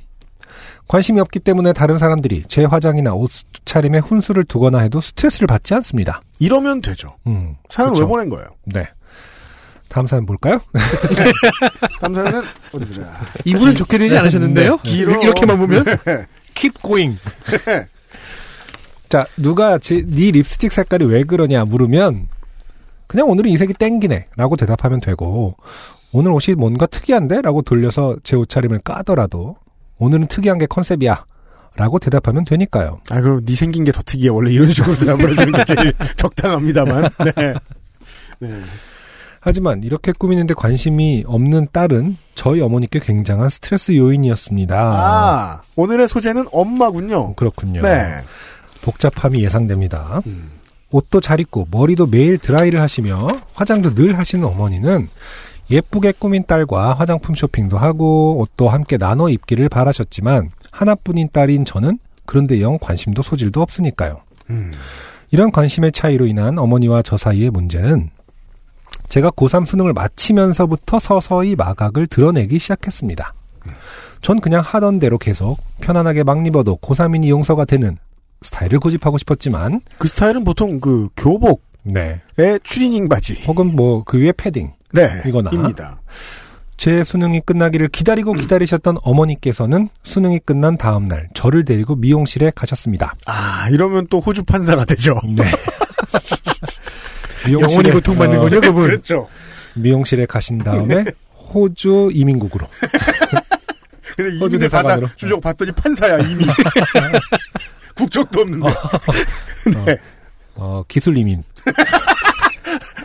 [SPEAKER 2] 관심이 없기 때문에 다른 사람들이 제 화장이나 옷차림에 훈수를 두거나 해도 스트레스를 받지 않습니다.
[SPEAKER 3] 이러면 되죠.
[SPEAKER 2] 음,
[SPEAKER 3] 사연을
[SPEAKER 2] 그쵸.
[SPEAKER 3] 왜
[SPEAKER 4] 뭐-
[SPEAKER 3] 보낸 거예요?
[SPEAKER 2] 네. 다음 사연 볼까요?
[SPEAKER 3] 다음 사연은 어디 보자.
[SPEAKER 4] 이분은 좋게 되지 않으셨는데요?
[SPEAKER 3] 길어.
[SPEAKER 4] 이렇게만 보면?
[SPEAKER 3] 네.
[SPEAKER 2] Keep going. 자, 누가 제, 네 립스틱 색깔이 왜 그러냐 물으면 그냥 오늘은 이 색이 땡기네 라고 대답하면 되고 오늘 옷이 뭔가 특이한데? 라고 돌려서 제 옷차림을 까더라도 오늘은 특이한 게 컨셉이야 라고 대답하면 되니까요.
[SPEAKER 3] 아 그럼 네 생긴 게 더 특이해. 원래 이런 식으로 대답을 해주는 게 제일 적당합니다만. 네. 네.
[SPEAKER 2] 하지만 이렇게 꾸미는데 관심이 없는 딸은 저희 어머니께 굉장한 스트레스 요인이었습니다.
[SPEAKER 3] 아 오늘의 소재는 엄마군요.
[SPEAKER 2] 그렇군요.
[SPEAKER 3] 네.
[SPEAKER 2] 복잡함이 예상됩니다. 옷도 잘 입고 머리도 매일 드라이를 하시며 화장도 늘 하시는 어머니는 예쁘게 꾸민 딸과 화장품 쇼핑도 하고 옷도 함께 나눠 입기를 바라셨지만 하나뿐인 딸인 저는 그런데 영 관심도 소질도 없으니까요.
[SPEAKER 3] 음.
[SPEAKER 2] 이런 관심의 차이로 인한 어머니와 저 사이의 문제는 제가 고3 수능을 마치면서부터 서서히 마각을 드러내기 시작했습니다. 전 그냥 하던 대로 계속 편안하게 막 입어도 고3인이 용서가 되는 스타일을 고집하고 싶었지만
[SPEAKER 3] 그 스타일은 보통 그 교복
[SPEAKER 2] 네.
[SPEAKER 3] 의 추리닝 바지
[SPEAKER 2] 혹은 뭐 그 위에 패딩
[SPEAKER 3] 네.
[SPEAKER 2] 이거나
[SPEAKER 3] 입니다.
[SPEAKER 2] 제 수능이 끝나기를 기다리고 기다리셨던 어머니께서는 수능이 끝난 다음 날 저를 데리고 미용실에 가셨습니다.
[SPEAKER 3] 아 이러면 또 호주 판사가 되죠.
[SPEAKER 2] 네. 미용실에- 어,
[SPEAKER 4] 영혼이 고통받는군요, 그분.
[SPEAKER 3] 그렇죠.
[SPEAKER 2] 미용실에 가신 다음에 호주 이민국으로
[SPEAKER 3] 근데
[SPEAKER 2] 호주
[SPEAKER 3] 이민을 받아
[SPEAKER 2] 대사관으로.
[SPEAKER 3] 주려고 봤더니 판사야 이미 국적도 없는데
[SPEAKER 4] 어,
[SPEAKER 3] 네.
[SPEAKER 2] 어, 기술 이민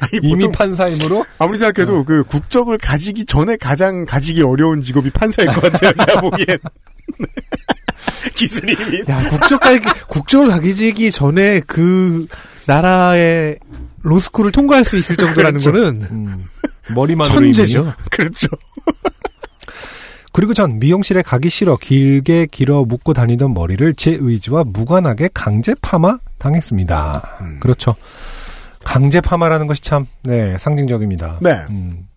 [SPEAKER 3] 아니,
[SPEAKER 2] 이민
[SPEAKER 3] 보통
[SPEAKER 2] 판사임으로
[SPEAKER 3] 아무리
[SPEAKER 2] 네.
[SPEAKER 3] 생각해도 그 국적을 가지기 전에 가장 가지기 어려운 직업이 판사일 것 같아요. 제가 보기엔
[SPEAKER 2] 네.
[SPEAKER 3] 기술이
[SPEAKER 4] 야, 국적 가기, 국적을 가기지기 전에 그 나라의 로스쿨을 통과할 수 있을 정도라는
[SPEAKER 2] 그렇죠.
[SPEAKER 4] 거는
[SPEAKER 2] 음, 머리만으로
[SPEAKER 4] 천재죠.
[SPEAKER 3] 그렇죠.
[SPEAKER 2] 그리고 전 미용실에 가기 싫어 길게 길어 묶고 다니던 머리를 제 의지와 무관하게 강제 파마 당했습니다. 그렇죠. 강제 파마라는 것이 참, 네, 상징적입니다.
[SPEAKER 3] 네.
[SPEAKER 2] 음,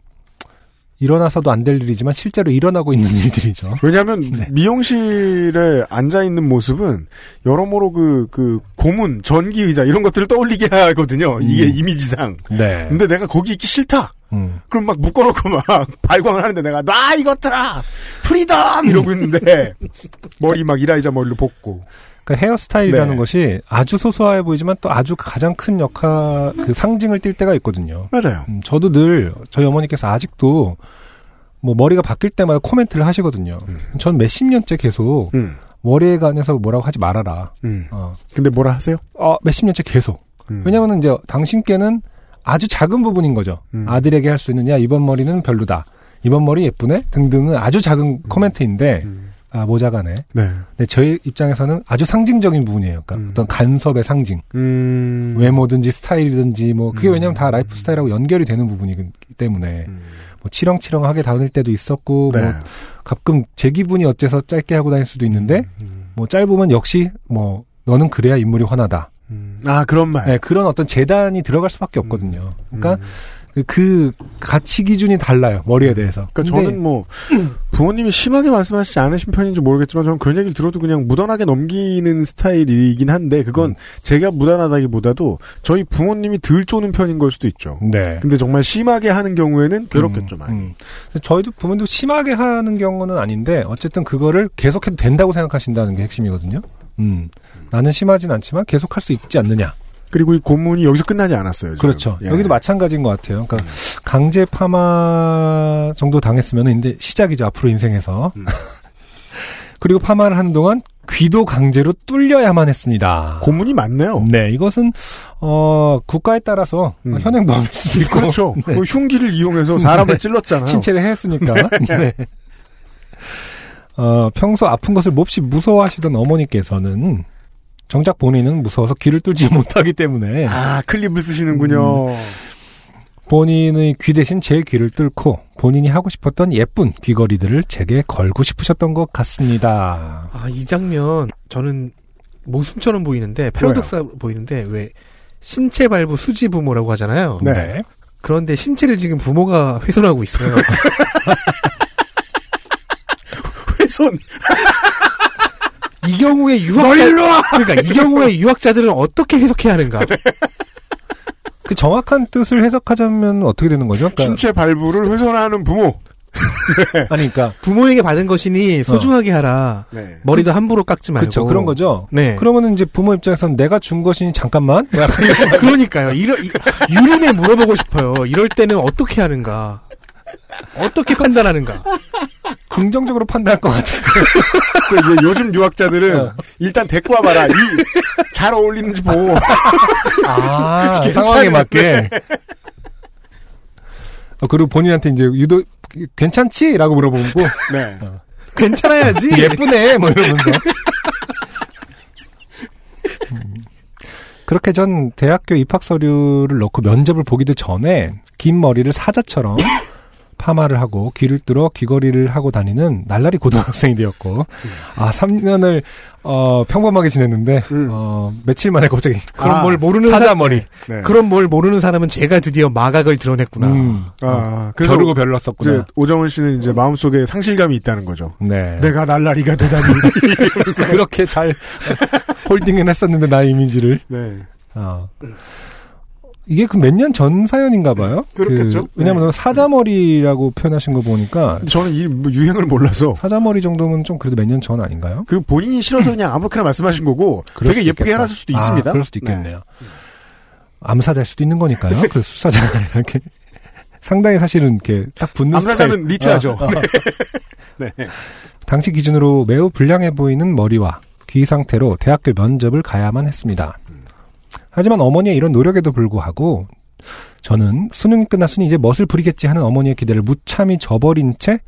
[SPEAKER 2] 일어나서도 안 될 일이지만 실제로 일어나고 있는 일들이죠.
[SPEAKER 3] 왜냐하면
[SPEAKER 2] 네.
[SPEAKER 3] 미용실에 앉아 있는 모습은 여러모로 그, 그 고문, 전기 의자 이런 것들을 떠올리게 하거든요. 이게
[SPEAKER 2] 음.
[SPEAKER 3] 이미지상.
[SPEAKER 2] 네.
[SPEAKER 3] 근데 내가 거기 있기 싫다.
[SPEAKER 2] 음.
[SPEAKER 3] 그럼 막 묶어놓고 막 발광을 하는데 내가 나 이것들아 프리덤 이러고 있는데 머리 막 이라이자 머리로 볶고
[SPEAKER 2] 그 헤어스타일이라는
[SPEAKER 3] 네.
[SPEAKER 2] 것이 아주 소소해 보이지만 또 아주 가장 큰 역할, 그 상징을 띨 때가 있거든요.
[SPEAKER 3] 맞아요.
[SPEAKER 2] 음, 저도 늘 저희 어머니께서 아직도 뭐 머리가 바뀔 때마다 코멘트를 하시거든요. 전 몇십 년째 계속
[SPEAKER 3] 음.
[SPEAKER 2] 머리에 관해서 뭐라고 하지 말아라.
[SPEAKER 3] 음.
[SPEAKER 2] 어,
[SPEAKER 3] 근데 뭐라 하세요?
[SPEAKER 2] 어, 몇십 년째 계속.
[SPEAKER 3] 음.
[SPEAKER 2] 왜냐면은 이제 당신께는 아주 작은 부분인 거죠.
[SPEAKER 3] 음.
[SPEAKER 2] 아들에게 할 수 있는 야 이번 머리는 별로다. 이번 머리 예쁘네 등등은 아주 작은
[SPEAKER 3] 음.
[SPEAKER 2] 코멘트인데 아, 모자가네.
[SPEAKER 3] 네.
[SPEAKER 2] 근데 저희 입장에서는 아주 상징적인 부분이에요. 그러니까 어떤 간섭의 상징.
[SPEAKER 3] 음.
[SPEAKER 2] 외모든지 스타일이든지 뭐 그게 왜냐면 다 라이프 스타일하고 연결이 되는 부분이기 때문에 뭐 치렁치렁하게 다닐 때도 있었고
[SPEAKER 3] 네.
[SPEAKER 2] 뭐 가끔 제 기분이 어째서 짧게 하고 다닐 수도 있는데
[SPEAKER 3] 음.
[SPEAKER 2] 뭐 짧으면 역시 뭐 너는 그래야 인물이 환하다.
[SPEAKER 3] 아 그런 말.
[SPEAKER 2] 네, 그런 어떤 재단이 들어갈 수밖에 없거든요.
[SPEAKER 3] 음.
[SPEAKER 2] 그러니까 그- 그 가치 기준이 달라요 머리에 대해서.
[SPEAKER 3] 그러니까
[SPEAKER 2] 근데
[SPEAKER 3] 저는 뭐 부모님이 심하게 말씀하시지 않으신 편인지 모르겠지만 저는 그런 얘기를 들어도 그냥 무던하게 넘기는 스타일이긴 한데
[SPEAKER 2] 음.
[SPEAKER 3] 그건 제가 무단하다기보다도 저희 부모님이 덜 쪼는 편인 걸 수도 있죠.
[SPEAKER 2] 네.
[SPEAKER 3] 근데 정말 심하게 하는 경우에는 괴롭겠죠 많이.
[SPEAKER 2] 음. 저희도 부모님도 심하게 하는 경우는 아닌데 어쨌든 그거를 계속해도 된다고 생각하신다는 게 핵심이거든요. 음. 나는 심하진 않지만 계속할 수 있지 않느냐.
[SPEAKER 3] 그리고 이 고문이 여기서 끝나지 않았어요. 지금.
[SPEAKER 2] 그렇죠.
[SPEAKER 3] 예. 음.
[SPEAKER 2] 여기도 마찬가지인 것 같아요. 그러니까 강제 파마 정도 당했으면 이제 시작이죠. 앞으로 인생에서.
[SPEAKER 3] 음.
[SPEAKER 2] 그리고 파마를 하는 동안 귀도 강제로 뚫려야만 했습니다.
[SPEAKER 3] 고문이 많네요.
[SPEAKER 2] 네, 이것은 어 국가에 따라서
[SPEAKER 3] 그렇죠. 음.
[SPEAKER 2] 현행범일 수도 있고
[SPEAKER 3] 그렇죠.
[SPEAKER 2] 네.
[SPEAKER 3] 그 흉기를 이용해서 사람을
[SPEAKER 2] 네.
[SPEAKER 3] 찔렀잖아요.
[SPEAKER 2] 신체를 했으니까. 네. 어, 평소 아픈 것을 몹시 무서워하시던 어머니께서는 정작 본인은 무서워서 귀를 뚫지 못하기 때문에
[SPEAKER 3] 아 클립을 쓰시는군요.
[SPEAKER 2] 음. 본인의 귀 대신 제 귀를 뚫고 본인이 하고 싶었던 예쁜 귀걸이들을 제게 걸고 싶으셨던 것 같습니다.
[SPEAKER 4] 아, 이 장면, 저는 모순처럼 보이는데, 패러독스 보이는데, 왜, 신체 발부 수지 부모라고 하잖아요.
[SPEAKER 3] 네.
[SPEAKER 4] 그런데 신체를 지금 부모가 훼손하고 있어요.
[SPEAKER 3] 훼손.
[SPEAKER 4] 이 경우에
[SPEAKER 2] 뭐
[SPEAKER 4] 유학자 그러니까 이 경우에 유학자들은 어떻게 해석해야 하는가?
[SPEAKER 2] 그 정확한 뜻을 해석하자면 어떻게 되는 거죠? 그러니까
[SPEAKER 3] 신체 발부를 훼손하는 부모.
[SPEAKER 2] 아니, 그러니까
[SPEAKER 4] 부모에게 받은 것이니 소중하게 하라. 머리도 함부로 깎지 말고.
[SPEAKER 2] 그렇죠. 그런 거죠.
[SPEAKER 4] 네.
[SPEAKER 2] 그러면은 이제 부모 입장에선 내가 준 것이니 잠깐만. 뭐 약간 이런 거.
[SPEAKER 4] 그러니까요. 이러, 이, 유림에 물어보고 싶어요. 이럴 때는 어떻게 하는가? 어떻게 판단하는가?
[SPEAKER 2] 긍정적으로 판단할 것 같아요.
[SPEAKER 3] 그 이제 요즘 유학자들은
[SPEAKER 2] 어.
[SPEAKER 3] 일단 데리고 와봐라. 이, 잘 어울리는지 보고.
[SPEAKER 2] 아,
[SPEAKER 3] 괜찮은데.
[SPEAKER 2] 상황에 맞게. 어, 그리고 본인한테 이제 유도 괜찮지? 라고 물어보고
[SPEAKER 3] 네.
[SPEAKER 4] 괜찮아야지.
[SPEAKER 2] 예쁘네 뭐 이러면서 음. 그렇게 전 대학교 입학 서류를 넣고 면접을 보기도 전에 긴 머리를 사자처럼 파마를 하고 귀를 뚫어 귀걸이를 하고 다니는 날라리 고등학생이 되었고 아 3년을 어 평범하게 지냈는데 어 며칠 만에 갑자기
[SPEAKER 4] 그런
[SPEAKER 2] 아,
[SPEAKER 4] 뭘 모르는
[SPEAKER 2] 사자
[SPEAKER 4] 사람-
[SPEAKER 2] 머리
[SPEAKER 3] 네.
[SPEAKER 4] 그런 뭘 모르는 사람은 제가 드디어 마각을 드러냈구나.
[SPEAKER 2] 음.
[SPEAKER 3] 아, 그래서
[SPEAKER 2] 벼르고 별렀었구나.
[SPEAKER 3] 이제 오정은 씨는
[SPEAKER 4] 어.
[SPEAKER 3] 이제 마음속에 상실감이 있다는 거죠.
[SPEAKER 2] 네.
[SPEAKER 3] 내가 날라리가 되다니. 이러면서.
[SPEAKER 2] 그렇게 잘 홀딩은 했었는데 나의 이미지를
[SPEAKER 3] 네.
[SPEAKER 2] 어. 이게 그 몇 년 전 사연인가 봐요.
[SPEAKER 3] 그렇겠죠. 네.
[SPEAKER 2] 그, 왜냐면 사자머리라고 표현하신 거 보니까
[SPEAKER 3] 저는 이 뭐 유행을 몰라서
[SPEAKER 2] 사자머리 정도면 좀 그래도 몇 년 전 아닌가요?
[SPEAKER 3] 그 본인이 싫어서 그냥 아무렇게나 말씀하신 거고
[SPEAKER 2] 그럴
[SPEAKER 3] 되게
[SPEAKER 2] 수도
[SPEAKER 3] 예쁘게
[SPEAKER 2] 있겠다.
[SPEAKER 3] 해놨을 수도
[SPEAKER 2] 아,
[SPEAKER 3] 있습니다. 음.
[SPEAKER 2] 그럴 수도 있겠네요. 암사자일 수도 있는 거니까요. 그 수사자가 이렇게 상당히 사실은 이렇게 딱 붙는
[SPEAKER 3] 암사자는
[SPEAKER 2] 스타일.
[SPEAKER 3] 니트하죠.
[SPEAKER 4] 아,
[SPEAKER 2] 어, 어.
[SPEAKER 3] 네. 네.
[SPEAKER 2] 당시 기준으로 매우 불량해 보이는 머리와 귀 상태로 대학교 면접을 가야만 했습니다. 하지만 어머니의 이런 노력에도 불구하고 저는 수능이 끝났으니 이제 멋을 부리겠지 하는 어머니의 기대를 무참히 저버린 채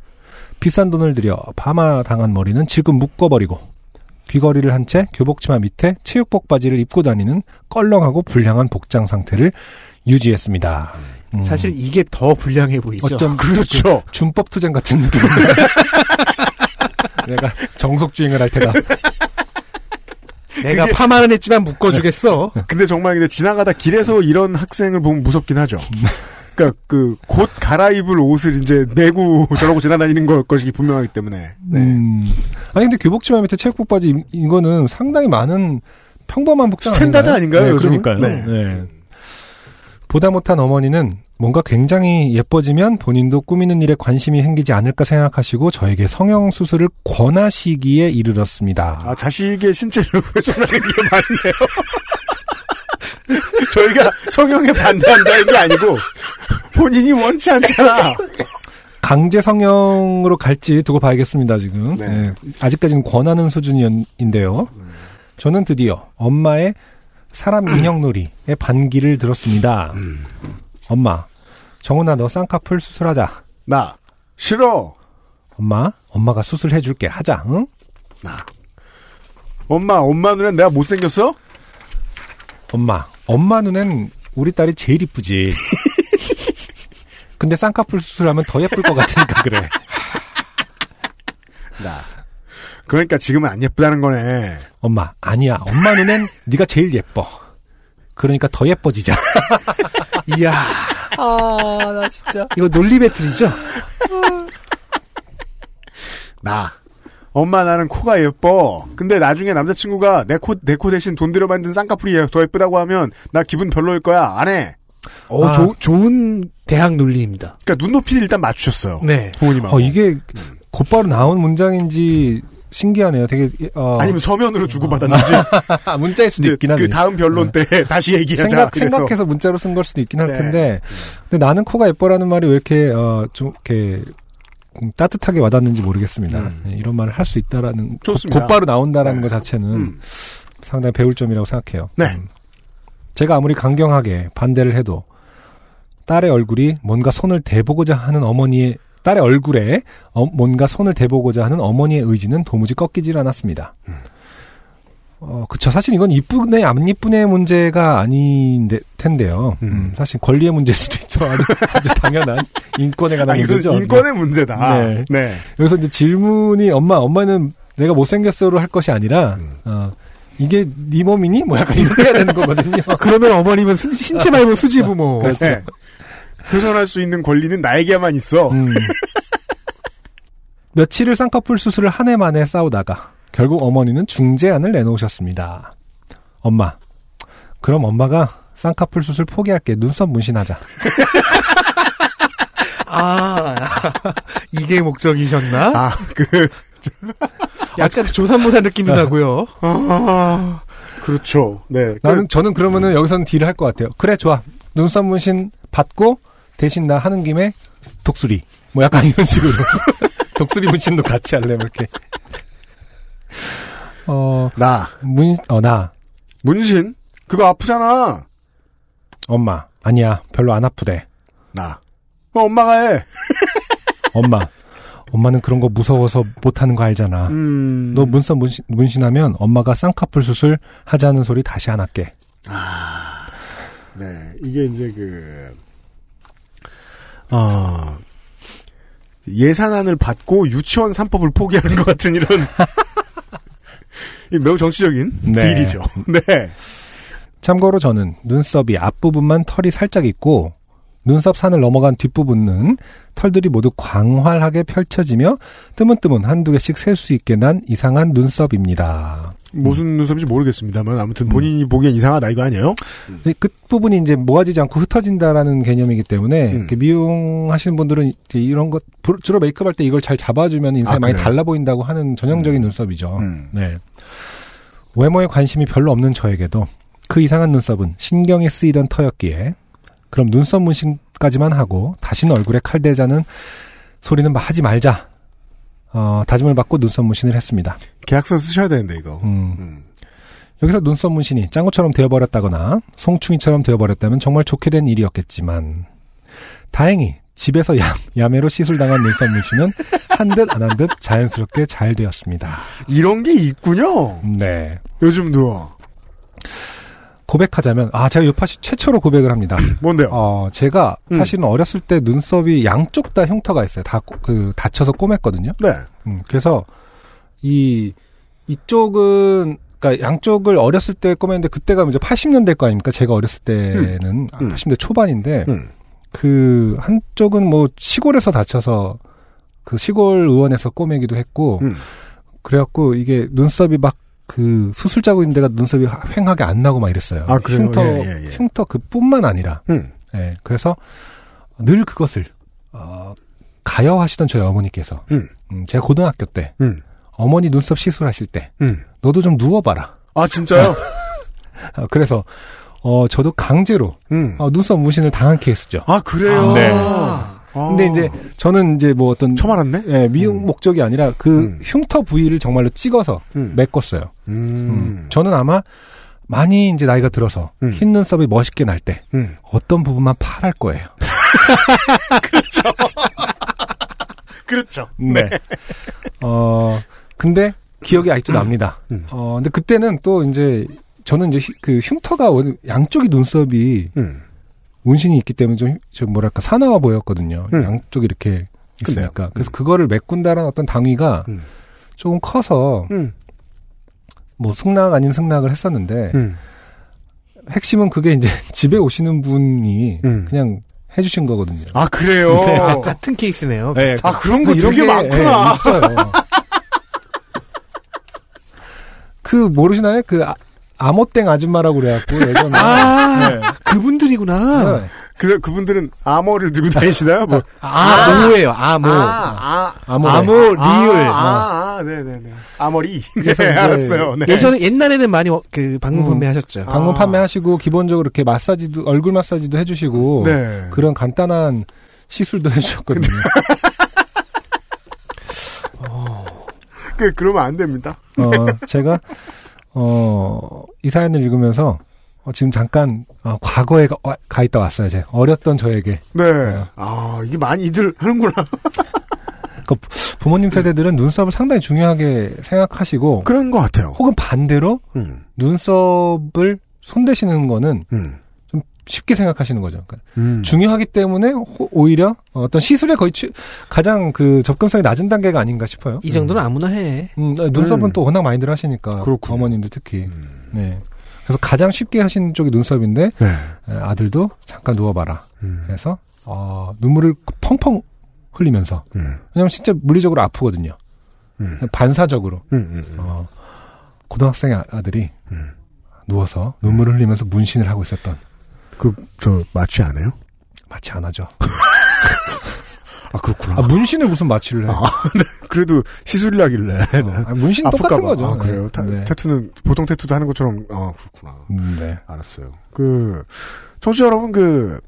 [SPEAKER 2] 비싼 돈을 들여 파마 당한 머리는 질끈 묶어버리고 귀걸이를 한 채 교복치마 밑에 체육복 바지를 입고 다니는 껄렁하고 불량한 복장 상태를 유지했습니다. 음.
[SPEAKER 4] 사실 이게 더 불량해 보이죠.
[SPEAKER 2] 어쩜
[SPEAKER 3] 그렇죠.
[SPEAKER 2] 준법 투쟁 같은 느낌. 내가 정석 주행을 할 테다.
[SPEAKER 4] 내가 파마는 했지만 묶어주겠어.
[SPEAKER 3] 근데 정말 근데 지나가다 길에서 이런 학생을 보면 무섭긴 하죠. 그러니까 그 곧 갈아입을 옷을 이제 내고 저러고 지나다니는 걸 것이 분명하기 때문에. 네.
[SPEAKER 2] 음. 아니 근데 교복치마 밑에 체육복 바지 이- 이거는 상당히 많은 평범한 복장
[SPEAKER 3] 스탠다드 아닌가요,
[SPEAKER 2] 네,
[SPEAKER 3] 요즘은?
[SPEAKER 2] 그러니까요.
[SPEAKER 3] 네.
[SPEAKER 2] 네. 보다 못한 어머니는 뭔가 굉장히 예뻐지면 본인도 꾸미는 일에 관심이 생기지 않을까 생각하시고 저에게 성형 수술을 권하시기에 이르렀습니다.
[SPEAKER 3] 아 자식의 신체를 훼손하는 게 맞네요. 저희가 성형에 반대한다는 게 아니고 본인이 원치 않잖아.
[SPEAKER 2] 강제 성형으로 갈지 두고 봐야겠습니다, 지금. 네, 아직까지는 권하는 수준인데요. 저는 드디어 엄마의 사람 인형놀이의 반기를 들었습니다. 엄마, 정훈아, 너 쌍꺼풀 수술하자.
[SPEAKER 3] 나, 싫어.
[SPEAKER 2] 엄마, 엄마가 수술해줄게. 하자, 응?
[SPEAKER 3] 엄마, 엄마 눈엔 내가 못생겼어?
[SPEAKER 2] 엄마, 엄마 눈엔 우리 딸이 제일 이쁘지. 근데 쌍꺼풀 수술하면 더 예쁠 것 같으니까 그래.
[SPEAKER 3] 나. 그러니까 지금은 안 예쁘다는 거네.
[SPEAKER 2] 엄마, 아니야. 엄마 눈엔 네가 제일 예뻐. 그러니까 더 예뻐지자.
[SPEAKER 4] 이야,
[SPEAKER 2] 아, 나 진짜.
[SPEAKER 4] 이거 논리 배틀이죠?
[SPEAKER 3] 나. 엄마 나는 코가 예뻐. 근데 나중에 남자친구가 내 코, 내 코 대신 돈 들여 만든 쌍꺼풀이 예- 더 예쁘다고 하면 나 기분 별로일 거야. 안 해.
[SPEAKER 4] 어,
[SPEAKER 2] 아.
[SPEAKER 4] 조- 좋은 대학 논리입니다.
[SPEAKER 3] 그러니까 눈높이를 일단 맞추셨어요.
[SPEAKER 4] 네.
[SPEAKER 3] 부모님하고.
[SPEAKER 2] 어, 이게 곧바로 나온 문장인지 신기하네요. 되게 어,
[SPEAKER 3] 아니면 서면으로 주고받았는지.
[SPEAKER 2] 아, 문자일 수도
[SPEAKER 3] 이제
[SPEAKER 2] 있긴 하네.
[SPEAKER 3] 그 다음 변론 때 다시 얘기하자.
[SPEAKER 2] 생각
[SPEAKER 3] 그래서.
[SPEAKER 2] 생각해서 문자로 쓴 걸 수도 있긴 할
[SPEAKER 3] 네.
[SPEAKER 2] 텐데. 근데 나는 코가 예뻐라는 말이 왜 이렇게 어, 좀 이렇게 음, 따뜻하게 와닿는지 모르겠습니다. 네, 이런 말을 할 수 있다라는
[SPEAKER 3] 음. 좋습니다.
[SPEAKER 2] 곧, 바로 나온다라는 것 자체는 상당히 배울 점이라고 생각해요.
[SPEAKER 3] 음. 네.
[SPEAKER 2] 제가 아무리 강경하게 반대를 해도 딸의 얼굴이 뭔가 손을 대보고자 하는 어머니의 딸의 얼굴에 어, 뭔가 손을 대보고자 하는 어머니의 의지는 도무지 꺾이질 않았습니다. 어, 그쵸. 사실 이건 이쁘네, 안 이쁘네의 문제가 아닌데, 텐데요. 음, 사실 권리의 문제일 수도 있죠. 아주, 아주 당연한 인권에 관한
[SPEAKER 3] 아니,
[SPEAKER 2] 문제죠.
[SPEAKER 3] 이건 인권의 문제다.
[SPEAKER 2] 그렇죠. 네.
[SPEAKER 3] 네.
[SPEAKER 2] 여기서 이제 질문이 엄마 엄마는 내가 못생겼어로 할 것이 아니라
[SPEAKER 3] 음.
[SPEAKER 2] 어, 이게 네 몸이니 뭐 약간 이렇게 해야 되는 거거든요.
[SPEAKER 4] 그러면 어머님은 수- 신체 말고 수지 부모.
[SPEAKER 3] 네. 훼손할 수 있는 권리는 나에게만
[SPEAKER 2] 음.
[SPEAKER 3] 있어.
[SPEAKER 2] 며칠을 쌍꺼풀 수술을 한 해 만에 싸우다가 결국 어머니는 중재안을 내놓으셨습니다. 엄마. 그럼 엄마가 쌍꺼풀 수술 포기할게. 눈썹 문신하자.
[SPEAKER 4] 아, 이게 목적이셨나?
[SPEAKER 3] 아, 그.
[SPEAKER 4] 약간 조산모사 느낌이 나고요.
[SPEAKER 3] 아, 그렇죠. 네.
[SPEAKER 2] 나는 저는 그러면은 여기서는 딜을 할 것 같아요. 그래 좋아. 눈썹 문신 받고 대신 나 하는 김에 독수리. 뭐 약간 이런 식으로 독수리 문신도 같이 할래 뭐 이렇게. 어,
[SPEAKER 3] 그,
[SPEAKER 2] 어나문어나
[SPEAKER 3] 문신 그거 아프잖아.
[SPEAKER 2] 엄마 아니야 별로 안 아프대.
[SPEAKER 3] 나. 어, 엄마가 해.
[SPEAKER 2] 엄마. 엄마는 그런 거 무서워서 못하는 거 알잖아.
[SPEAKER 3] 음.
[SPEAKER 2] 너 문썹 문신, 문신하면 엄마가 쌍꺼풀 수술 하자는 소리 다시 안 할게.
[SPEAKER 3] 네, 이게 이제 그, 어, 예산안을 받고 유치원 3법을 포기하는 것 같은 이런, 이 매우 정치적인
[SPEAKER 2] 네.
[SPEAKER 3] 딜이죠. 네.
[SPEAKER 2] 참고로 저는 눈썹이 앞부분만 털이 살짝 있고 눈썹 산을 넘어간 뒷부분은 털들이 모두 광활하게 펼쳐지며 뜨문뜨문 한두 개씩 셀 수 있게 난 이상한 눈썹입니다.
[SPEAKER 3] 무슨 눈썹인지 모르겠습니다만, 아무튼 본인이 보기엔 이상하다 이거 아니에요?
[SPEAKER 2] 근데 그 끝부분이 이제 모아지지 않고 흩어진다라는 개념이기
[SPEAKER 3] 음.
[SPEAKER 2] 때문에 이렇게 미용하시는 분들은 이제 이런 것 부- 주로 메이크업할 때 이걸 잘 잡아주면 인상이
[SPEAKER 3] 아,
[SPEAKER 2] 많이
[SPEAKER 3] 그래요?
[SPEAKER 2] 달라 보인다고 하는 전형적인 눈썹이죠.
[SPEAKER 3] 음.
[SPEAKER 2] 네. 외모에 관심이 별로 없는 저에게도 그 이상한 눈썹은 신경이 쓰이던 터였기에 그럼 눈썹 문신까지만 하고 다시는 얼굴에 칼 대자는 소리는 하지 말자. 어, 다짐을 받고 눈썹 문신을 했습니다.
[SPEAKER 3] 계약서 쓰셔야 되는데, 이거.
[SPEAKER 2] 음. 여기서 눈썹 문신이 짱구처럼 되어버렸다거나 송충이처럼 되어버렸다면 정말 좋게 된 일이었겠지만 다행히 집에서 야, 야매로 시술당한 눈썹 문신은 한 듯 안 한 듯 자연스럽게 잘 되었습니다.
[SPEAKER 3] 이런 게 있군요.
[SPEAKER 2] 네.
[SPEAKER 3] 요즘도.
[SPEAKER 2] 고백하자면 아 제가 요파시 최초로 고백을 합니다.
[SPEAKER 3] 뭔데요?
[SPEAKER 2] 어 제가 사실은 어렸을 때 눈썹이 양쪽 다 흉터가 있어요. 다 그 다쳐서 꼬맸거든요.
[SPEAKER 3] 네.
[SPEAKER 2] 음, 그래서 이 이쪽은 그러니까 양쪽을 어렸을 때 꼬맸는데 그때가 이제 80년대일 거 아닙니까? 제가 어렸을
[SPEAKER 3] 음.
[SPEAKER 2] 때는 80대 초반인데 그 한쪽은 뭐 시골에서 다쳐서 그 시골 의원에서 꼬매기도 했고
[SPEAKER 3] 음.
[SPEAKER 2] 그래갖고 이게 눈썹이 막 그 수술 자국 있는 데가 눈썹이 휑하게 안 나고 막 이랬어요.
[SPEAKER 3] 아, 그래요?
[SPEAKER 2] 흉터
[SPEAKER 3] 예, 예, 예.
[SPEAKER 2] 흉터 그뿐만 아니라
[SPEAKER 3] 음.
[SPEAKER 2] 예, 그래서 늘 그것을 어, 가여하시던 저희 어머니께서
[SPEAKER 3] 음.
[SPEAKER 2] 음, 제가 고등학교 때
[SPEAKER 3] 음.
[SPEAKER 2] 어머니 눈썹 시술하실 때
[SPEAKER 3] 음.
[SPEAKER 2] 너도 좀 누워봐라.
[SPEAKER 3] 아, 진짜요?
[SPEAKER 2] 아, 그래서 어, 저도 강제로
[SPEAKER 3] 네. 음.
[SPEAKER 2] 어, 눈썹 문신을 당한 케이스죠.
[SPEAKER 3] 아 그래요.
[SPEAKER 2] 네.
[SPEAKER 3] 아.
[SPEAKER 2] 근데 이제 저는 이제 뭐 어떤 처음
[SPEAKER 3] 알았네.
[SPEAKER 2] 예, 미용 목적이 아니라 그 흉터 부위를 정말로 찍어서
[SPEAKER 3] 음.
[SPEAKER 2] 메꿨어요.
[SPEAKER 3] 음.
[SPEAKER 2] 저는 아마 많이 이제 나이가 들어서 흰 눈썹이 멋있게 날 때
[SPEAKER 3] 음.
[SPEAKER 2] 어떤 부분만 파랄 거예요.
[SPEAKER 3] 그렇죠.
[SPEAKER 2] 네. 어, 근데 기억이
[SPEAKER 3] 음.
[SPEAKER 2] 아직도 납니다. 어, 근데 그때는 또 이제 저는 이제 휘- 그 흉터가 원- 양쪽이 눈썹이
[SPEAKER 3] 음.
[SPEAKER 2] 운신이 있기 때문에 좀, 휘- 좀 뭐랄까 산화가 보였거든요.
[SPEAKER 3] 음.
[SPEAKER 2] 양쪽이 이렇게
[SPEAKER 3] 그래요.
[SPEAKER 2] 있으니까. 그래서 그거를 메꾼다라는 어떤 당위가 조금 커서
[SPEAKER 3] 음.
[SPEAKER 2] 뭐 승낙 아닌 승낙을 했었는데
[SPEAKER 3] 음.
[SPEAKER 2] 핵심은 그게 이제 집에 오시는 분이 그냥 해주신 거거든요.
[SPEAKER 3] 아 그래요.
[SPEAKER 2] 네, 아,
[SPEAKER 4] 같은 케이스네요.
[SPEAKER 2] 네,
[SPEAKER 4] 비슷한.
[SPEAKER 2] 아, 그런 거 되게 예,
[SPEAKER 3] 네,
[SPEAKER 2] 많구나. 그 모르시나요? 그 아, 아모땡 아줌마라고 그래갖고 예전에
[SPEAKER 4] 아, 그분들이구나.
[SPEAKER 2] 네.
[SPEAKER 3] 그 그분들은 암호를 들고 다니시나요? 뭐.
[SPEAKER 4] 아, 모예요. 아, 모.
[SPEAKER 3] 아, 아,
[SPEAKER 4] 암호.
[SPEAKER 3] 아,
[SPEAKER 4] 리을.
[SPEAKER 3] 아, 아, 네네네. 암호리. 네,
[SPEAKER 4] 이제
[SPEAKER 3] 알았어요. 네.
[SPEAKER 4] 예전에 옛날에는 많이 어- 그 방문 판매하셨죠.
[SPEAKER 2] 방문 판매하시고 기본적으로 이렇게 마사지도 얼굴 마사지도 해주시고
[SPEAKER 3] 뭐,
[SPEAKER 4] 네.
[SPEAKER 2] 그런 간단한 시술도 해주셨거든요.
[SPEAKER 3] 그 그러면 안 됩니다.
[SPEAKER 2] 어, 제가 어, 이 사연을 읽으면서 어, 지금 잠깐 어, 과거에 가, 와- 가 있다 왔어요. 제 어렸던 저에게
[SPEAKER 3] 네. 아 이게 많이들 하는구나.
[SPEAKER 2] 그 부모님 세대들은 눈썹을 상당히 중요하게 생각하시고
[SPEAKER 3] 그런 것 같아요.
[SPEAKER 2] 혹은 반대로
[SPEAKER 3] 음.
[SPEAKER 2] 눈썹을 손대시는 거는 좀 쉽게 생각하시는 거죠. 그러니까
[SPEAKER 3] 음.
[SPEAKER 2] 중요하기 때문에 호- 오히려 어떤 시술에 거의 취- 가장 그 접근성이 낮은 단계가 아닌가 싶어요.
[SPEAKER 4] 이 정도는 아무나 해.
[SPEAKER 2] 음, 네, 눈썹은
[SPEAKER 4] 음.
[SPEAKER 2] 또 워낙 많이들 하시니까 어머님들 특히
[SPEAKER 3] 음.
[SPEAKER 2] 네. 그래서 가장 쉽게 하시는 쪽이 눈썹인데
[SPEAKER 3] 네.
[SPEAKER 2] 에, 아들도 잠깐 누워봐라.
[SPEAKER 3] 음.
[SPEAKER 2] 그래서
[SPEAKER 3] 음.
[SPEAKER 2] 어, 눈물을 펑펑 흘리면서 왜냐면 진짜 물리적으로 아프거든요. 반사적으로
[SPEAKER 3] 음,
[SPEAKER 2] 어, 고등학생 아- 아들이 누워서 눈물을 흘리면서 문신을 하고 있었던
[SPEAKER 3] 그 저 마취 안 해요?
[SPEAKER 2] 마취 안 하죠.
[SPEAKER 3] 아 그렇구나.
[SPEAKER 2] 아, 문신을 무슨 마취를 해?
[SPEAKER 3] 그래도 시술이라길래.
[SPEAKER 2] 문신 똑같은
[SPEAKER 3] 네. 아플까봐.
[SPEAKER 2] 거죠.
[SPEAKER 3] 아, 그래요.
[SPEAKER 2] 네.
[SPEAKER 3] 타-
[SPEAKER 2] 네.
[SPEAKER 3] 타투는 보통 타투도 하는 것처럼 아 그렇구나.
[SPEAKER 2] 음, 네.
[SPEAKER 3] 알았어요. 그 청취자 여러분 그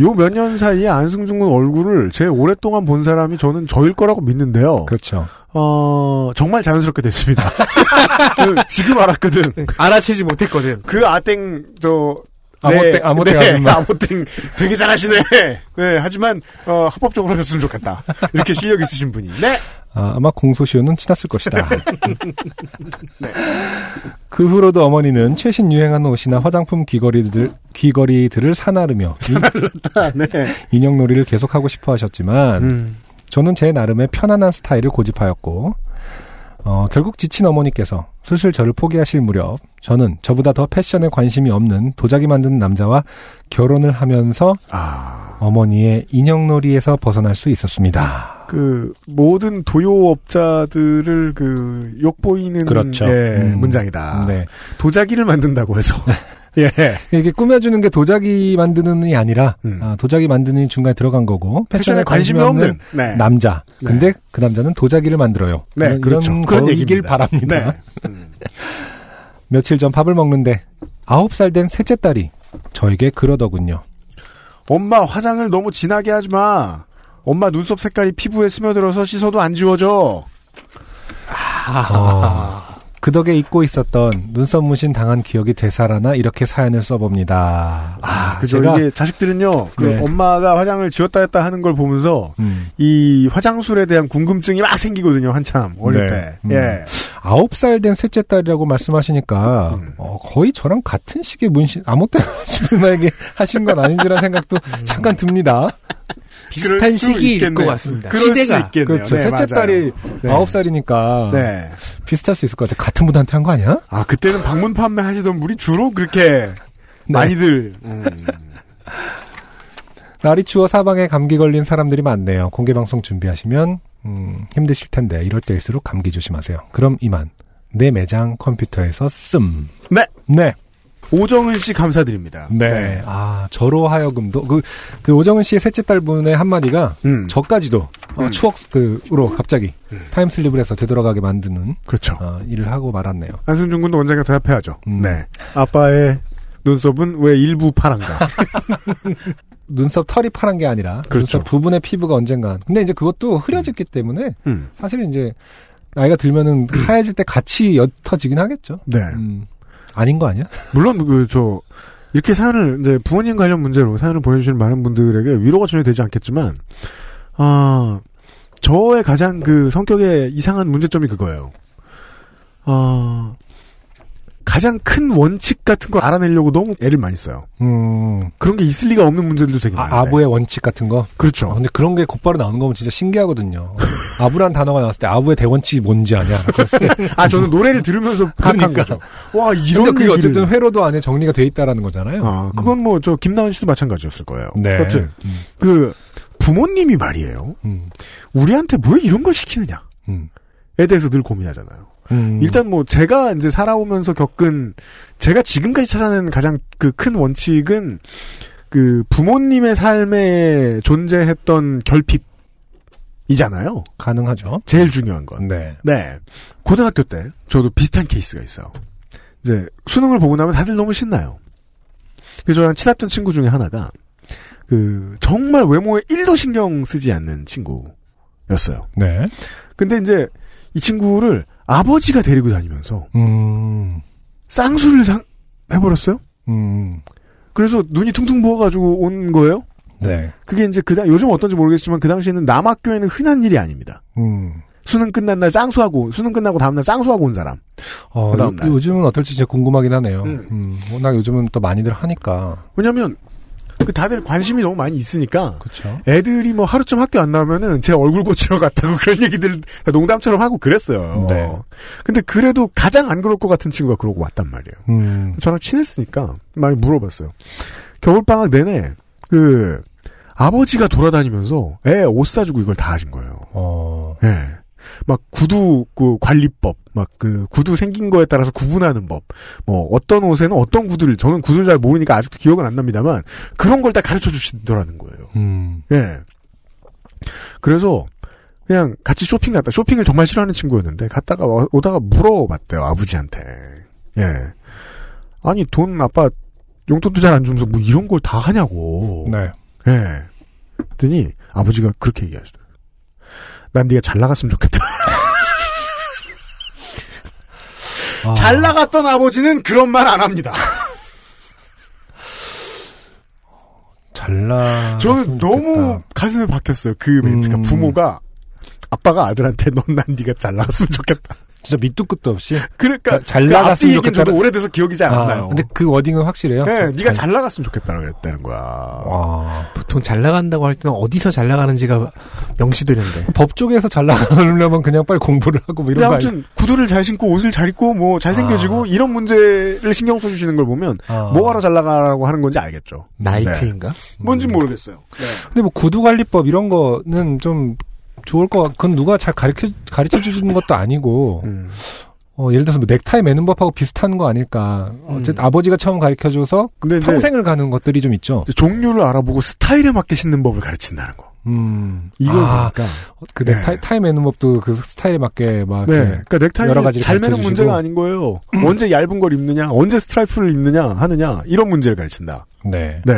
[SPEAKER 3] 요 몇 년 사이에 안승준 군 얼굴을 제 오랫동안 본 사람이 저는 저일 거라고 믿는데요.
[SPEAKER 2] 그렇죠.
[SPEAKER 3] 어 정말 자연스럽게 됐습니다. 그, 지금 음. 알았거든.
[SPEAKER 2] 네.
[SPEAKER 4] 알아채지 못했거든.
[SPEAKER 3] 그 아땡 저
[SPEAKER 2] 아모땡, 아모땡
[SPEAKER 3] 네,
[SPEAKER 2] 아줌마.
[SPEAKER 3] 아모땡 되게 잘하시네. 네, 하지만 어, 합법적으로 하셨으면 좋겠다. 이렇게 실력 있으신 분이. 네.
[SPEAKER 2] 아, 아마 공소시효는 지났을 것이다. 네. 그 후로도 어머니는 최신 유행하는 옷이나 화장품 귀걸이들, 귀걸이들을 사나르며 이- 네. 인형놀이를 계속하고 싶어 하셨지만 저는 제 나름의 편안한 스타일을 고집하였고 어, 결국 지친 어머니께서 슬슬 저를 포기하실 무렵 저는 저보다 더 패션에 관심이 없는 도자기 만드는 남자와 결혼을 하면서
[SPEAKER 3] 아.
[SPEAKER 2] 어머니의 인형놀이에서 벗어날 수 있었습니다.
[SPEAKER 3] 그 모든 도요업자들을 그 욕보이는
[SPEAKER 2] 그렇죠.
[SPEAKER 3] 예,
[SPEAKER 2] 음.
[SPEAKER 3] 문장이다.
[SPEAKER 2] 네.
[SPEAKER 3] 도자기를 만든다고 해서 예.
[SPEAKER 2] 이게 꾸며주는 게 도자기 만드는이 아니라 아, 도자기 만드는 중간에 들어간 거고 패션에,
[SPEAKER 3] 음. 패션에
[SPEAKER 2] 관심이,
[SPEAKER 3] 관심이
[SPEAKER 2] 없는
[SPEAKER 3] 없는, 네.
[SPEAKER 2] 남자. 근데 그 남자는 도자기를 만들어요.
[SPEAKER 3] 네,
[SPEAKER 2] 이런
[SPEAKER 3] 그렇죠.
[SPEAKER 2] 이런
[SPEAKER 3] 그런
[SPEAKER 2] 거이길
[SPEAKER 3] 얘기입니다. 네.
[SPEAKER 2] 바랍니다. 며칠 전 밥을 먹는데 아홉 살 된 셋째 딸이 저에게 그러더군요.
[SPEAKER 3] 엄마 화장을 너무 진하게 하지 마. 엄마 눈썹 색깔이 피부에 스며들어서 씻어도 안 지워져. 아.
[SPEAKER 2] 어, 그 덕에 잊고 있었던 눈썹 문신 당한 기억이 되살아나 이렇게 사연을 써봅니다. 아,
[SPEAKER 3] 그죠. 이게 자식들은요. 그
[SPEAKER 2] 네.
[SPEAKER 3] 엄마가 화장을 지웠다 했다 하는 걸 보면서
[SPEAKER 2] 음.
[SPEAKER 3] 이 화장술에 대한 궁금증이 막 생기거든요. 한참 어릴
[SPEAKER 2] 네.
[SPEAKER 3] 때.
[SPEAKER 2] 음.
[SPEAKER 3] 예.
[SPEAKER 2] 아홉 살 된 셋째 딸이라고 말씀하시니까 어, 거의 저랑 같은 시기의 문신 아무 때나 누나에게 하신 건 아닌지라는 생각도 잠깐 듭니다.
[SPEAKER 4] 비슷한 시기일 것 같습니다. 시대가
[SPEAKER 2] 그렇죠. 네. 셋째 딸이 아홉 살이니까
[SPEAKER 3] 네.
[SPEAKER 2] 비슷할 수 있을 것 같아. 같은 분한테 한 거 아니야?
[SPEAKER 3] 아 그때는 방문 판매 하시던 분이 주로 그렇게
[SPEAKER 2] 네.
[SPEAKER 3] 많이들
[SPEAKER 2] 날이 추워 사방에 감기 걸린 사람들이 많네요. 공개 방송 준비하시면 음, 힘드실 텐데 이럴 때일수록 감기 조심하세요. 그럼 이만 내 매장 컴퓨터에서 씀.
[SPEAKER 3] 네.
[SPEAKER 2] 네.
[SPEAKER 3] 오정은 씨 감사드립니다.
[SPEAKER 2] 네. 아, 저로 하여금도, 그, 그 오정은 씨의 셋째 딸분의 한마디가,
[SPEAKER 3] 음.
[SPEAKER 2] 음. 저까지도, 어, 추억, 그, 으로 갑자기, 타임슬립을 해서 되돌아가게 만드는. 어,
[SPEAKER 3] 그렇죠.
[SPEAKER 2] 일을 하고 말았네요.
[SPEAKER 3] 안승준 군도 언젠가 대답해야죠. 네. 아빠의 눈썹은 왜 일부 파란가?
[SPEAKER 2] 눈썹 털이 파란 게 아니라,
[SPEAKER 3] 그렇죠.
[SPEAKER 2] 눈썹 부분의 피부가 언젠간. 근데 이제 그것도 흐려졌기 때문에,
[SPEAKER 3] 음.
[SPEAKER 2] 사실은 이제, 나이가 들면은 하얘질 때 같이 옅어지긴 하겠죠. 음.
[SPEAKER 3] 네.
[SPEAKER 2] 아닌 거 아니야?
[SPEAKER 3] 물론 그 저 이렇게 사연을 이제 부모님 관련 문제로 사연을 보내주신 많은 분들에게 위로가 전혀 되지 않겠지만 아 저의 가장 그 성격의 이상한 문제점이 그거예요. 아 가장 큰 원칙 같은 걸 알아내려고 너무 애를 많이 써요.
[SPEAKER 2] 음.
[SPEAKER 3] 그런 게 있을 리가 없는 문제들도 되게 많아요.
[SPEAKER 2] 아, 부의 원칙 같은 거? 어,
[SPEAKER 3] 그렇죠.
[SPEAKER 2] 근데 그런 게 곧바로 나오는 거면 진짜 신기하거든요. 아부란 단어가 나왔을 때 아부의 대원칙이 뭔지 아냐?
[SPEAKER 3] 아, 저는 노래를 들으면서 파악한
[SPEAKER 2] 그러니까.
[SPEAKER 3] 거죠. 와, 이런
[SPEAKER 2] 근데 그게
[SPEAKER 3] 얘기를.
[SPEAKER 2] 어쨌든 회로도 안에 정리가 돼 있다라는 거잖아요.
[SPEAKER 3] 아, 그건 뭐 저 김나은 씨도 마찬가지였을 거예요.
[SPEAKER 2] 네.
[SPEAKER 3] 여튼 그 부모님이 말이에요. 우리한테 왜 이런 걸 시키느냐?
[SPEAKER 2] 음.
[SPEAKER 3] 에 대해서 늘 고민하잖아요. 일단 뭐 제가 이제 살아오면서 겪은 제가 지금까지 찾아낸 가장 그 큰 원칙은 그 부모님의 삶에 존재했던 결핍이잖아요.
[SPEAKER 2] 가능하죠.
[SPEAKER 3] 제일 중요한 건.
[SPEAKER 2] 네.
[SPEAKER 3] 네. 고등학교 때 저도 비슷한 케이스가 있어요. 이제 수능을 보고 나면 다들 너무 신나요. 그 저랑 친했던 친구 중에 하나가 그 정말 외모에 1도 신경 쓰지 않는 친구였어요.
[SPEAKER 2] 네.
[SPEAKER 3] 근데 이제 이 친구를 아버지가 데리고 다니면서
[SPEAKER 2] 음,
[SPEAKER 3] 쌍수를 상- 해버렸어요.
[SPEAKER 2] 음,
[SPEAKER 3] 그래서 눈이 퉁퉁 부어가지고 온 거예요.
[SPEAKER 2] 네.
[SPEAKER 3] 그게 이제 그다 요즘 어떤지 모르겠지만 그 당시에는 남학교에는 흔한 일이 아닙니다.
[SPEAKER 2] 음.
[SPEAKER 3] 수능 끝난 날 쌍수하고 수능 끝나고 다음날 쌍수하고 온 사람.
[SPEAKER 2] 어,
[SPEAKER 3] 그다음 네. 날.
[SPEAKER 2] 요, 즘은 어떨지 진짜 궁금하긴 하네요. 음, 워낙 요즘은 또 많이들 하니까.
[SPEAKER 3] 왜냐면 그 다들 관심이 너무 많이 있으니까
[SPEAKER 2] 그렇죠.
[SPEAKER 3] 애들이 뭐 하루쯤 학교 안 나오면은 제 얼굴 고치러 갔다고 그런 얘기들 다 농담처럼 하고 그랬어요. 근데 그래도 가장 안 그럴 것 같은 친구가 그러고 왔단 말이에요.
[SPEAKER 2] 음.
[SPEAKER 3] 저랑 친했으니까 많이 물어봤어요. 겨울방학 내내 그 아버지가 돌아다니면서 애 옷 사주고 이걸 다 하신 거예요.
[SPEAKER 2] 어.
[SPEAKER 3] 예. 막 구두 그 관리법, 막 그 구두 생긴 거에 따라서 구분하는 법, 뭐 어떤 옷에는 어떤 구두를 저는 구두를 잘 모르니까 아직도 기억은 안 납니다만 그런 걸 다 가르쳐 주시더라는 거예요.
[SPEAKER 2] 음.
[SPEAKER 3] 예. 그래서 그냥 같이 쇼핑 갔다 쇼핑을 정말 싫어하는 친구였는데 갔다가 와- 오다가 물어봤대요 아버지한테. 예. 아니 돈 아빠 용돈도 잘 안 주면서 뭐 이런 걸 다 하냐고.
[SPEAKER 2] 네.
[SPEAKER 3] 예. 그랬더니 아버지가 그렇게 얘기하시더라고요. 난 네가 잘 나갔으면 좋겠다.
[SPEAKER 2] 아.
[SPEAKER 3] 잘 나갔던 아버지는 그런 말 안 합니다.
[SPEAKER 2] 잘나.
[SPEAKER 3] 저는 너무 가슴에 박혔어요. 그 멘트가
[SPEAKER 2] 음.
[SPEAKER 3] 부모가 아빠가 아들한테 넌 난 네가 잘 나갔으면 좋겠다.
[SPEAKER 2] 진짜 밑도 끝도 없이.
[SPEAKER 3] 그러니까
[SPEAKER 2] 잘
[SPEAKER 3] 그 앞뒤
[SPEAKER 2] 나갔으면
[SPEAKER 3] 얘기는
[SPEAKER 2] 좋겠다.
[SPEAKER 3] 저도 오래돼서 기억이 잘안 나요.
[SPEAKER 2] 근데 그 워딩은 확실해요.
[SPEAKER 3] 네, 네가 잘 나갔으면 좋겠다고 그랬다는 거야.
[SPEAKER 4] 보통 잘 나간다고 할 때는 어디서 잘 나가는지가 명시되는데.
[SPEAKER 2] 법 쪽에서 잘 나가려면 그냥 빨리 공부를 하고 뭐
[SPEAKER 3] 근데
[SPEAKER 2] 이런 아. 거
[SPEAKER 3] 아무튼 구두를 잘 신고 옷을 잘 입고 뭐 잘생겨지고 이런 문제를 신경 써주시는 걸 보면 뭐하러 잘 나가라고 하는 건지 알겠죠.
[SPEAKER 2] 아. 나이트인가? 음.
[SPEAKER 3] 네. 뭔지 모르겠어요. 네.
[SPEAKER 2] 근데 뭐 구두 관리법 이런 거는 좀 좋을 것 같, 그건 누가 잘 가르쳐, 가르쳐 주는 것도 아니고, 어, 예를 들어서 뭐 넥타이 매는 법하고 비슷한 거 아닐까. 어쨌든 아버지가 처음 가르쳐 줘서
[SPEAKER 3] 근데 이제
[SPEAKER 2] 평생을 가는 것들이 좀 있죠.
[SPEAKER 3] 이제 종류를 알아보고 스타일에 맞게 신는 법을 가르친다는 거.
[SPEAKER 2] 음.
[SPEAKER 3] 이걸
[SPEAKER 2] 아,
[SPEAKER 3] 보니까.
[SPEAKER 2] 그 넥타이 타이 매는 법도 그 스타일에 맞게 막.
[SPEAKER 3] 네,
[SPEAKER 2] 이렇게
[SPEAKER 3] 그러니까 넥타이는
[SPEAKER 2] 아, 여러 가지를
[SPEAKER 3] 잘
[SPEAKER 2] 가르쳐
[SPEAKER 3] 매는
[SPEAKER 2] 주시고.
[SPEAKER 3] 문제가 아닌 거예요. 언제 얇은 걸 입느냐, 언제 스트라이프를 입느냐 하느냐 이런 문제를 가르친다.
[SPEAKER 2] 네.
[SPEAKER 3] 네,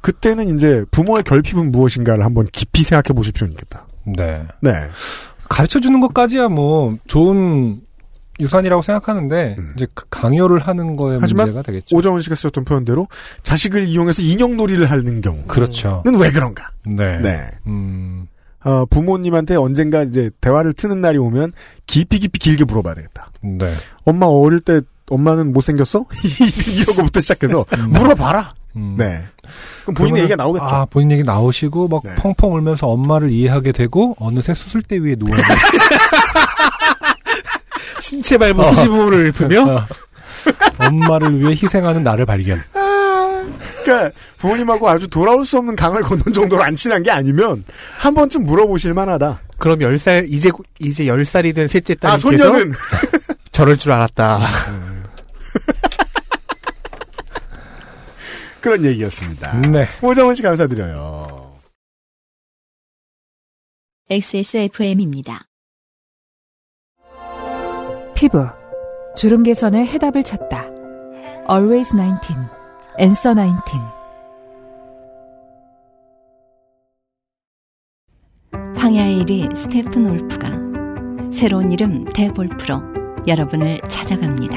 [SPEAKER 3] 그때는 이제 부모의 결핍은 무엇인가를 한번 깊이 생각해 보십시오. 좋겠다.
[SPEAKER 2] 네.
[SPEAKER 3] 네,
[SPEAKER 2] 가르쳐 주는 것까지야 뭐 좋은 유산이라고 생각하는데, 이제 그 강요를 하는 거에
[SPEAKER 3] 음. 하지만
[SPEAKER 2] 문제가 되겠죠.
[SPEAKER 3] 오정훈 씨가 쓰셨던 표현대로 자식을 이용해서 인형놀이를 하는 경우.
[SPEAKER 2] 그렇죠.
[SPEAKER 3] 는왜 그런가?
[SPEAKER 2] 네.
[SPEAKER 3] 네.
[SPEAKER 2] 음.
[SPEAKER 3] 어, 부모님한테 언젠가 이제 대화를 트는 날이 오면 깊이 깊이 길게 물어봐야 되겠다.
[SPEAKER 2] 네.
[SPEAKER 3] 엄마 어릴 때 엄마는 못생겼어? 이런 거부터 시작해서
[SPEAKER 4] 음.
[SPEAKER 3] 물어봐라.
[SPEAKER 2] 음.
[SPEAKER 3] 네. 그럼 본인
[SPEAKER 2] 그러면은-
[SPEAKER 3] 의 얘기가 나오겠죠. 네.
[SPEAKER 2] 아, 본인 얘기 나오시고 막 펑펑 울면서 엄마를 이해하게 되고 어느새 수술대 위에 누워 있는
[SPEAKER 4] 신체 발부
[SPEAKER 3] 어.
[SPEAKER 4] 수지부를
[SPEAKER 2] 입으며 엄마를 위해 희생하는 나를 발견.
[SPEAKER 3] 그러니까 부모님하고 아주 돌아올 수 없는 강을 건넌 정도로 안 친한 게 아니면 한 번쯤 물어보실 만하다.
[SPEAKER 4] 그럼 10살, 이제, 이제 10살이 된 셋째
[SPEAKER 3] 아,
[SPEAKER 4] 딸님께서.
[SPEAKER 3] 손녀는.
[SPEAKER 4] 저럴 줄 알았다.
[SPEAKER 3] 그런
[SPEAKER 4] 음.
[SPEAKER 3] 얘기였습니다.
[SPEAKER 2] 네.
[SPEAKER 3] 오정훈 씨 감사드려요.
[SPEAKER 5] XSFM입니다.
[SPEAKER 8] 피부 주름 개선의 해답을 찾다. Always 19 Answer 19
[SPEAKER 5] 황야의 1위 스테픈 올프가 새로운 이름 대볼프로 여러분을 찾아갑니다.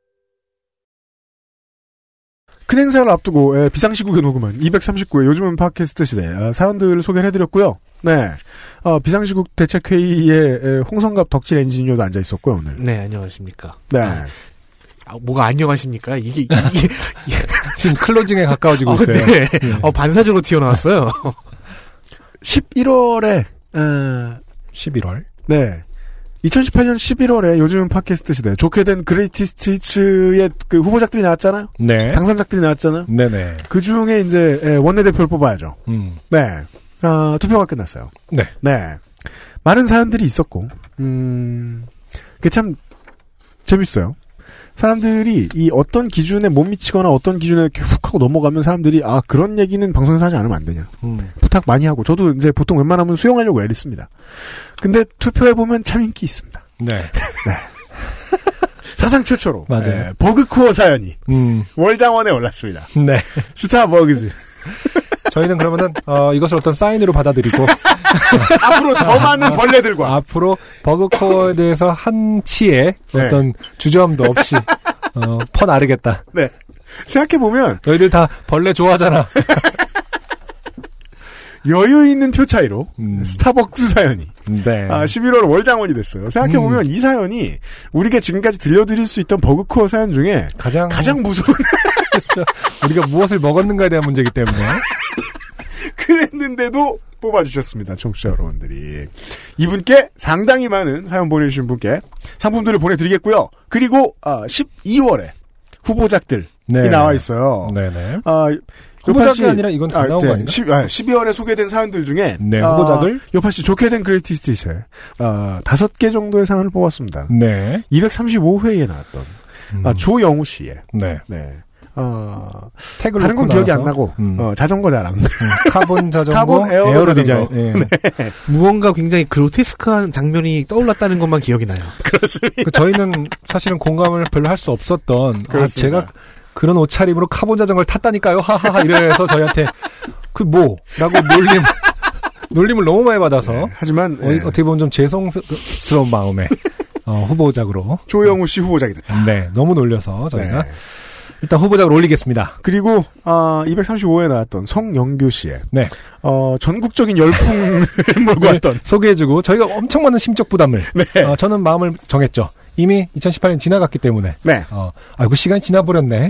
[SPEAKER 3] 큰 행사를 앞두고 예, 비상시국의 녹음은 239회 요즘은 팟캐스트 시대 아, 사연들을 소개해드렸고요. 네, 어, 비상시국 대책회의에 예, 홍성갑 덕질 엔지니어도 앉아 있었고요 오늘.
[SPEAKER 4] 네, 안녕하십니까.
[SPEAKER 3] 네,
[SPEAKER 4] 아, 뭐가 안녕하십니까? 이게, 이게,
[SPEAKER 2] 지금 클로징에 가까워지고
[SPEAKER 3] 아,
[SPEAKER 4] 어,
[SPEAKER 2] 있어요.
[SPEAKER 4] 네.
[SPEAKER 2] 예.
[SPEAKER 4] 어, 반사적으로 튀어나왔어요.
[SPEAKER 3] 11월에
[SPEAKER 2] 예. 11월.
[SPEAKER 3] 네. 2018년 11월에 요즘은 팟캐스트 시대 좋게 된 그레이티스트 히츠의 그 후보작들이 나왔잖아요.
[SPEAKER 2] 네.
[SPEAKER 3] 당선작들이 나왔잖아요.
[SPEAKER 2] 네네.
[SPEAKER 3] 그 중에 이제 예, 원내대표를 뽑아야죠.
[SPEAKER 2] 음.
[SPEAKER 3] 네. 아, 투표가 끝났어요.
[SPEAKER 2] 네.
[SPEAKER 3] 네. 많은 사연들이 있었고, 음, 그게 참 재밌어요. 사람들이 이 어떤 기준에 못 미치거나 어떤 기준에 이렇게 훅 하고 넘어가면 사람들이 아, 그런 얘기는 방송에서 하지 않으면 안 되냐.
[SPEAKER 2] 음.
[SPEAKER 3] 부탁 많이 하고, 저도 이제 보통 웬만하면 수용하려고 애를 씁니다. 근데 투표해보면 참 인기 있습니다.
[SPEAKER 2] 네.
[SPEAKER 3] 사상 최초로.
[SPEAKER 2] 맞아요.
[SPEAKER 3] 예, 버그코어 사연이.
[SPEAKER 2] 음.
[SPEAKER 3] 월장원에 올랐습니다.
[SPEAKER 2] 네.
[SPEAKER 3] 스타버그즈.
[SPEAKER 2] 저희는 그러면은 어, 이것을 어떤 사인으로 받아들이고
[SPEAKER 3] 앞으로 더
[SPEAKER 2] 아.
[SPEAKER 3] 많은 벌레들과
[SPEAKER 2] 앞으로 버그코어에 대해서 한 치의
[SPEAKER 3] 네.
[SPEAKER 2] 어떤 주저함도 없이 어, 퍼나르겠다.
[SPEAKER 3] 네. 생각해보면.
[SPEAKER 2] 너희들 다 벌레 좋아하잖아.
[SPEAKER 3] 여유 있는 표 차이로 스타벅스 사연이
[SPEAKER 2] 음. 네. 음.
[SPEAKER 3] 아, 11월 월장원이 됐어요. 생각해보면 이 사연이 우리가 지금까지 들려드릴 수 있던 버그코어 사연 중에
[SPEAKER 2] 가장,
[SPEAKER 3] 가장 무서운
[SPEAKER 2] 우리가 무엇을 먹었는가에 대한 문제이기 때문에.
[SPEAKER 3] 그랬는데도 뽑아주셨습니다. 청취자 여러분들이. 이분께 상당히 많은 사연 보내주신 분께 상품들을 보내드리겠고요. 그리고 아, 12월에 후보작들이
[SPEAKER 2] 네.
[SPEAKER 3] 나와 있어요.
[SPEAKER 2] 네네.
[SPEAKER 3] 아,
[SPEAKER 2] 후보작이
[SPEAKER 3] 요파 씨- 네.
[SPEAKER 2] 아니라 이건 다 나온 거 아닌가?
[SPEAKER 3] 10, 12월에 소개된 사연들 중에
[SPEAKER 2] 네, 후보작을?
[SPEAKER 3] 아, 요파 씨 좋게 된 그레이티스트에 아, 5개 정도의 사연을 뽑았습니다.
[SPEAKER 2] 네.
[SPEAKER 3] 235회에 나왔던
[SPEAKER 2] 음.
[SPEAKER 3] 아, 조영우 씨의
[SPEAKER 2] 네.
[SPEAKER 3] 네. 어,
[SPEAKER 2] 태그
[SPEAKER 3] 다른 건
[SPEAKER 2] 놓고
[SPEAKER 3] 기억이
[SPEAKER 2] 나서?
[SPEAKER 3] 안 나고
[SPEAKER 2] 음.
[SPEAKER 3] 어, 자전거 자랑
[SPEAKER 2] 카본 자전거,
[SPEAKER 3] 카본 에어로,
[SPEAKER 2] 에어로 디자인,
[SPEAKER 3] 자전거.
[SPEAKER 2] 예.
[SPEAKER 3] 네.
[SPEAKER 4] 무언가 굉장히 그로테스크한 장면이 떠올랐다는 것만 기억이 나요.
[SPEAKER 2] 그 저희는 사실은 공감을 별로 할 수 없었던 아,
[SPEAKER 4] 그렇습니다.
[SPEAKER 2] 제가 그런 옷차림으로 카본 자전거를 탔다니까요. 하하하 이래서 저희한테 그 뭐라고 놀림 놀림을 너무 많이 받아서
[SPEAKER 3] 하지만 예.
[SPEAKER 2] 어, 떻게 보면 좀 죄송스러운 마음에 어, 후보작으로
[SPEAKER 3] 조영우 씨 후보작이 됐다.
[SPEAKER 2] 네, 너무 놀려서 저희가
[SPEAKER 3] 네.
[SPEAKER 2] 일단 후보작을 올리겠습니다.
[SPEAKER 3] 그리고 아, 235회 나왔던 성영규 씨의
[SPEAKER 2] 네.
[SPEAKER 3] 어, 전국적인 열풍을 몰고 왔던
[SPEAKER 2] 소개해주고 저희가 엄청 많은 심적 부담을 어, 저는 마음을 정했죠. 이미 2018년 지나갔기 때문에
[SPEAKER 3] 네.
[SPEAKER 2] 어, 아이고 시간이 지나버렸네.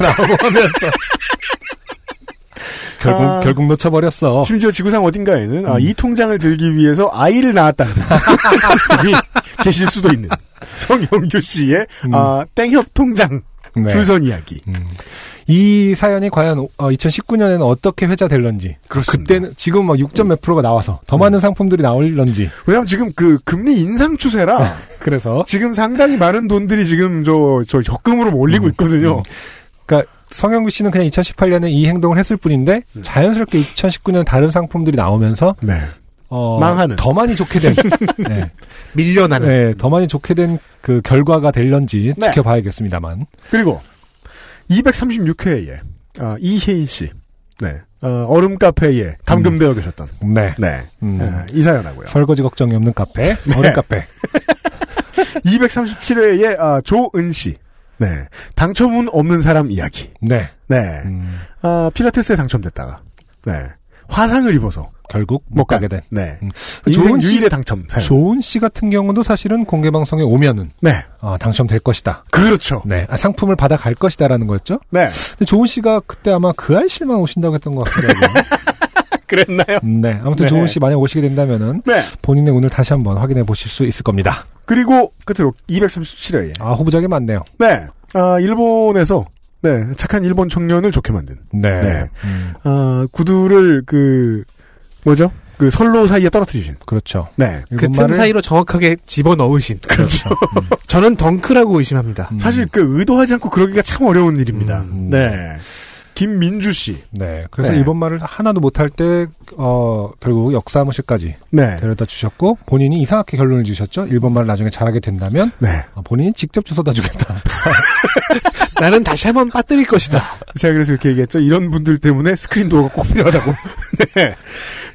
[SPEAKER 2] 라고 하면서 결국
[SPEAKER 3] 아.
[SPEAKER 2] 결국 놓쳐버렸어.
[SPEAKER 3] 심지어 지구상 어딘가에는 아, 이 통장을 들기 위해서 아이를 낳았다는 분이 계실 수도 있는 성영규 씨의 아, 땡협 통장
[SPEAKER 2] 음. 네.
[SPEAKER 3] 줄선 이야기.
[SPEAKER 2] 이 사연이 과연 2019년에는 어떻게 회자될런지 그때는 지금 막 6점 몇 프로가 나와서 더 많은 상품들이 나올런지
[SPEAKER 3] 왜냐하면 지금 그 금리 인상 추세라
[SPEAKER 2] 네. 그래서
[SPEAKER 3] 지금 상당히 많은 돈들이 지금 저, 저 적금으로 몰리고
[SPEAKER 2] 음.
[SPEAKER 3] 있거든요.
[SPEAKER 2] 그러니까 성영규 씨는 그냥 2018년에 이 행동을 했을 뿐인데 자연스럽게 2019년 다른 상품들이 나오면서 어,
[SPEAKER 4] 망하는.
[SPEAKER 2] 더 많이 좋게 된 네.
[SPEAKER 4] 밀려나는.
[SPEAKER 2] 네, 더 많이 좋게 된 그 결과가 될런지
[SPEAKER 3] 네.
[SPEAKER 2] 지켜봐야겠습니다만.
[SPEAKER 3] 그리고 236회에 아, 이혜인 씨, 네 어, 름 카페에 감금되어 계셨던
[SPEAKER 2] 네.
[SPEAKER 3] 네.
[SPEAKER 2] 음.
[SPEAKER 3] 아, 이 사연하고요.
[SPEAKER 2] 설거지 걱정이 없는 카페, 어른 카페. 네.
[SPEAKER 3] 237회에 아, 조은 씨, 네 당첨운 없는 사람 이야기,
[SPEAKER 2] 네.
[SPEAKER 3] 네 아, 피라테스에 당첨됐다가 네 화상을 입어서
[SPEAKER 2] 결국 못 가게 된.
[SPEAKER 3] 네
[SPEAKER 2] 음. 조은
[SPEAKER 3] 인생
[SPEAKER 2] 씨-
[SPEAKER 3] 유일의 당첨 사연.
[SPEAKER 2] 조은 씨 같은 경우도 사실은 공개 방송에 오면은
[SPEAKER 3] 네.
[SPEAKER 2] 어, 당첨될 것이다.
[SPEAKER 3] 그렇죠.
[SPEAKER 2] 네. 아, 상품을 받아갈 것이다라는 거였죠?
[SPEAKER 3] 네.
[SPEAKER 2] 근데 조은 씨가 그때 아마 그 아이실만 오신다고 했던 것 같더라고요.
[SPEAKER 3] 그랬나요?
[SPEAKER 2] 네. 아무튼
[SPEAKER 3] 네.
[SPEAKER 2] 조은 씨 만약 오시게 된다면은 본인의 운을 다시 한번 확인해 보실 수 있을 겁니다.
[SPEAKER 3] 그리고 끝으로 237회에
[SPEAKER 2] 아, 후보작이 많네요.
[SPEAKER 3] 네 아, 일본에서 네 착한 일본 청년을 좋게 만든
[SPEAKER 2] 네.
[SPEAKER 3] 네. 아, 구두를 그 뭐죠? 그 선로 사이에 떨어뜨리신.
[SPEAKER 2] 그렇죠.
[SPEAKER 3] 네.
[SPEAKER 4] 그 틈 사이로 정확하게 집어 넣으신. 그렇죠. 저는 덩크라고 의심합니다.
[SPEAKER 3] 사실 그 의도하지 않고 그러기가 참 어려운 일입니다. 네. 김민주 씨.
[SPEAKER 2] 네. 그래서
[SPEAKER 3] 네.
[SPEAKER 2] 이번 말을 하나도 못할 때, 어, 결국 역사무실까지
[SPEAKER 3] 네.
[SPEAKER 2] 데려다 주셨고, 본인이 이상하게 결론을 주셨죠? 일본 말을 나중에 잘하게 된다면,
[SPEAKER 3] 네.
[SPEAKER 2] 어, 본인이 직접 주워다 주겠다.
[SPEAKER 4] 나는 다시 한번 빠뜨릴 것이다.
[SPEAKER 3] 제가 그래서 이렇게 얘기했죠. 이런 분들 때문에 스크린 도어가 꼭 필요하다고. 네.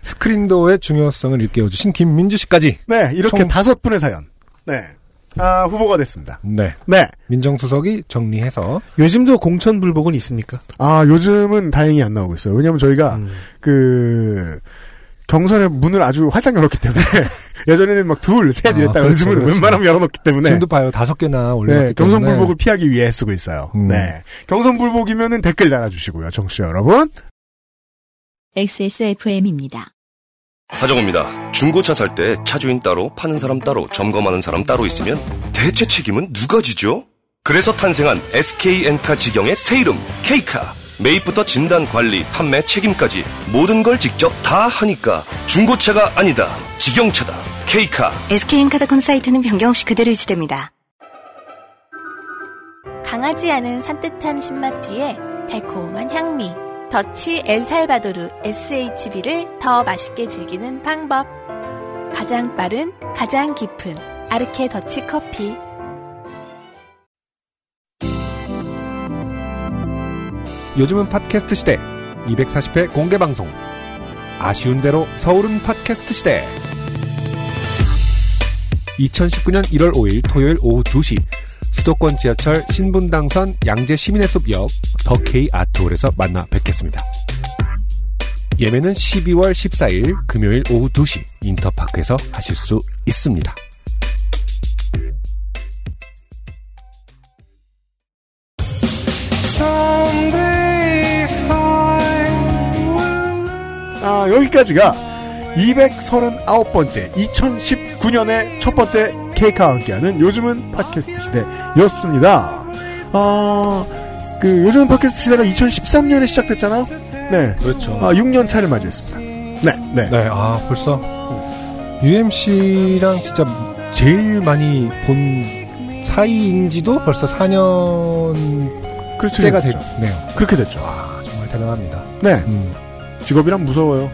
[SPEAKER 2] 스크린도어의 중요성을 일깨워주신 김민주 씨까지.
[SPEAKER 3] 네. 이렇게
[SPEAKER 2] 총-
[SPEAKER 3] 다섯 분의 사연. 네. 아, 후보가 됐습니다.
[SPEAKER 2] 네.
[SPEAKER 3] 네.
[SPEAKER 2] 민정수석이 정리해서.
[SPEAKER 4] 요즘도 공천불복은 있습니까? 음.
[SPEAKER 3] 아, 요즘은 다행히 안 나오고 있어요. 왜냐면 하
[SPEAKER 4] 아.
[SPEAKER 3] 저희가 그 경선의 문을 아주 활짝 열었기 때문에 예전에는 막 둘, 셋
[SPEAKER 2] 아,
[SPEAKER 3] 이랬다가
[SPEAKER 2] 그렇죠,
[SPEAKER 3] 요즘은
[SPEAKER 2] 그렇죠.
[SPEAKER 3] 웬만하면 열어놓기 때문에
[SPEAKER 2] 지금도 봐요. 다섯 개나 올려놨기
[SPEAKER 3] 네, 경선
[SPEAKER 2] 때문에.
[SPEAKER 3] 불복을 피하기 위해 쓰고 있어요.
[SPEAKER 2] 음.
[SPEAKER 3] 네. 경선 불복이면은 댓글 달아주시고요, 정씨 여러분.
[SPEAKER 1] XSFM입니다.
[SPEAKER 12] 하정우입니다. 중고차 살 때 차주인 따로 파는 사람 따로 점검하는 사람 따로 있으면 대체 책임은 누가 지죠? 그래서 탄생한 SK엔카 직영의 새 이름 K카. 매입부터 진단 관리, 판매 책임까지 모든 걸 직접 다 하니까 중고차가 아니다. 직영차다. K카.
[SPEAKER 15] SK엔카닷컴 사이트는 변경 없이 그대로 유지됩니다.
[SPEAKER 6] 강하지 않은 산뜻한 신맛 뒤에 달콤한 향미. 더치 엘살바도르 SHB를 더 맛있게 즐기는 방법. 가장 빠른, 가장 깊은 아르케 더치 커피.
[SPEAKER 2] 요즘은 팟캐스트 시대. 240회 공개 방송. 아쉬운 대로 서울은 팟캐스트 시대. 2019년 1월 5일 토요일 오후 2시 수도권 지하철 신분당선 양재 시민의 숲역 더케이 아트홀에서 만나 뵙겠습니다. 예매는 12월 14일 금요일 오후 2시 인터파크에서 하실 수 있습니다.
[SPEAKER 3] 아, 여기까지가 239번째 2019년의 첫 번째 케이크와 함께하는 요즘은 팟캐스트 시대였습니다. 아, 그 요즘은 팟캐스트 시대가 2013년에 시작됐잖아요. 네.
[SPEAKER 2] 그렇죠.
[SPEAKER 3] 아, 6년 차를 맞이했습니다. 네, 네.
[SPEAKER 2] 네, 아, 벌써 UMC랑 진짜 제일 많이 본 사이인지도 벌써 4년
[SPEAKER 3] 그렇죠.
[SPEAKER 2] 째가
[SPEAKER 3] 그렇죠.
[SPEAKER 2] 됐네요.
[SPEAKER 3] 그렇게 됐죠.
[SPEAKER 2] 아, 정말 대단합니다.
[SPEAKER 3] 네.
[SPEAKER 2] 음.
[SPEAKER 3] 직업이란 무서워요.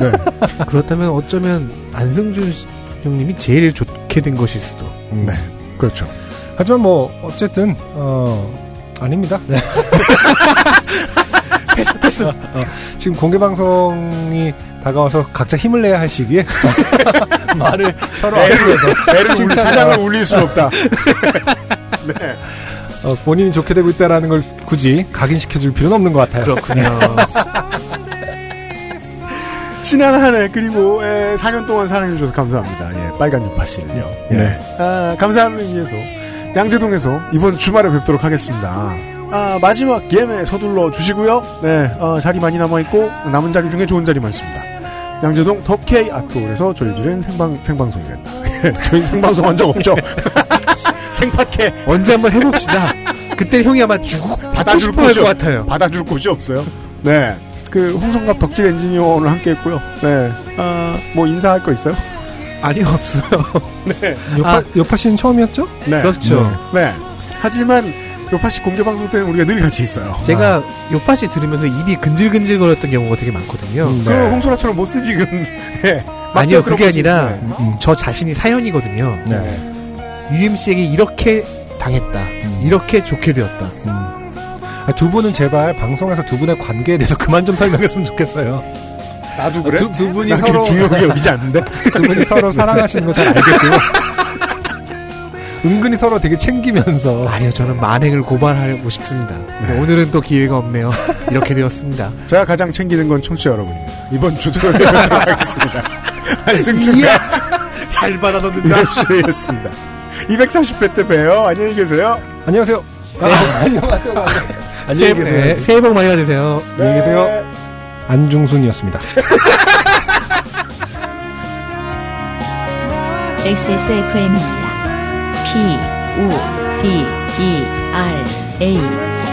[SPEAKER 3] 네.
[SPEAKER 4] 그렇다면 어쩌면 안승준 씨- 형님이 제일 좋게 된 것일 수도.
[SPEAKER 3] 네. 그렇죠.
[SPEAKER 2] 하지만 뭐 어쨌든 어 아닙니다. 네. 패스 패스. 지금 공개 방송이 다가와서 각자 힘을 내야 할 시기에 네. 말을 서로 안 해서
[SPEAKER 3] 배를 울리- 사장을 울릴 순 없다. 네.
[SPEAKER 2] 어, 본인이 좋게 되고 있다라는 걸 굳이 각인시켜줄 필요는 없는 것 같아요. 그렇군요.
[SPEAKER 3] 지난 한 해 그리고 에, 4년 동안 사랑해주셔서 감사합니다. 예, 빨간 유파 씨는요. 예.
[SPEAKER 2] 네.
[SPEAKER 3] 아, 감사하는 의미에서 양재동에서 이번 주말에 뵙도록 하겠습니다. 아, 마지막 예매 서둘러 주시고요. 네, 어, 자리 많이 남아있고 남은 자리 중에 좋은 자리 많습니다. 양재동 덕케이 아트홀에서 저희들은 생방, 생방송이란다. 저희 생방송 한 적 없죠? 생파케.
[SPEAKER 4] 언제 한번 해봅시다. 그때 형이 아마 주고 받고
[SPEAKER 3] 받아줄
[SPEAKER 4] 싶어 할
[SPEAKER 3] 곳이
[SPEAKER 4] 것
[SPEAKER 3] 없-
[SPEAKER 4] 같아요.
[SPEAKER 3] 받아줄 곳이 없어요. 네. 그 홍성갑 덕질 엔지니어 오늘 함께 했고요. 네. 아, 뭐 인사할 거 있어요?
[SPEAKER 4] 아니 없어요.
[SPEAKER 3] 네.
[SPEAKER 2] 요파, 아, 요파 씨는 처음이었죠?
[SPEAKER 3] 네.
[SPEAKER 4] 그렇죠.
[SPEAKER 3] 네. 하지만 요파씨 공개 방송 때는 우리가 늘 같이 있어요.
[SPEAKER 4] 제가
[SPEAKER 3] 아.
[SPEAKER 4] 요파씨 들으면서 입이 근질근질 거렸던 경우가 되게 많거든요.
[SPEAKER 2] 네.
[SPEAKER 3] 그 홍소라처럼 못 쓰지 금 네.
[SPEAKER 4] 아니요, 그게 아니라
[SPEAKER 2] 음,
[SPEAKER 4] 저 자신이 사연이거든요.
[SPEAKER 2] 네.
[SPEAKER 4] UMC에게 이렇게 당했다.
[SPEAKER 3] 음.
[SPEAKER 4] 이렇게 좋게 되었다.
[SPEAKER 2] 아, 두 분은 제발 방송에서 두 분의 관계에 대해서 그만 좀 설명했으면 좋겠어요.
[SPEAKER 3] 나도
[SPEAKER 2] 그래? 아, 두, 두 분이
[SPEAKER 3] 나 그게
[SPEAKER 2] 서로
[SPEAKER 3] 중요하게 여기지 않는데?
[SPEAKER 2] 두 분이 서로 사랑하시는 거 잘 알겠고요. 은근히 서로 되게 챙기면서
[SPEAKER 4] 아니요, 저는 만행을 고발하고 싶습니다. 근데
[SPEAKER 3] 네.
[SPEAKER 4] 오늘은 또 기회가 없네요. 이렇게 되었습니다.
[SPEAKER 3] 제가 가장 챙기는 건 청취자 여러분입니다. 이번 주도 여기도록 하겠습니다. 안승준과 잘 받아놓는다. 시였습니다 230회 때 봬요. 안녕히 계세요.
[SPEAKER 2] 안녕하세요. 안녕하세요. 안녕히 계세요.
[SPEAKER 4] 새해, 새해 복 많이 받으세요.
[SPEAKER 2] 안녕히
[SPEAKER 3] 네.
[SPEAKER 2] 계세요. 안중순이었습니다.
[SPEAKER 1] XSFM입니다. P, O, D, E, R, A.